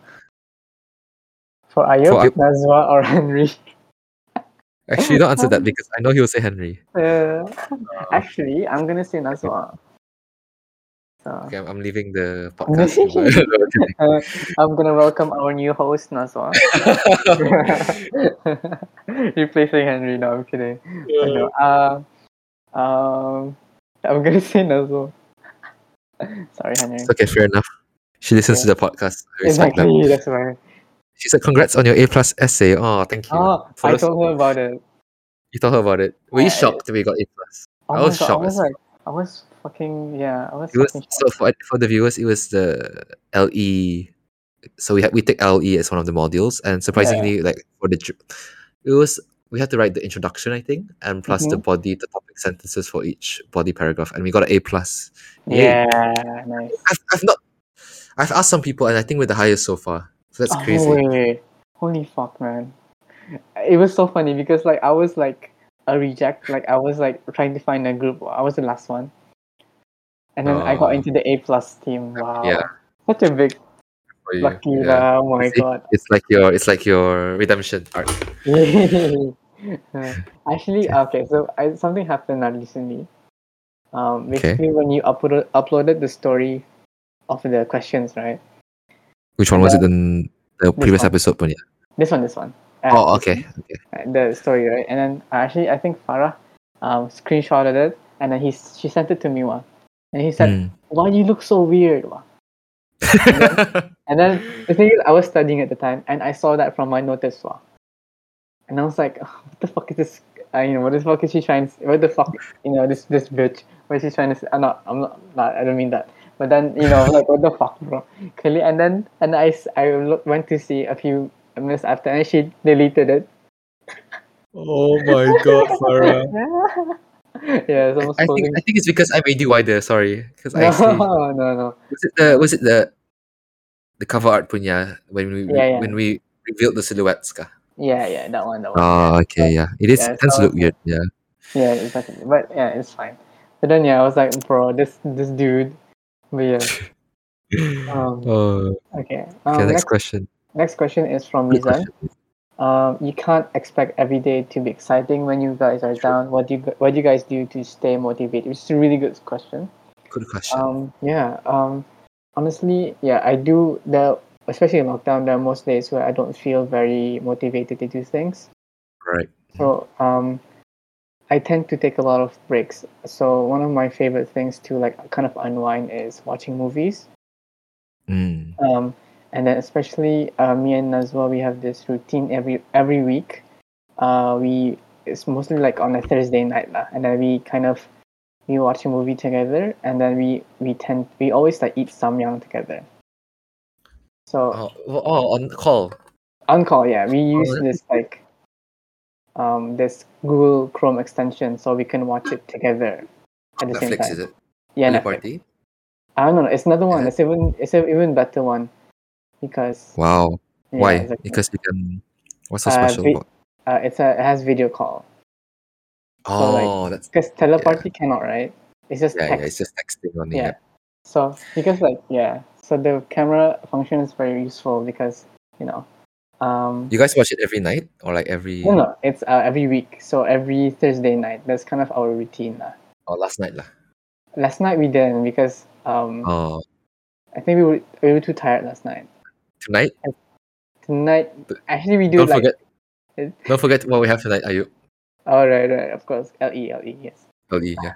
S2: for Ayub,
S1: Ayub.
S2: Nazwa, or Henry.
S1: Actually, don't answer that because I know he'll say Henry.
S2: Uh, actually, I'm gonna say Nazwa. So,
S1: Okay, I'm, I'm leaving the podcast. No, I'm kidding.
S2: uh, I'm gonna welcome our new host, Nazwa, replacing Henry. No, I'm kidding. But no, uh, um, I'm gonna say Nazwa. Sorry, Henry.
S1: It's okay, fair enough. She listens to the podcast. I respect that.
S2: Exactly. That's right.
S1: She said, "Congrats on your A plus essay." Oh, thank you.
S2: Oh, I
S1: Follows-
S2: told her about it.
S1: you told her about it. Were you
S2: Yeah,
S1: shocked that we got A plus?
S2: Oh
S1: I
S2: my
S1: was
S2: God,
S1: shocked
S2: I was
S1: as well.
S2: like, I was fucking yeah. I was,
S1: It was
S2: fucking shocked.
S1: so for, for the viewers. It was the LE. So we had we take LE as one of the modules, and surprisingly, like for the, dr- it was we had to write the introduction, I think, and plus the body, the topic sentences for each body paragraph, and we got an A plus. Yay.
S2: Yeah, nice.
S1: I've, I've not. I've asked some people, and I think we're the highest so far. So that's
S2: oh,
S1: crazy.
S2: Wait, wait. Holy fuck, man! It was so funny because like I was like a reject. Like I was like trying to find a group. I was the last one, and then I
S1: Oh.
S2: got into the A plus team. Wow,
S1: Yeah.
S2: such a big
S1: for you.
S2: lucky.
S1: Yeah.
S2: lah. Oh my
S1: It's-
S2: god.
S1: It's like your it's like your redemption arc.
S2: Uh, Actually, okay, so I, something happened uh, recently. Um,
S1: Okay.
S2: basically, when you uploaded uploaded the story of the questions, right?
S1: Which one was it in the previous
S2: one.
S1: episode? Punya?
S2: This one, this one. Uh,
S1: Oh, okay. okay.
S2: The story, right? And then uh, actually, I think Farah um, screenshotted it, and then he s- she sent it to me one, and he said,
S1: Hmm.
S2: "Why you look so weird?" Wah?" And then the thing is, I was studying at the time, and I saw that from my notice wah. And I was like, what the fuck is this? Uh, you know, what the fuck is she trying? To, what the fuck? You know, this this bitch. What is she trying to? Say? I'm not. I'm not. not I don't mean that. But then you know, like what the fuck, bro? Clearly, and then and I s- I look, went to see a few minutes after, and she deleted it.
S1: oh my god, Farah.
S2: yeah, it's almost
S1: I think
S2: closing.
S1: I think it's because I made you wider. Sorry, because I actually
S2: no, no, no.
S1: was it the was it the the cover art punya when we
S2: Yeah, yeah.
S1: when we revealed the silhouettes ka?
S2: Yeah, yeah, that one, that one.
S1: Oh, okay, yeah. It is
S2: Yeah,
S1: it tends
S2: so-
S1: to look weird. Yeah.
S2: Yeah, exactly. But yeah, it's fine. But then yeah, I was like, bro, this this dude. But yeah. Um,
S1: oh, okay.
S2: okay. Um,
S1: next
S2: next,
S1: question.
S2: next question is uh, from
S1: Good
S2: Mizan.
S1: question.
S2: um, you can't expect every day to be exciting when you guys are
S1: True.
S2: down. What do you gu- what do you guys do to stay motivated? Which is a really good question.
S1: Good question.
S2: Um, yeah. Um, honestly, yeah, I do the especially in lockdown. There are most days where I don't feel very motivated to do things.
S1: right.
S2: So um, I tend to take a lot of breaks. So one of my favorite things to like kind of unwind is watching movies.
S1: Mm.
S2: Um, and then especially uh, me and Nazwa, we have this routine every every week. Uh, we it's mostly like on a Thursday night lah, and then we kind of we watch a movie together, and then we we tend we always like eat samyang together. So
S1: Oh, well, oh, on call.
S2: on call, yeah, we use
S1: that's
S2: this like um this Google Chrome extension, so we can watch it together at the same
S1: Netflix,
S2: time.
S1: is it?
S2: Yeah,
S1: Really
S2: Netflix.
S1: Party?
S2: I don't know. It's another one.
S1: Yeah.
S2: It's even it's an even better one because
S1: Wow.
S2: yeah,
S1: Why?
S2: it's like-
S1: Because you can. What's so
S2: Uh,
S1: special
S2: vi-
S1: about?
S2: uh, it's a, it has video call so, like,
S1: Oh, that's
S2: because teleparty cannot right it's just
S1: yeah, yeah.
S2: text
S1: It's just texting on the
S2: Yeah.
S1: app.
S2: so because like yeah so the camera function is very useful because you know um
S1: You guys watch it every night or like every?
S2: no no it's uh, every week so every thursday night that's kind of our routine uh, lah.
S1: Oh, last night lah.
S2: last night we didn't because um
S1: Oh,
S2: i think we were we were too tired last night
S1: tonight.
S2: tonight
S1: But-
S2: actually we do
S1: Don't
S2: like
S1: forget.
S2: it-
S1: Don't forget what we have tonight. Are you?
S2: oh right right of course le le E, yes
S1: Early, Oh, yeah.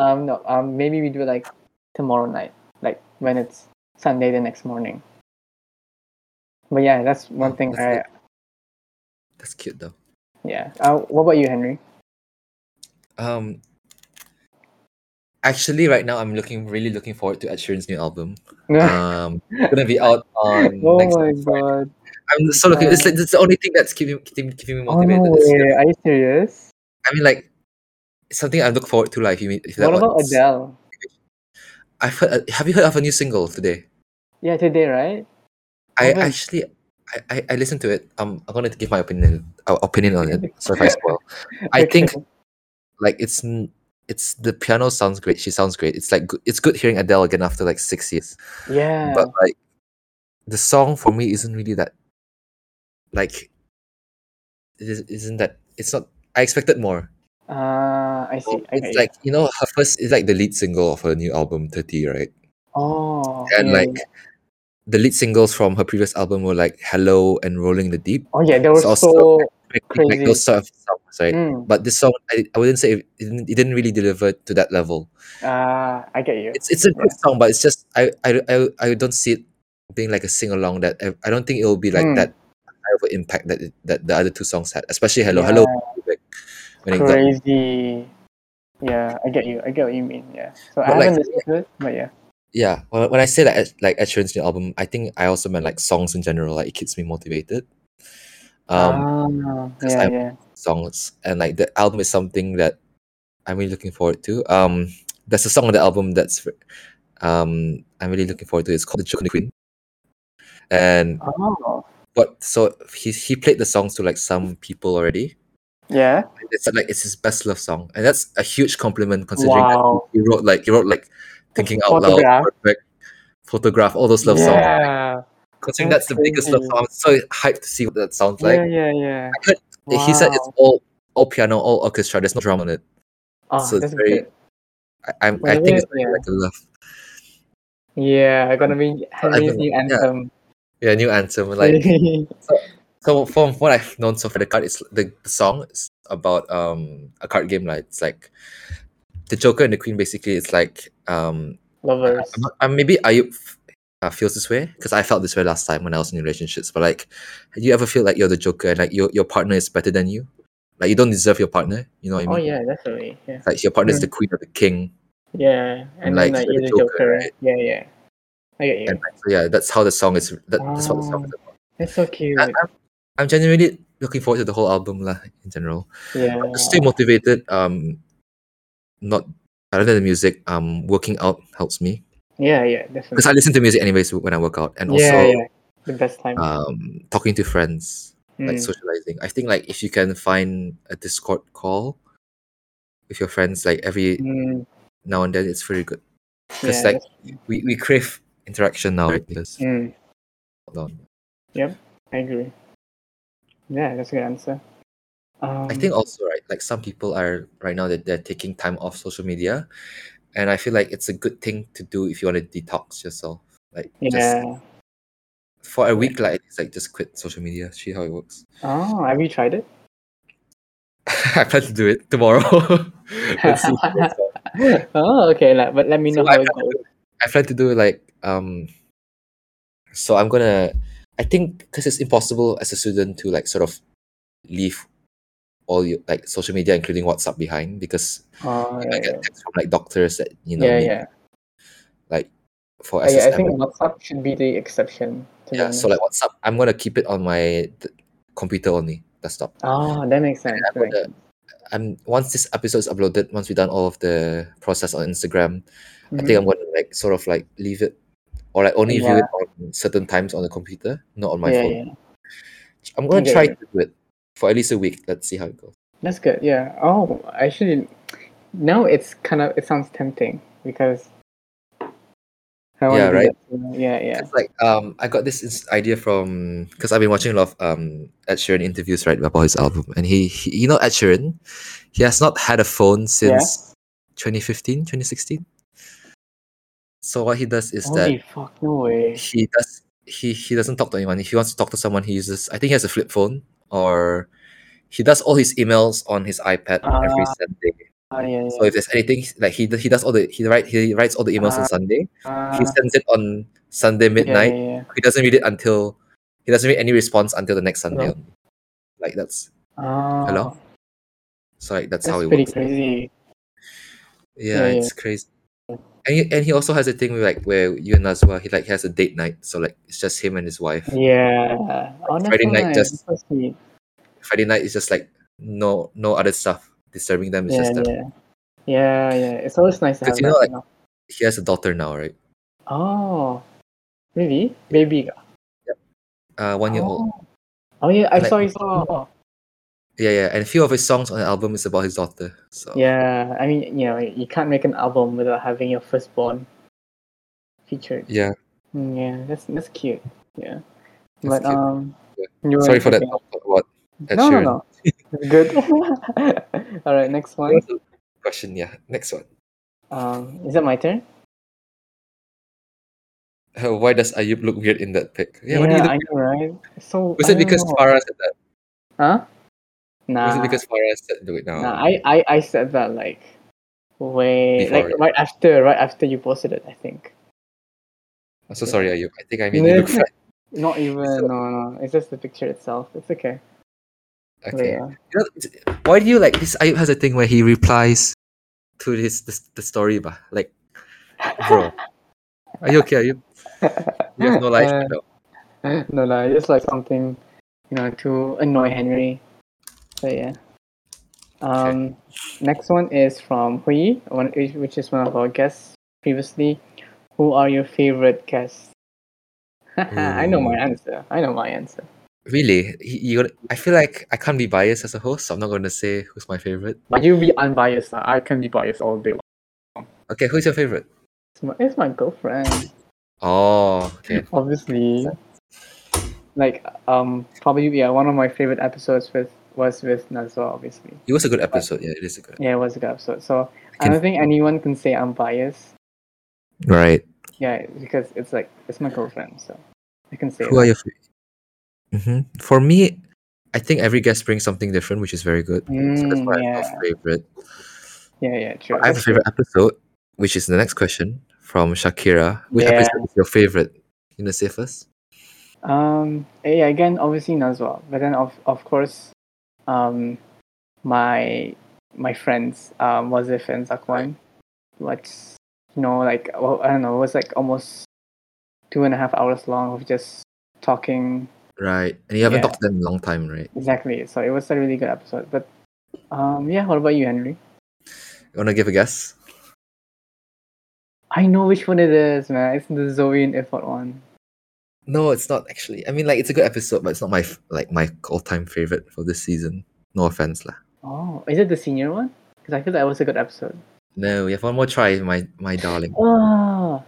S2: Um, no. Um, maybe we do like tomorrow night, like when it's Sunday the next morning. But yeah, that's one
S1: Oh,
S2: thing.
S1: that's
S2: I
S1: That's cute though.
S2: yeah. Uh, what about you, Henry?
S1: Um. Actually, right now I'm looking really looking forward to Ed Sheeran's new album. Um, it's gonna be out on.
S2: oh
S1: next
S2: my
S1: month.
S2: god!
S1: I'm so looking. It's like it's the only thing that's keeping keeping, keeping me
S2: Oh no
S1: motivated. It's
S2: way! Are you serious?
S1: I mean, like it's something I look forward to. Like, if you mean, if that
S2: What about
S1: one's-
S2: Adele?
S1: I've heard. uh, Have you heard of a new single today?
S2: Yeah, today, right?
S1: I
S2: Haven't.
S1: actually, I, I, I listened to it. Um, I'm gonna give my opinion uh, opinion on it. So if I spoil, I
S2: Okay.
S1: think like it's n- it's the piano sounds great. She sounds great. It's like go- it's good hearing Adele again after like six years.
S2: Yeah.
S1: But like the song for me isn't really that like it is- isn't that it's not. I expected more.
S2: uh, I see. I get
S1: It's
S2: you.
S1: like you know her first is like the lead single of her new album Thirty, right?
S2: oh.
S1: and
S2: yeah,
S1: like
S2: yeah.
S1: the lead singles from her previous album were like "Hello" and "Rolling the Deep,"
S2: Oh yeah, they were
S1: it's also
S2: so.
S1: like, like,
S2: crazy.
S1: those sort of songs, right?
S2: Mm,
S1: But this song, I, I wouldn't say it didn't, it didn't really deliver to that level.
S2: uh, I get you.
S1: It's it's a good song, but it's just I I, I, I don't see it being like a sing along that eh, I, I don't think it will be like
S2: Mm.
S1: that high of an impact that it, that the other two songs had, especially "Hello." Hello, like, when it got,
S2: crazy. Yeah, I get you. I get what you mean. Yeah. So I
S1: But, like,
S2: haven't listened to it, but yeah.
S1: yeah. When, when I say that eh, like Ed Sheeran's new album, I think I also meant like songs in general. Like it keeps me motivated. Um,
S2: ah,
S1: because
S2: yeah,
S1: I'm-
S2: yeah.
S1: songs and like the album is something that I'm really looking forward to. Um, there's a song on the album that's ver- um I'm really looking forward to. It's called "The Joker and the Queen," and
S2: Oh,
S1: but so he he played the songs to like some people already.
S2: yeah.
S1: It's like it's his best love song, and that's a huge compliment considering that
S2: Wow.
S1: he wrote like he wrote like thinking out loud,
S2: Photograph.
S1: perfect photograph, all those love songs.
S2: yeah.
S1: Considering
S2: that's
S1: that's the biggest love
S2: crazy.
S1: song, I'm so hyped to see what that sounds like.
S2: yeah, yeah, yeah.
S1: heard- He said it's
S2: Wow.
S1: all all piano, all orchestra. There's no drum on it.
S2: Oh,
S1: so it's
S2: that's
S1: very-
S2: good.
S1: I, I'm,
S2: By
S1: I
S2: the
S1: think
S2: way,
S1: it's gonna be
S2: yeah.
S1: like a love.
S2: Yeah, gonna be Henry's
S1: don't-
S2: new
S1: yeah.
S2: anthem.
S1: Yeah, new anthem. Like so, from what I've known so far, the card is the song is about um a card game. Like it's like the Joker and the Queen. Basically, it's like um
S2: Lovers.
S1: I'm, not- I'm maybe Ayub uh, feels this way because I felt this way last time when I was in relationships. But like, do you ever feel like you're the Joker and like your your partner is better than you? Like you don't deserve your partner. You know what I
S2: Oh
S1: mean?
S2: yeah, definitely. Yeah.
S1: Like your partner is the Queen or the King.
S2: Yeah. And
S1: Like,
S2: then like
S1: you're the
S2: you're the
S1: Joker,
S2: Joker.
S1: right?
S2: Yeah, yeah. I get you.
S1: And like, so yeah, that's how the song is. That, that's what the song
S2: Wow.
S1: is about.
S2: That's so cute.
S1: I, I'm, I'm genuinely looking forward to the whole album lah, in general.
S2: yeah.
S1: To stay motivated, um, not other than the music, um, working out helps me
S2: Yeah, yeah, definitely.
S1: because I listen to music anyways when I work out, and also
S2: yeah, yeah. The best time.
S1: um, talking to friends, like
S2: Mm.
S1: socializing. I think like if you can find a Discord call with your friends, like every
S2: Mm,
S1: now and then, it's very good because
S2: yeah,
S1: like we, we crave
S2: mm,
S1: interaction now. Right? Because
S2: that's- mm,
S1: lockdown.
S2: I agree. Yeah, that's a good answer. Um,
S1: I think also right, like some people are right now that they're taking time off social media, and I feel like it's a good thing to do if you want to detox yourself. Like
S2: yeah.
S1: just for a week, like it's like just quit social media, see how it works.
S2: Oh, have you tried it?
S1: I plan to do it tomorrow. Let's see how it works out.
S2: oh, okay. Like, but let me know
S1: So
S2: how
S1: I
S2: it
S1: plan to
S2: goes.
S1: I plan to do like um. So I'm gonna, I think, because it's impossible as a student to like sort of leave all your like social media, including WhatsApp, behind because
S2: Oh,
S1: I
S2: yeah, yeah.
S1: get texts from like doctors that you know
S2: yeah,
S1: need-
S2: yeah.
S1: like for
S2: I, I
S1: SSM.
S2: think WhatsApp should be the exception. To
S1: yeah,
S2: be
S1: so like WhatsApp, I'm gonna keep it on my th- computer only desktop.
S2: honest. oh, that makes sense. that makes
S1: gonna-
S2: sense.
S1: I'm once this episode is uploaded, once we've done all of the process on Instagram,
S2: Mm-hmm.
S1: I
S2: Mm.
S1: think I'm gonna like sort of like leave it or like only view it on certain times on the computer, not on my
S2: Mhm. yeah,
S1: phone.
S2: yeah.
S1: I'm gonna
S2: Okay.
S1: try to do it for at least a week. Let's see how it goes.
S2: That's good. Yeah. Oh, actually, now it's kind of it sounds tempting because I want
S1: Yeah,
S2: to do
S1: right?
S2: that. too. Yeah, yeah.
S1: It's like um, I got this ins- idea from because I've been watching a lot of um Ed Sheeran interviews right about his album, and he, he you know Ed Sheeran, he has not had a phone since 2015, 2016. So what he does is that
S2: Holy fuck! No way.
S1: he does he he doesn't talk to anyone. If he wants to talk to someone, he uses I think he has a flip phone or he does all his emails on his iPad every
S2: Ah,
S1: Sunday.
S2: Oh, yeah, yeah.
S1: So if there's anything like he he does all the he write he writes all the emails on
S2: Ah,
S1: Sunday.
S2: ah,
S1: He sends it on Sunday
S2: yeah,
S1: midnight.
S2: yeah, yeah.
S1: He doesn't read it until he doesn't read any response until the next Sunday.
S2: Hello?
S1: only. Like that's
S2: Ah,
S1: Hello? so like that's how
S2: That's
S1: it
S2: pretty
S1: works.
S2: crazy.
S1: Yeah,
S2: yeah.
S1: it's crazy. And he, and he also has a thing with like where you and Nazwa he like has a date night. So like it's just him and his wife.
S2: Yeah. Oh, that's
S1: Friday
S2: so
S1: night
S2: nice.
S1: just-
S2: That's so sweet.
S1: Friday night is just like no no other stuff disturbing them. It's
S2: Yeah,
S1: just that
S2: yeah. Yeah, yeah. It's always nice to have
S1: Because you
S2: that.
S1: know,
S2: you know.
S1: he has a daughter now, right?
S2: Oh, really? Baby.
S1: Uh, one year old.
S2: Oh. Oh yeah, I
S1: Like-
S2: saw. I saw.
S1: Yeah, yeah. And a few of his songs on the album is about his daughter. So
S2: Yeah, I mean, you know, you can't make an album without having your firstborn featured.
S1: yeah.
S2: Mm, Yeah, that's that's cute. Yeah,
S1: That's cute.
S2: but um,
S1: Yeah.
S2: you were
S1: Sorry for that.
S2: thinking-
S1: What? Ed
S2: No, no,
S1: Sheeran.
S2: no. It's good. All right, next
S1: There
S2: one.
S1: was a question. Yeah. Next one.
S2: Um, is it my turn?
S1: Uh, why does Ayub look weird in that pic? Yeah. What do you
S2: I
S1: look?
S2: know, right? So
S1: Was
S2: I
S1: it
S2: don't
S1: because
S2: know.
S1: Farah said that?
S2: Huh? Nah.
S1: Was it because Farah said do it now?
S2: Nah, I, I, I said that like way
S1: Before,
S2: like right after right after you posted it, I think.
S1: I'm so sorry, Ayub. I think I made you look fat.
S2: Not even
S1: So-
S2: no no. It's just the picture itself. It's okay. But
S1: Okay.
S2: yeah.
S1: You know, it's- why do you like this? Ayub has a thing where he replies to his the, the story, bah. Like, bro, are you okay? Are you? You have no life.
S2: Uh,
S1: at all.
S2: no no, it's just like something, you know, to annoy Henry. So yeah. Um next one is from Hui, one which which is one of our guests previously. Who are your favorite guests? I know my
S1: Ooh.
S2: answer. I know my answer.
S1: Really? Y- You, gonna- I feel like I can't be biased as a host, so I'm not going to say who's my favorite.
S2: But you be unbiased. lah. I can be biased all day. long.
S1: Okay, who's your favorite?
S2: It's my, it's my girlfriend,
S1: Oh, okay.
S2: obviously. Like um, probably yeah. One of my favorite episodes with was with Nazwa, obviously.
S1: It was a good episode. Yeah, it is a good.
S2: Yeah, it was a good episode. So I
S1: Can-
S2: don't think anyone can say I'm biased.
S1: Right.
S2: Yeah, because it's like it's my girlfriend, so I can say.
S1: Who are your? hmm For me, I think every guest brings something different, which is very good.
S2: that.
S1: So that's
S2: Mm,
S1: why I'm
S2: yeah,
S1: not favorite.
S2: yeah, yeah. True.
S1: I have a
S2: That's true.
S1: favorite episode, which is the next question from Shakira. Which
S2: Yeah.
S1: episode is your favorite? You want to say first?
S2: Um, yeah. Again, obviously Nazwa, but then of of course, um, my my friends, um, Wazif and Zakwan, what's you know like well, I don't know, it was like almost two and a half hours long of just talking.
S1: Right. And you haven't
S2: Yeah.
S1: talked to them in a long time, right?
S2: Exactly. So it was a really good episode. But um, yeah. What about you, Henry?
S1: You want to give a guess?
S2: I know which one it is, man. It's the Zoe and Effort one.
S1: No, it's not actually. I mean, like it's a good episode, but it's not my f- like my all-time favorite for this season. No offense, lah.
S2: Oh, is it the senior one? Because I feel that was a good episode.
S1: No, we have one more try, my my darling.
S2: Oh,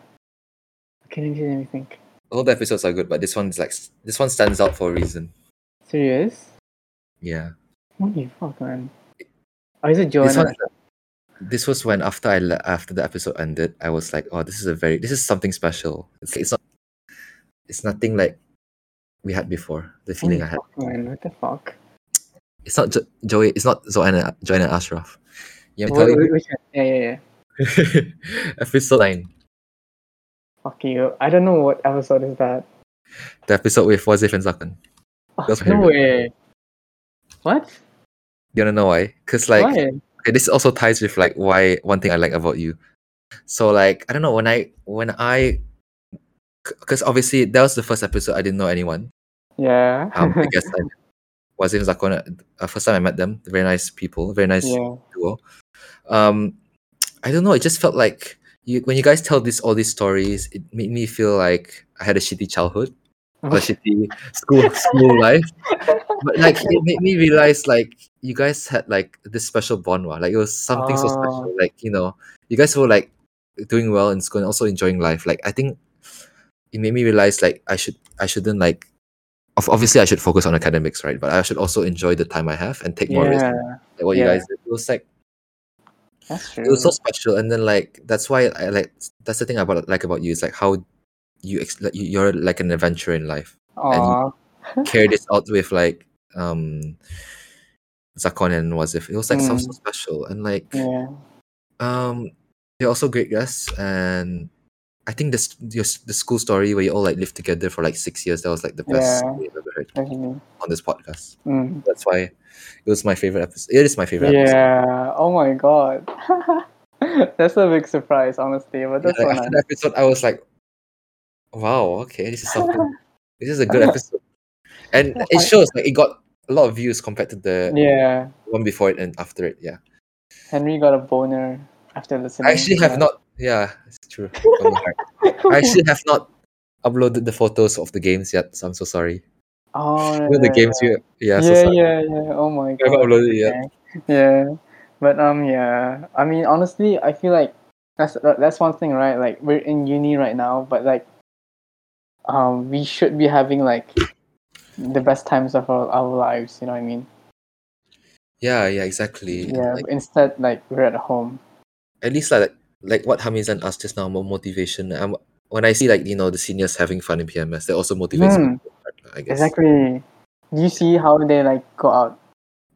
S2: okay. Let me, let me think.
S1: All the episodes are good, but this one's like s- this one stands out for a reason.
S2: Serious?
S1: Yeah.
S2: Holy fuck, man. Oh, is it Joanna?
S1: This one, this was when after I le- after the episode ended, I was like, oh, this is a very this is something special. It's it's not it's nothing like we had before. The
S2: Holy
S1: feeling I had.
S2: fuck, man. What the fuck?
S1: It's not jo- Joey. It's not Joanna. Joanna Ashraf. Yeah, I'm
S2: Wh-
S1: telling
S2: wh- which one? Yeah, yeah, yeah.
S1: you. episode nine.
S2: Fuck you. I don't know what episode is that.
S1: The episode with Wazif and Zakan.
S2: Oh,
S1: That's
S2: no
S1: my
S2: way. What?
S1: You wanna know why? Cause like
S2: Why?
S1: okay, this also ties with like why one thing I like about you. So like I don't know when I when I because obviously that was the first episode I didn't know anyone.
S2: Yeah.
S1: Um, I guess I was in Zakona. Uh, first time I met them, very nice people, very nice
S2: yeah.
S1: duo. Um, I don't know. It just felt like you when you guys tell this all these stories, it made me feel like I had a shitty childhood
S2: Oh.
S1: or shitty school school life. But like it made me realize like you guys had like this special bond, wah. like it was something
S2: Oh.
S1: so special. Like you know, you guys were like doing well in school and also enjoying life. Like I think it made me realize like I should I shouldn't like. of- Obviously, I should focus on academics, right? But I should also enjoy the time I have and take more risks.
S2: yeah.
S1: Like what you
S2: yeah.
S1: guys did. It was like
S2: That's
S1: it
S2: true.
S1: was so special and then like that's why i like that's the thing about like about you is like how you ex- like, you- you're like an adventurer in life
S2: Aw.
S1: carry this out with like um zakon and wazif it was like something so
S2: Mm.
S1: special and like
S2: Yeah.
S1: um they're also great guests and i think this your, s- the school story where you all like lived together for like six years that was like the best
S2: Yeah.
S1: we ever heard
S2: Definitely.
S1: on this podcast
S2: Mm.
S1: that's why it was my favorite episode it is my favorite episode.
S2: Yeah. Oh my god. that's a big surprise, honestly. But
S1: Yeah,
S2: that's
S1: like,
S2: so
S1: after
S2: nice.
S1: the episode, I was like, "Wow, okay, this is something. this is a good episode." And it shows like it got a lot of views compared to the
S2: Yeah.
S1: one before it and after it. Yeah,
S2: Henry got a boner after listening.
S1: I actually
S2: to
S1: have
S2: that.
S1: not. Yeah, it's true. Don't lie. I actually have not uploaded the photos of the games yet, so I'm so sorry.
S2: Oh,
S1: You know the games, you yeah,
S2: Yeah,
S1: so
S2: yeah,
S1: sorry.
S2: yeah, yeah. Oh
S1: I
S2: my god.
S1: haven't uploaded it yet.
S2: Yeah. yeah. But um, yeah. I mean, honestly, I feel like that's that's one thing, right? Like we're in uni right now, but like, um, we should be having like the best times of our, our lives. You know what I mean?
S1: Yeah, yeah, exactly. And,
S2: Yeah.
S1: Like,
S2: instead, like we're at home.
S1: at least like like what Hamizan asked just now, more motivation. Um, when I see like you know the seniors having fun in PMS, that also motivates
S2: Hmm.
S1: me. I guess.
S2: Exactly. Do you see how they like go out?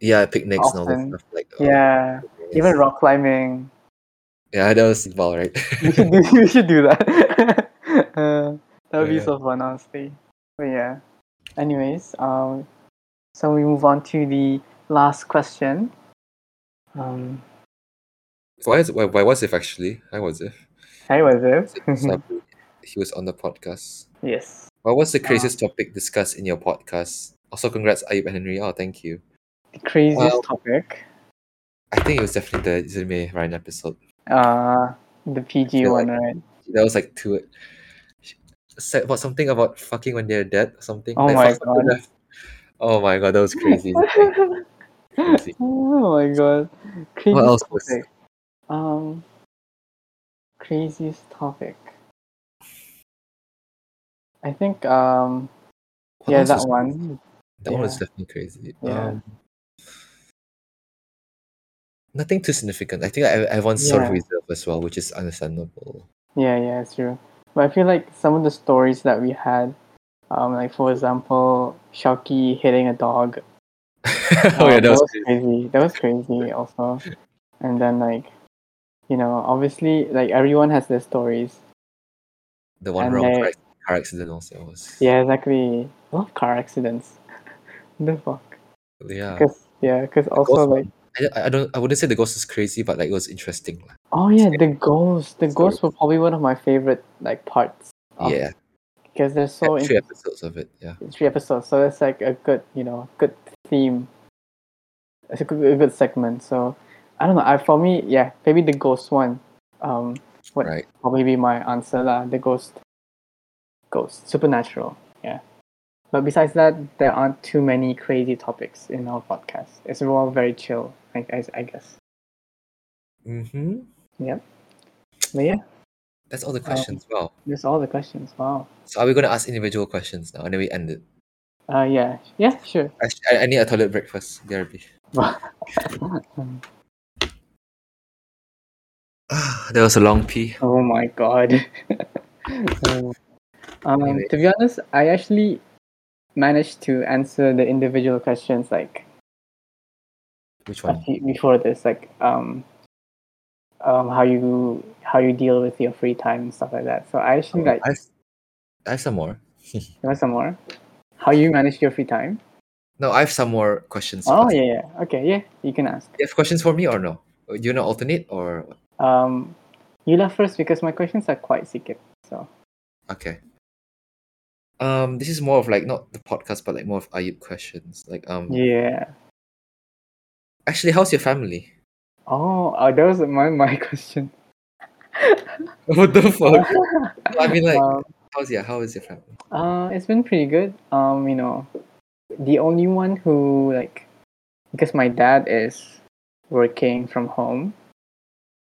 S1: Yeah, picnics and all that
S2: Often.
S1: stuff. Like uh,
S2: Yeah.
S1: yes.
S2: Even rock climbing.
S1: Yeah, that was Iqbal, right?
S2: we should do we should do that. uh, that would be
S1: Yeah.
S2: so fun, honestly. But yeah. Anyways, um, so we move on to the last question. Um,
S1: why is why, why was if actually? I was if.
S2: hi, Wazif.
S1: Sabri, he was on the podcast.
S2: yes.
S1: What was the craziest topic discussed in your podcast? Also, congrats Ayub and Henry. Oh, thank you.
S2: The craziest
S1: Well-
S2: topic.
S1: I think it was definitely the Zilme Ryan episode.
S2: Uh, the PG
S1: feel
S2: one,
S1: like-
S2: right?
S1: That was like two. Said about something about fucking when they're dead or something.
S2: Oh
S1: Like,
S2: my
S1: fuck someone
S2: God.
S1: left. Oh my god, that was crazy. Crazy.
S2: oh my god. Craziest
S1: else was-
S2: topic. Um, craziest topic. I think um
S1: What
S2: yeah
S1: else
S2: that
S1: was-
S2: one
S1: That one was
S2: Yeah.
S1: definitely crazy.
S2: Yeah.
S1: Um, nothing too significant. I think I, everyone's sort of
S2: Yeah.
S1: reserved as well, which is understandable.
S2: Yeah, yeah, it's true. But I feel like some of the stories that we had, um, like for example, Shocky hitting a dog.
S1: oh yeah,
S2: um,
S1: that was crazy.
S2: crazy. That was crazy also. And then like, you know, obviously like everyone has their stories.
S1: the one
S2: and
S1: wrong
S2: they-
S1: car, ac- car accident also was.
S2: Yeah, exactly. A lot of car accidents. the fuck.
S1: yeah.
S2: Cause yeah, cause
S1: The
S2: also
S1: ghost
S2: like
S1: one, I, I don't I wouldn't say the ghost is crazy, but like it was interesting. lah.
S2: oh yeah, the ghosts. The
S1: So-
S2: ghosts were probably one of my favorite like parts. of-
S1: yeah,
S2: Because they're Oh, so
S1: had three
S2: interesting.
S1: episodes of it. Yeah,
S2: three episodes, so that's like a good, you know, good theme. It's a good, a good segment. So I don't know. I for me, yeah, maybe the ghost one. Um, What-
S1: right.
S2: probably be my answer lah. The ghost, ghost, supernatural. Yeah. But besides that, there aren't too many crazy topics in our podcast. It's all very chill, I, I, I guess.
S1: Mm-hmm.
S2: But yeah,
S1: That's all
S2: Oh.
S1: the questions. wow.
S2: that's all the questions. Wow.
S1: So are we gonna ask individual questions now, and then we end it?
S2: Uh, yeah, yeah, sure.
S1: Actually, I, I need a toilet break first. DRB. that was a long pee.
S2: Oh my god. um, um, to be honest, I actually managed to answer the individual questions like
S1: Which
S2: a
S1: one?
S2: few- before this, like um, um, how you how you deal with your free time and stuff like that. So Oh, I actually like
S1: I, have, I have some more.
S2: you want some more. How you manage your free time?
S1: No, I have some more questions.
S2: Oh
S1: Do
S2: yeah, yeah. Okay, yeah, you can ask.
S1: you have questions for me or no? Do you not alternate or
S2: Um, you laugh first because my questions are quite secret. So
S1: okay? Um, this is more of like not the podcast, but like more of Ayub questions. Like um,
S2: yeah.
S1: actually, how's your family?
S2: Oh, uh, that was my my question.
S1: what the fuck? I mean, like,
S2: Um,
S1: how's yeah? How is your family?
S2: uh, it's been pretty good. Um, you know, the only one who like because my dad is working from home,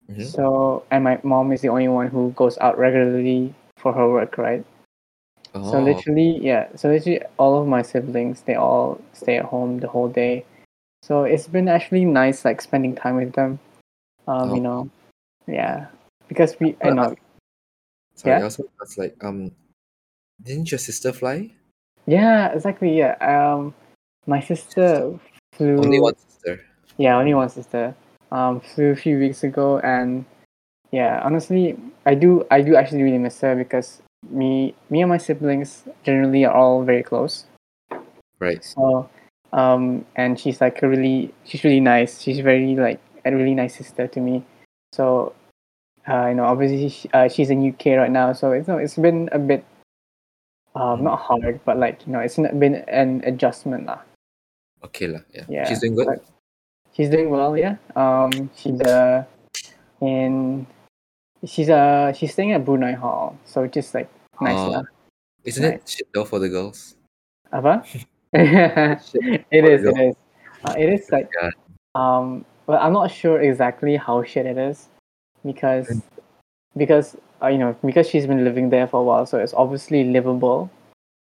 S1: Mhm.
S2: so and my mom is the only one who goes out regularly for her work, right?
S1: Oh,
S2: So literally, yeah. So literally, all of my siblings they all stay at home the whole day. So it's been actually nice, like spending time with them. Um,
S1: Oh.
S2: you know, yeah, because we I
S1: Uh,
S2: know,
S1: Oh, sorry.
S2: yeah?
S1: I also was like, um, didn't your sister fly?
S2: yeah, exactly, yeah. Um, my sister flew.
S1: Only one sister.
S2: Yeah, only one sister. Um, flew a few weeks ago, and yeah, honestly, I do, I do actually really miss her because me, me and my siblings generally are all very close.
S1: Right.
S2: So, um, and she's like a really, she's really nice. She's very like a really nice sister to me. So, uh, you know, obviously she, uh, she's in UK right now, so it's no, it's been a bit, um, not hard, but like you know, it's n- been an adjustment lah.
S1: Okay lah. Yeah.
S2: Yeah,
S1: She's doing good.
S2: like- She's doing well, yeah. Um, she's uh, in, she's uh, she's staying at Brunei Hall, so it's just like nice
S1: Oh.
S2: lah.
S1: Isn't it shit though for the girls?
S2: Apa? it
S1: Shit.
S2: is,
S1: Yo.
S2: it is, uh, it is like.
S1: Yeah.
S2: Um, but I'm not sure exactly how shit it is because because uh, you know because she's been living there for a while, so it's obviously livable.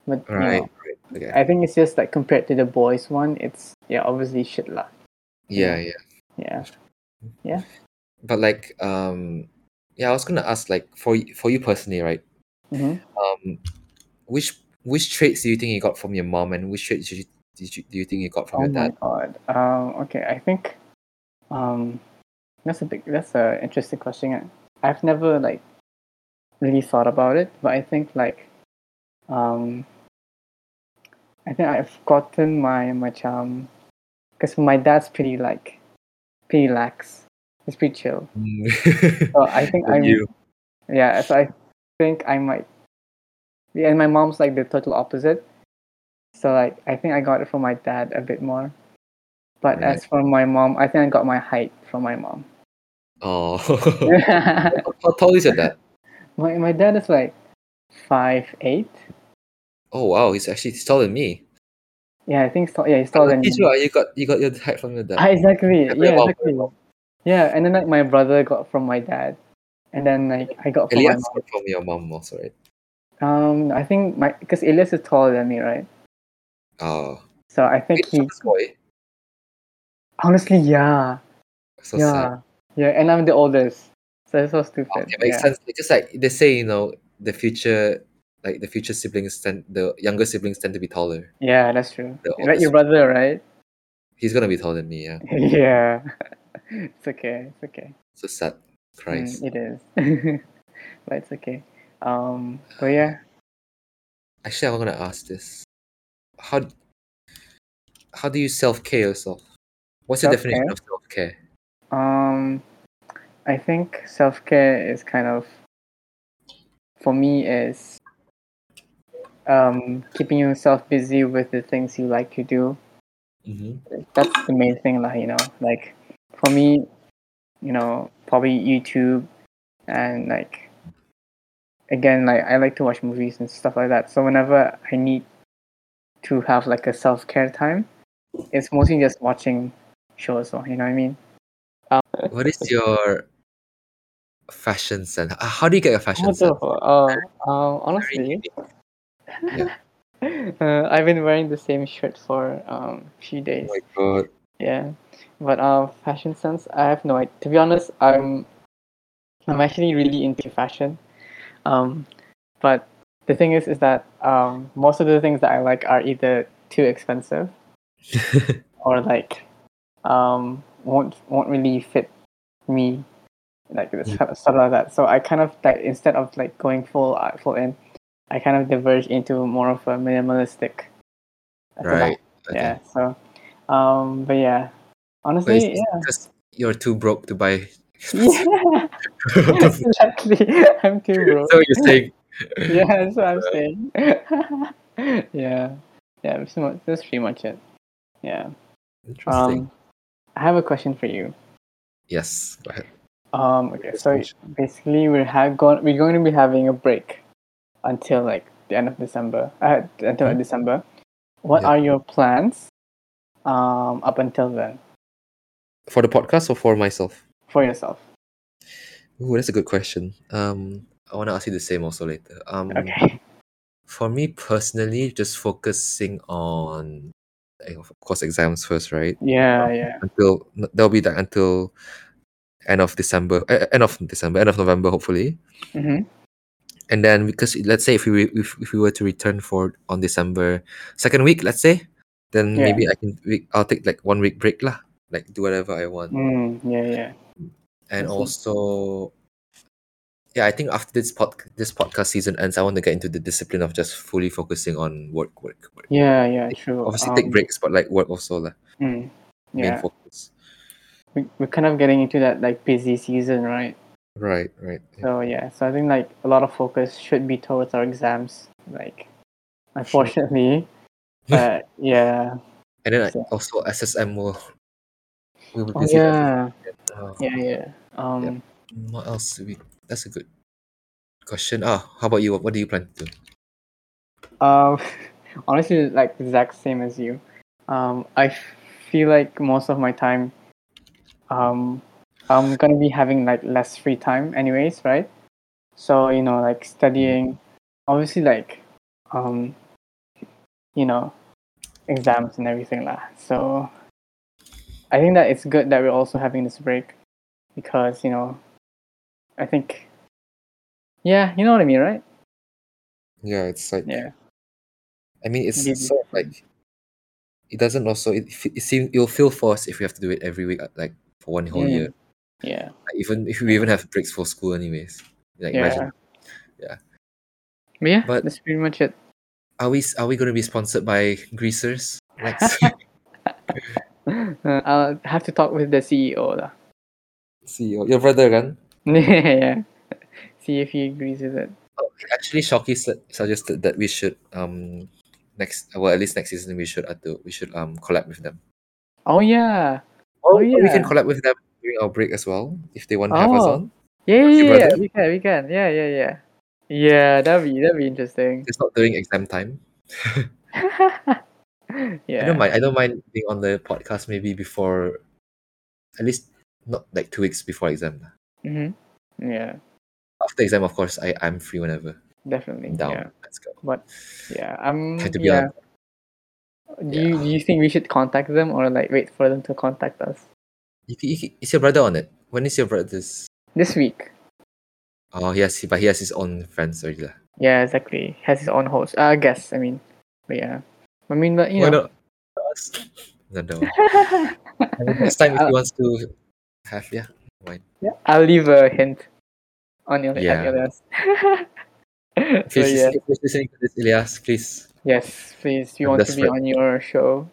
S2: But you know,
S1: Right. Right. Okay.
S2: I think it's just like compared to the boys one, it's yeah obviously shit lah.
S1: yeah. Yeah.
S2: Yeah,
S1: But like, um, yeah, I was gonna ask like for y- for you personally, right?
S2: Mhm.
S1: Um, which which traits do you think you got from your mom, and which traits did you did you, do you think you got from
S2: Oh
S1: your
S2: my
S1: dad?
S2: god. Um, okay, I think um that's a big that's a interesting question. I, I've never like really thought about it, but I think like um I think I've gotten my macam because my dad's pretty like pretty lax. He's pretty chill.
S1: Mm.
S2: So I think
S1: And
S2: I'm
S1: you.
S2: yeah, so I think I might yeah, and my mom's like the total opposite. So like I think I got it from my dad a bit more. But
S1: Right.
S2: as for my mom, I think I got my height from my mom.
S1: Oh.
S2: my
S1: How tall is your dad?
S2: my dad is like five eight.
S1: Oh wow, he's actually he's taller than me.
S2: Yeah, I think so. Yeah, he's taller than me.
S1: He's right, you got you got your height from your dad.
S2: Ah, exactly.
S1: Very
S2: Yeah,
S1: well,
S2: exactly. Yeah, and then like my brother got from my dad, and then like I got from
S1: Elias
S2: my
S1: got from your mom also, right?
S2: mom. Um, I think my because Elias is taller than me, right?
S1: Oh.
S2: So I think
S1: Wait,
S2: he
S1: this boy.
S2: honestly, yeah,
S1: So
S2: yeah,
S1: sad.
S2: yeah, and I'm the oldest, so it's so stupid.
S1: It makes
S2: yeah.
S1: sense. It's just like they say, you know, the future, like the future siblings tend, the younger siblings tend to be taller.
S2: yeah, that's true.
S1: The
S2: Like your
S1: oldest.
S2: brother, right?
S1: He's gonna be taller than me. Yeah.
S2: yeah, it's okay. It's okay.
S1: So sad.
S2: Mm,
S1: Christ.
S2: it is, but it's okay. Um, but yeah,
S1: Actually, I'm gonna ask this. How how do you self care yourself? What's your definition of self
S2: Self-care?
S1: care?
S2: um, I think self care is kind of for me is um keeping yourself busy with the things you like to do.
S1: Mm-hmm.
S2: That's the main thing, lah. You know, like for me, you know, probably YouTube and like again, like I like to watch movies and stuff like that. So whenever I need to have like a self care time, it's mostly just watching shows. Or you know what I mean? Uh,
S1: What is your fashion sense? Uh, How do you get your fashion sense?
S2: Wonderful. Uh, um,
S1: Very
S2: honestly,
S1: unique.
S2: uh, I've been wearing the same shirt for um few days.
S1: Oh my god.
S2: Yeah, but um, fashion sense, I have no idea. To be honest, I'm I'm actually really into fashion, um, but the thing is, is that um, most of the things that I like are either too expensive or like um won't won't really fit me, like this
S1: Mm.
S2: kind of stuff like that. So I kind of like instead of like going full uh, full in, I kind of diverge into more of a minimalistic. uh, at the back.
S1: right. Okay.
S2: Yeah. So, um, but yeah, honestly,
S1: But it's
S2: yeah.
S1: because you're too broke to buy.
S2: Yeah,
S1: so
S2: exactly. I'm too broke.
S1: you're saying.
S2: yeah, that's what I'm saying. yeah, yeah, that's, mu- that's pretty much it. Yeah.
S1: Interesting.
S2: Um, I have a question for you.
S1: yes. Go ahead.
S2: Um, okay,
S1: Yes,
S2: so
S1: please.
S2: basically, we're ha- going we're going to be having a break until like the end of December. Uh, until
S1: Mhm.
S2: December. What
S1: Yeah.
S2: are your plans? Um, up until then,
S1: For the podcast or for myself?
S2: for yourself.
S1: Ooh, that's a good question. Um, I want to ask you the same also later. Um,
S2: Okay.
S1: for me personally, just focusing on, eh, of course, exams first, right?
S2: Yeah, yeah.
S1: Until that'll be like until end of December, eh, eh, end of December, end of November, hopefully.
S2: Mm-hmm.
S1: And then because let's say if we re- if, if we were to return for on December second week, let's say, then
S2: Yeah.
S1: maybe I can we, I'll take like one week break lah, like do whatever I want.
S2: Mm, yeah, yeah.
S1: and
S2: I see.
S1: also yeah i think after this pod this podcast season ends i want to get into the discipline of just fully focusing on work work work
S2: Yeah, yeah, true.
S1: obviously take
S2: Um,
S1: breaks but like work also like
S2: mm,
S1: main
S2: yeah,
S1: focus
S2: we, we're kind of getting into that like busy season, right?
S1: right right yeah.
S2: So yeah, so I think like a lot of focus should be towards our exams, like unfortunately, but yeah,
S1: and then I,
S2: so-
S1: also ssm will we will
S2: Oh,
S1: busy at
S2: yeah,
S1: SSM. Uh,
S2: yeah, yeah. Um,
S1: what else we that's a good question ah how about you what, what do you plan to do
S2: um, honestly, like exact same as you. Um, I feel like most of my time, um, I'm gonna be having like less free time, anyways, right? so you know like studying obviously like um you know exams and everything lah so i think that it's good that we're also having this break because you know i think yeah you know what i mean right
S1: yeah it's like
S2: yeah
S1: i mean it's
S2: Busy.
S1: sort of like it doesn't also it, fe- it seems you'll feel forced if you have to do it every week uh, like for one whole
S2: Mm.
S1: year
S2: yeah
S1: Like, even if we even have breaks for school anyways like
S2: yeah
S1: imagine yeah.
S2: but yeah
S1: But-
S2: that's pretty much it
S1: are we are we going to be sponsored by greasers let's
S2: uh, i'll have to talk with the ceo lah.
S1: see your, your brother again
S2: yeah see if he agrees with it
S1: actually shocky su- suggested that we should um next well at least next season we should uh, do- we should um collab with them
S2: oh yeah
S1: or
S2: Oh,
S1: Oh, we can
S2: yeah.
S1: collab with them during our break as well if they want to have us
S2: Oh.
S1: on Your
S2: Yeah, yeah, yeah,
S1: brother?
S2: we can, we can. Yeah, yeah, yeah. Yeah, that'd be that'd be interesting.
S1: it's not during exam time i don't
S2: yeah.
S1: mind i don't mind being on the podcast maybe before at least not like two weeks before exam
S2: hmm Yeah,
S1: after exam of course i i'm free whenever
S2: definitely.
S1: i'm down
S2: Yeah.
S1: let's go
S2: But yeah, I'm
S1: time to be
S2: yeah.
S1: on
S2: Do you do you think we should contact them or like wait for them to contact us
S1: You can- you can- is your brother on it when is your brother's
S2: this week?
S1: Oh, he has, but he has his own friends already. lah.
S2: Yeah, exactly. Has his own host. Uh, I guess. I mean, but yeah. I mean, but you
S1: Why
S2: know.
S1: not? us? No, no. I mean, next time if he wants to have, yeah.
S2: Yeah, I'll leave a hint on your
S1: Yeah.
S2: at your list. so
S1: Please,
S2: yeah.
S1: if you're listening to this, Elias, please.
S2: Yes, please. We
S1: I'm
S2: want to be
S1: desperate.
S2: on your show.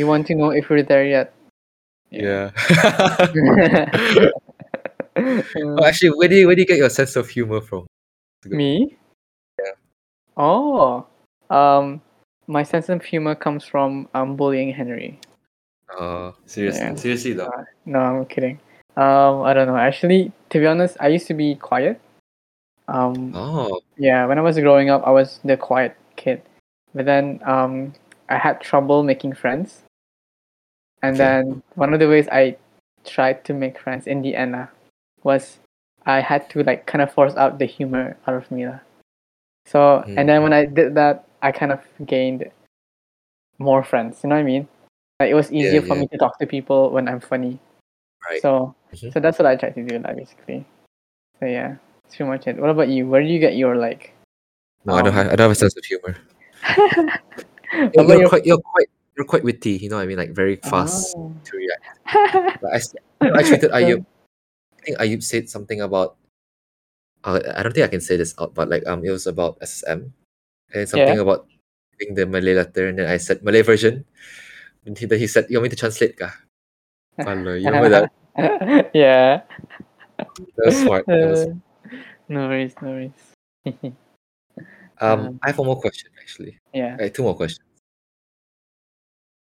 S2: you want to know if we're there yet.
S1: Yeah. oh,
S2: Uh,
S1: actually, where do you where do you get your sense of humor from?
S2: me?
S1: Yeah.
S2: Oh. Um my sense of humor comes from um bullying Henry.
S1: Uh, seriously,
S2: Yeah.
S1: seriously though.
S2: No, I'm kidding. Um I don't know. Actually, to be honest, I used to be quiet. Um
S1: Oh,
S2: yeah, when I was growing up, I was the quiet kid. But then um I had trouble making friends. And
S1: Okay.
S2: then one of the ways I tried to make friends in the end uh, was I
S1: Mm,
S2: had to like kind of force out the humor out of me. lah. So and then when I did that, I kind of gained more friends. You know what I mean? Like it was
S1: Yeah,
S2: easier for
S1: yeah.
S2: me to talk to people when I'm funny.
S1: Right.
S2: So
S1: Mhm.
S2: so that's what I try to do like basically. So yeah, that's pretty much it. What about you? Where do you get your like
S1: No, I don't
S2: Um,
S1: have. I don't have a sense of humor.
S2: what
S1: You're, you're
S2: about your-
S1: quite. You're quite. You're quite witty. You know what I mean? Like very fast
S2: Oh.
S1: to react. But I, s- I treated Ayub. I think Ayub said something about. Uh, I don't think I can say this out, but like um, it was about SSM, and something about giving the Malay letter, and then I said Malay version. And he, then he said, "You want me to translate, ka?" Hello, you remember that?
S2: yeah.
S1: That was smart. That was,
S2: Uh, no worries, no worries.
S1: um, I have one more question actually.
S2: yeah.
S1: Right, two more questions.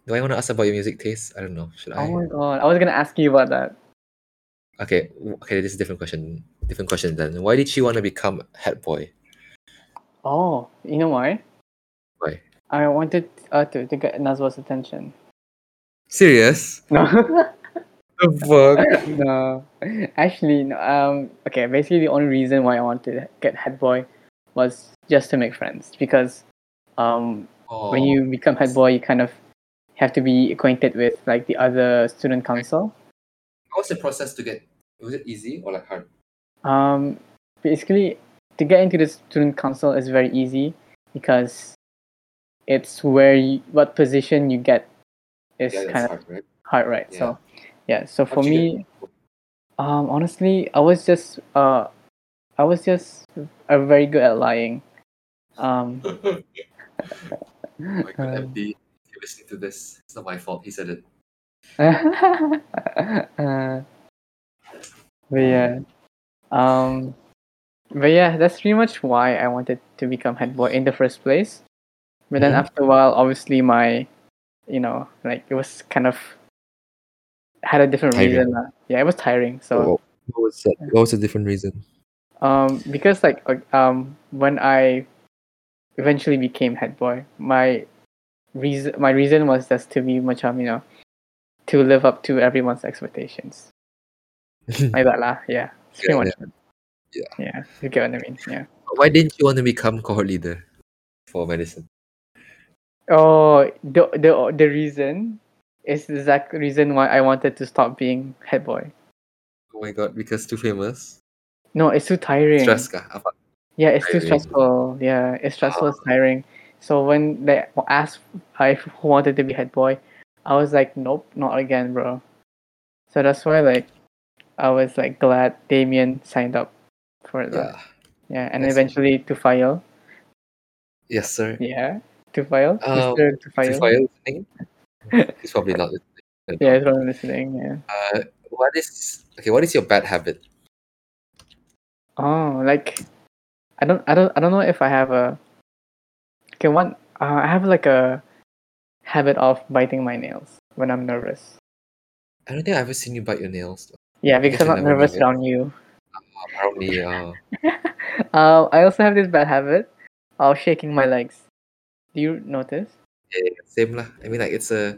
S1: Do I want to ask about your music taste? I don't know. Should I?
S2: Oh my god, I was gonna ask you about that.
S1: Okay, w- okay, this is a different question. Different question then. Why did she want to become head boy?
S2: Oh, you know why?
S1: Why?
S2: I wanted uh, to, to get Nazwa's attention.
S1: Serious?
S2: No,
S1: The fuck?
S2: no. Actually, no, um, okay. Basically, the only reason why I wanted to get head boy was just to make friends because um,
S1: Oh.
S2: when you become head boy, you kind of have to be acquainted with like the other student council.
S1: how was the process to get? Was it easy or like hard?
S2: Um, basically, to get into the student council is very easy because it's where you, what position you get is
S1: yeah, that's
S2: kind of
S1: hard, right?
S2: hard, right? So, yeah. So
S1: How'd
S2: for
S1: you
S2: me, um, honestly, I was just uh, I was just uh, very good at lying. Um,
S1: oh my god,
S2: Um,
S1: MD, if you're listening to this, it's not my fault. He said it.
S2: uh, but yeah, um, but yeah, that's pretty much why I wanted to become head boy in the first place. But then
S1: Mhm.
S2: after a while, obviously my, you know, like it was kind of had a different
S1: Tiring.
S2: reason. lah. Yeah, it was tiring. So.
S1: what was that? What was a different reason?
S2: Um, because like uh, um, when I eventually became head boy, my reason my reason was just to be macam you know to live up to everyone's expectations. Like that lah, yeah. It's pretty
S1: Yeah,
S2: much it.
S1: yeah.
S2: Yeah, you get what I mean. Yeah.
S1: Why didn't you want to become cohort leader for medicine?
S2: Oh, the the the reason is the exact reason why I wanted to stop being head boy.
S1: Oh my god, because too famous.
S2: No, it's too tiring.
S1: Stress kah? Apa?
S2: Yeah, it's too
S1: Tiring.
S2: stressful. Yeah, it's stressful, it's tiring. So when they asked I who wanted to be head boy, I was like, nope, not again, bro. So that's why like I was like glad Damien signed up for that.
S1: Yeah.
S2: Yeah, and
S1: Yes.
S2: eventually Tufail.
S1: Yes, sir.
S2: Yeah, Tufail,
S1: Um, Is
S2: Mr. Tufail.
S1: Rafael listening? He's probably not listening.
S2: Yeah, it's one listening. Yeah.
S1: Uh, what is okay? What is your bad habit?
S2: Oh, like I don't, I don't, I don't know if I have a. Okay, one. Uh, I have like a habit of biting my nails when I'm nervous.
S1: I don't think I've ever seen you bite your nails.
S2: Yeah, because
S1: Yes,
S2: I'm not
S1: I know,
S2: nervous
S1: yeah.
S2: around you.
S1: Apparently, uh,
S2: Um, I also have this bad habit of shaking my legs. Do you notice?
S1: yeah, same lah. I mean, like it's a.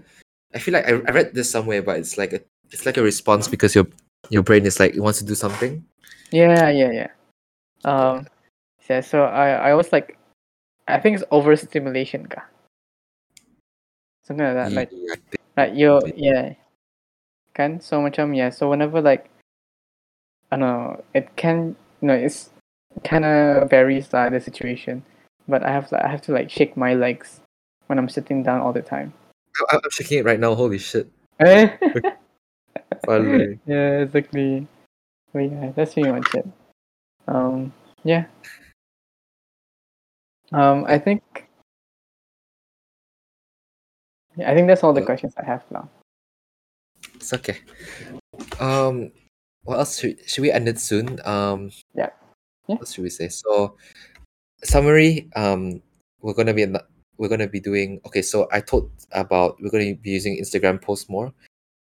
S1: I feel like I, I read this somewhere, but it's like a it's like a response because your your brain is like it wants to do something.
S2: Yeah, yeah, yeah. Um, yeah. So I, I was like, I think it's overstimulation, ka. Something like that. Like,
S1: Yeah, I think-
S2: like you, yeah. Can so much um yeah. So whenever like, I don't know, it can you know it's kind of varies like the situation, but I have I have to like shake my legs when I'm sitting down all the time.
S1: I- I'm shaking it right now. Holy shit! Finally.
S2: yeah, exactly. But yeah, that's pretty much it. Um, yeah. Um, I think. Yeah, I think that's all the
S1: Uh,
S2: questions I have now.
S1: It's okay. Um, what else should, should we end it soon? Um,
S2: Yeah. Yeah.
S1: What should we say? So, summary. Um, we're gonna be in the- we're gonna be doing okay. So I talked about we're gonna be using Instagram posts more.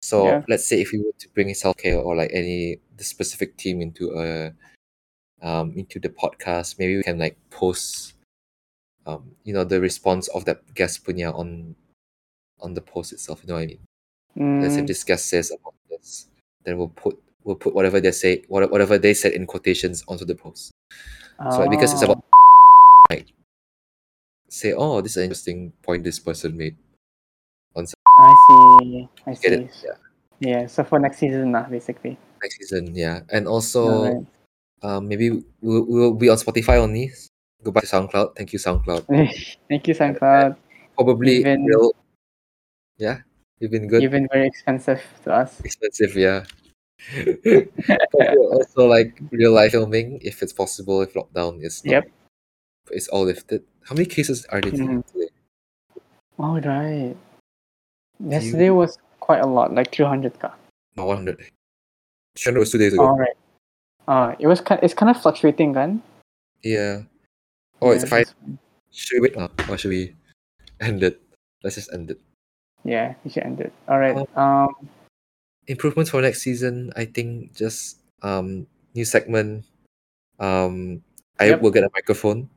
S1: So
S2: Yeah.
S1: let's say if you were to bring self care or like any the specific team into a um into the podcast, maybe we can like post um you know the response of that guest punya on on the post itself. You know what I mean? let's say
S2: Mm,
S1: this guest says about this, then we'll put we'll put whatever they say what- whatever they said in quotations onto the post. So because it's about
S2: oh,
S1: like say, "Oh, this is an interesting point this person made."
S2: I see. I
S1: Get
S2: see.
S1: it? Yeah.
S2: Yeah. So for next season, nah, basically.
S1: Next season, yeah, and also
S2: Alright.
S1: um, maybe we'll, we'll be on Spotify only. Goodbye to SoundCloud. Thank you, SoundCloud.
S2: Thank you, SoundCloud.
S1: Probably
S2: Even-
S1: will. Yeah, you've been good.
S2: You've been very expensive to us.
S1: expensive, yeah. Probably also like real life filming if it's possible if lockdown is not,
S2: Yep. Mm-hmm.
S1: it's all lifted. How many cases are they taking today?
S2: All right. Yesterday was quite a lot, like 200 ka.
S1: No, 100. 200 was two days ago.
S2: All right. Uh, it was kind. It's kind of fluctuating, kan?
S1: Yeah. Oh, it's
S2: Yeah,
S1: five.
S2: that's fine.
S1: Should we wait now or should we end it? Let's just end it.
S2: Yeah, you should end it. All right.
S1: Oh.
S2: Um,
S1: Improvements for next season, I think just um new segment. Um, I
S2: Yep.
S1: will get a microphone.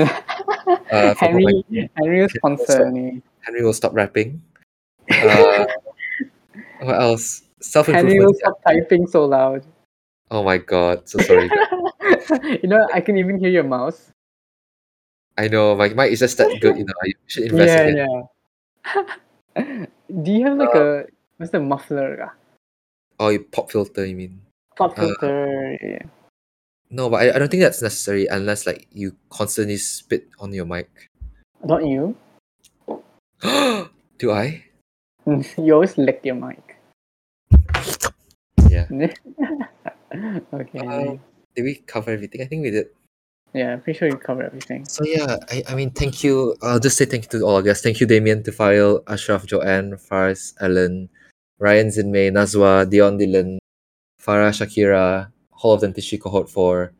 S1: Uh, for
S2: Henry, Henry was
S1: Okay,
S2: sponsor
S1: so-
S2: ni.
S1: Henry will stop rapping. Uh, what else? Self
S2: Henry will
S1: improvement.
S2: stop typing so loud.
S1: Oh my god, so sorry.
S2: you know, I can even hear your mouse.
S1: I know my mic is just that good, you know. You should invest
S2: yeah,
S1: in it.
S2: yeah. Do you have like
S1: Uh,
S2: a what's the muffler? ka?
S1: Oh, you pop filter, you mean?
S2: Pop
S1: Uh,
S2: filter. yeah.
S1: No, but I, I don't think that's necessary unless like you constantly spit on your mic.
S2: Not you.
S1: Do I?
S2: you always lick your mic.
S1: Yeah.
S2: okay.
S1: Um, did we cover everything? I think we did.
S2: yeah, pretty sure you covered everything.
S1: So yeah, I, I mean thank you. I'll just say thank you to all our guests. Thank you, Damien, Tufail, Ashraf, Joanne, Faris, Ellen, Ryan Zinmay, Nazwa, Dion Dylan, Farah Shakira, Hall of Dentistry Cohort 4,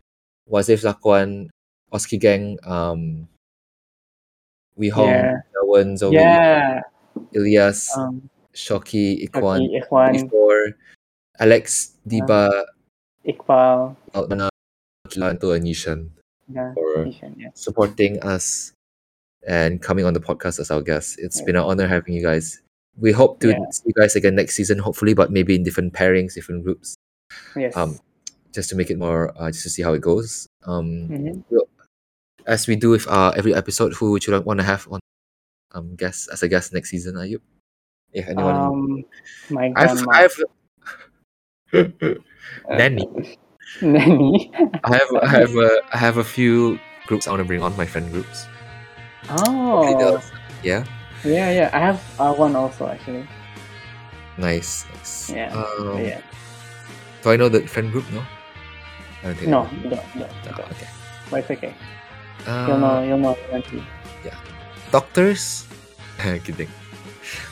S1: Wazif Zakwan, Oski Gang, um Wee Hong,
S2: Yeah.
S1: Jawan, Zoe,
S2: yeah.
S1: Ilyas,
S2: Um,
S1: Shoki, Ikwan,
S2: okay, Ikhwan,
S1: Before, Alex, Diba,
S2: Iqbal.
S1: Altmana, Kilanto, and Yishan.
S2: Yeah.
S1: For,
S2: Ishan, yeah.
S1: supporting us and coming on the podcast as our guests. It's been an honor having you guys. We hope to
S2: Yeah.
S1: see you guys again next season, hopefully, but maybe in different pairings, different groups,
S2: Yes.
S1: um, just to make it more, uh, just to see how it goes. Um,
S2: Mhm.
S1: As we do with uh, every episode, who would you want to have on um, guest as a guest next season? Are you? If anyone,
S2: Um, my
S1: I've,
S2: grandma.
S1: I've, Nanny.
S2: Nanny.
S1: I have, I have, a, I have a few groups I want to bring on my friend groups. Hopefully
S2: Oh.
S1: they'll- Yeah.
S2: Yeah, yeah. I have uh, one also actually.
S1: Nice. nice.
S2: Yeah,
S1: Um,
S2: yeah.
S1: Do I know the friend group? No. I don't think.
S2: No,
S1: I know.
S2: you don't. No, you
S1: No,
S2: don't.
S1: okay.
S2: But it's okay. You'll know.
S1: Uh,
S2: You'll know eventually.
S1: doctors? Kidding.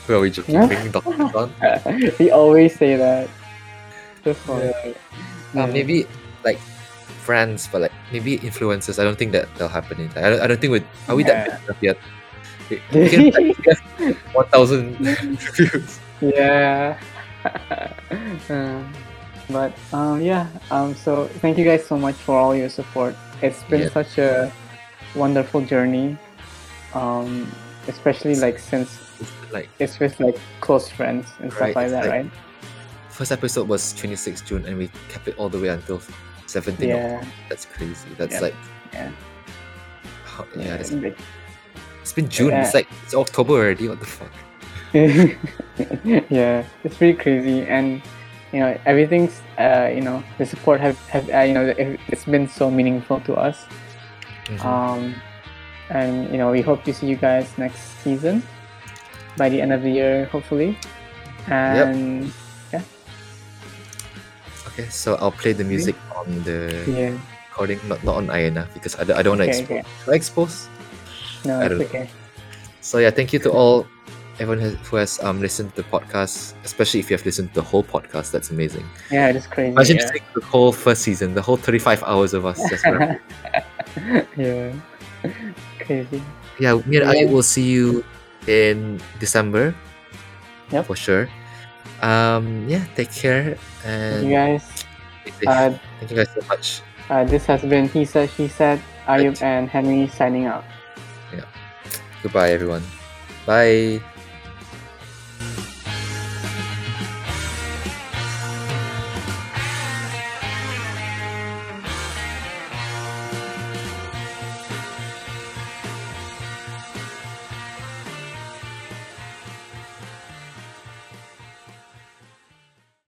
S1: Who are we joking?
S2: Yeah.
S1: Bringing doctors on? Um,
S2: we always say that. Just for
S1: Uh, maybe like friends, but like maybe influencers. I don't think that they'll happen. In, I don't. I don't think we are we that
S2: Yeah.
S1: big enough yet. We, we can like, get one thousand views.
S2: yeah. um, but um, yeah. Um, so thank you guys so much for all your support. It's been
S1: Yeah.
S2: such a wonderful journey. Um, especially like since
S1: It's been, Like
S2: it's with like close friends and stuff
S1: Right,
S2: like
S1: it's
S2: that,
S1: like-
S2: right?
S1: first episode was twenty sixth June, and we kept it all the way until seventeen. Oh,
S2: Yeah.
S1: That's crazy. That's
S2: Yeah.
S1: like.
S2: Yeah.
S1: How- yeah, that's-
S2: Like-
S1: it's been June. It's like it's October already. What the fuck?
S2: yeah, it's pretty crazy, and you know everything's uh, you know the support have, have uh, you know it- it's been so meaningful to us.
S1: Mhm.
S2: Um, and you know we hope to see you guys next season by the end of the year, hopefully. And
S1: Okay, so I'll play the music on the
S2: yeah,
S1: recording, not, not on Ayana, because I, don't- I don't want to
S2: Okay,
S1: expose.
S2: okay.
S1: Should I expose?
S2: no,
S1: I
S2: it's
S1: don't-
S2: okay.
S1: So yeah, thank you to all, everyone has, who has um listened to the podcast, especially if you have listened to the whole podcast. That's amazing.
S2: Yeah, it is crazy.
S1: Imagine
S2: yeah.
S1: listening to the whole first season, the whole 35 hours of us. Just rapping.
S2: yeah, crazy.
S1: yeah, me and I
S2: Yeah.
S1: will see you in December.
S2: Yep.
S1: For sure. Um, yeah, take care
S2: Thank
S1: and
S2: you guys,
S1: stay safe.
S2: uh,
S1: thank you guys so much.
S2: uh, this has been he said, she said. Ayub and Henry signing out.
S1: Goodbye, everyone. Bye.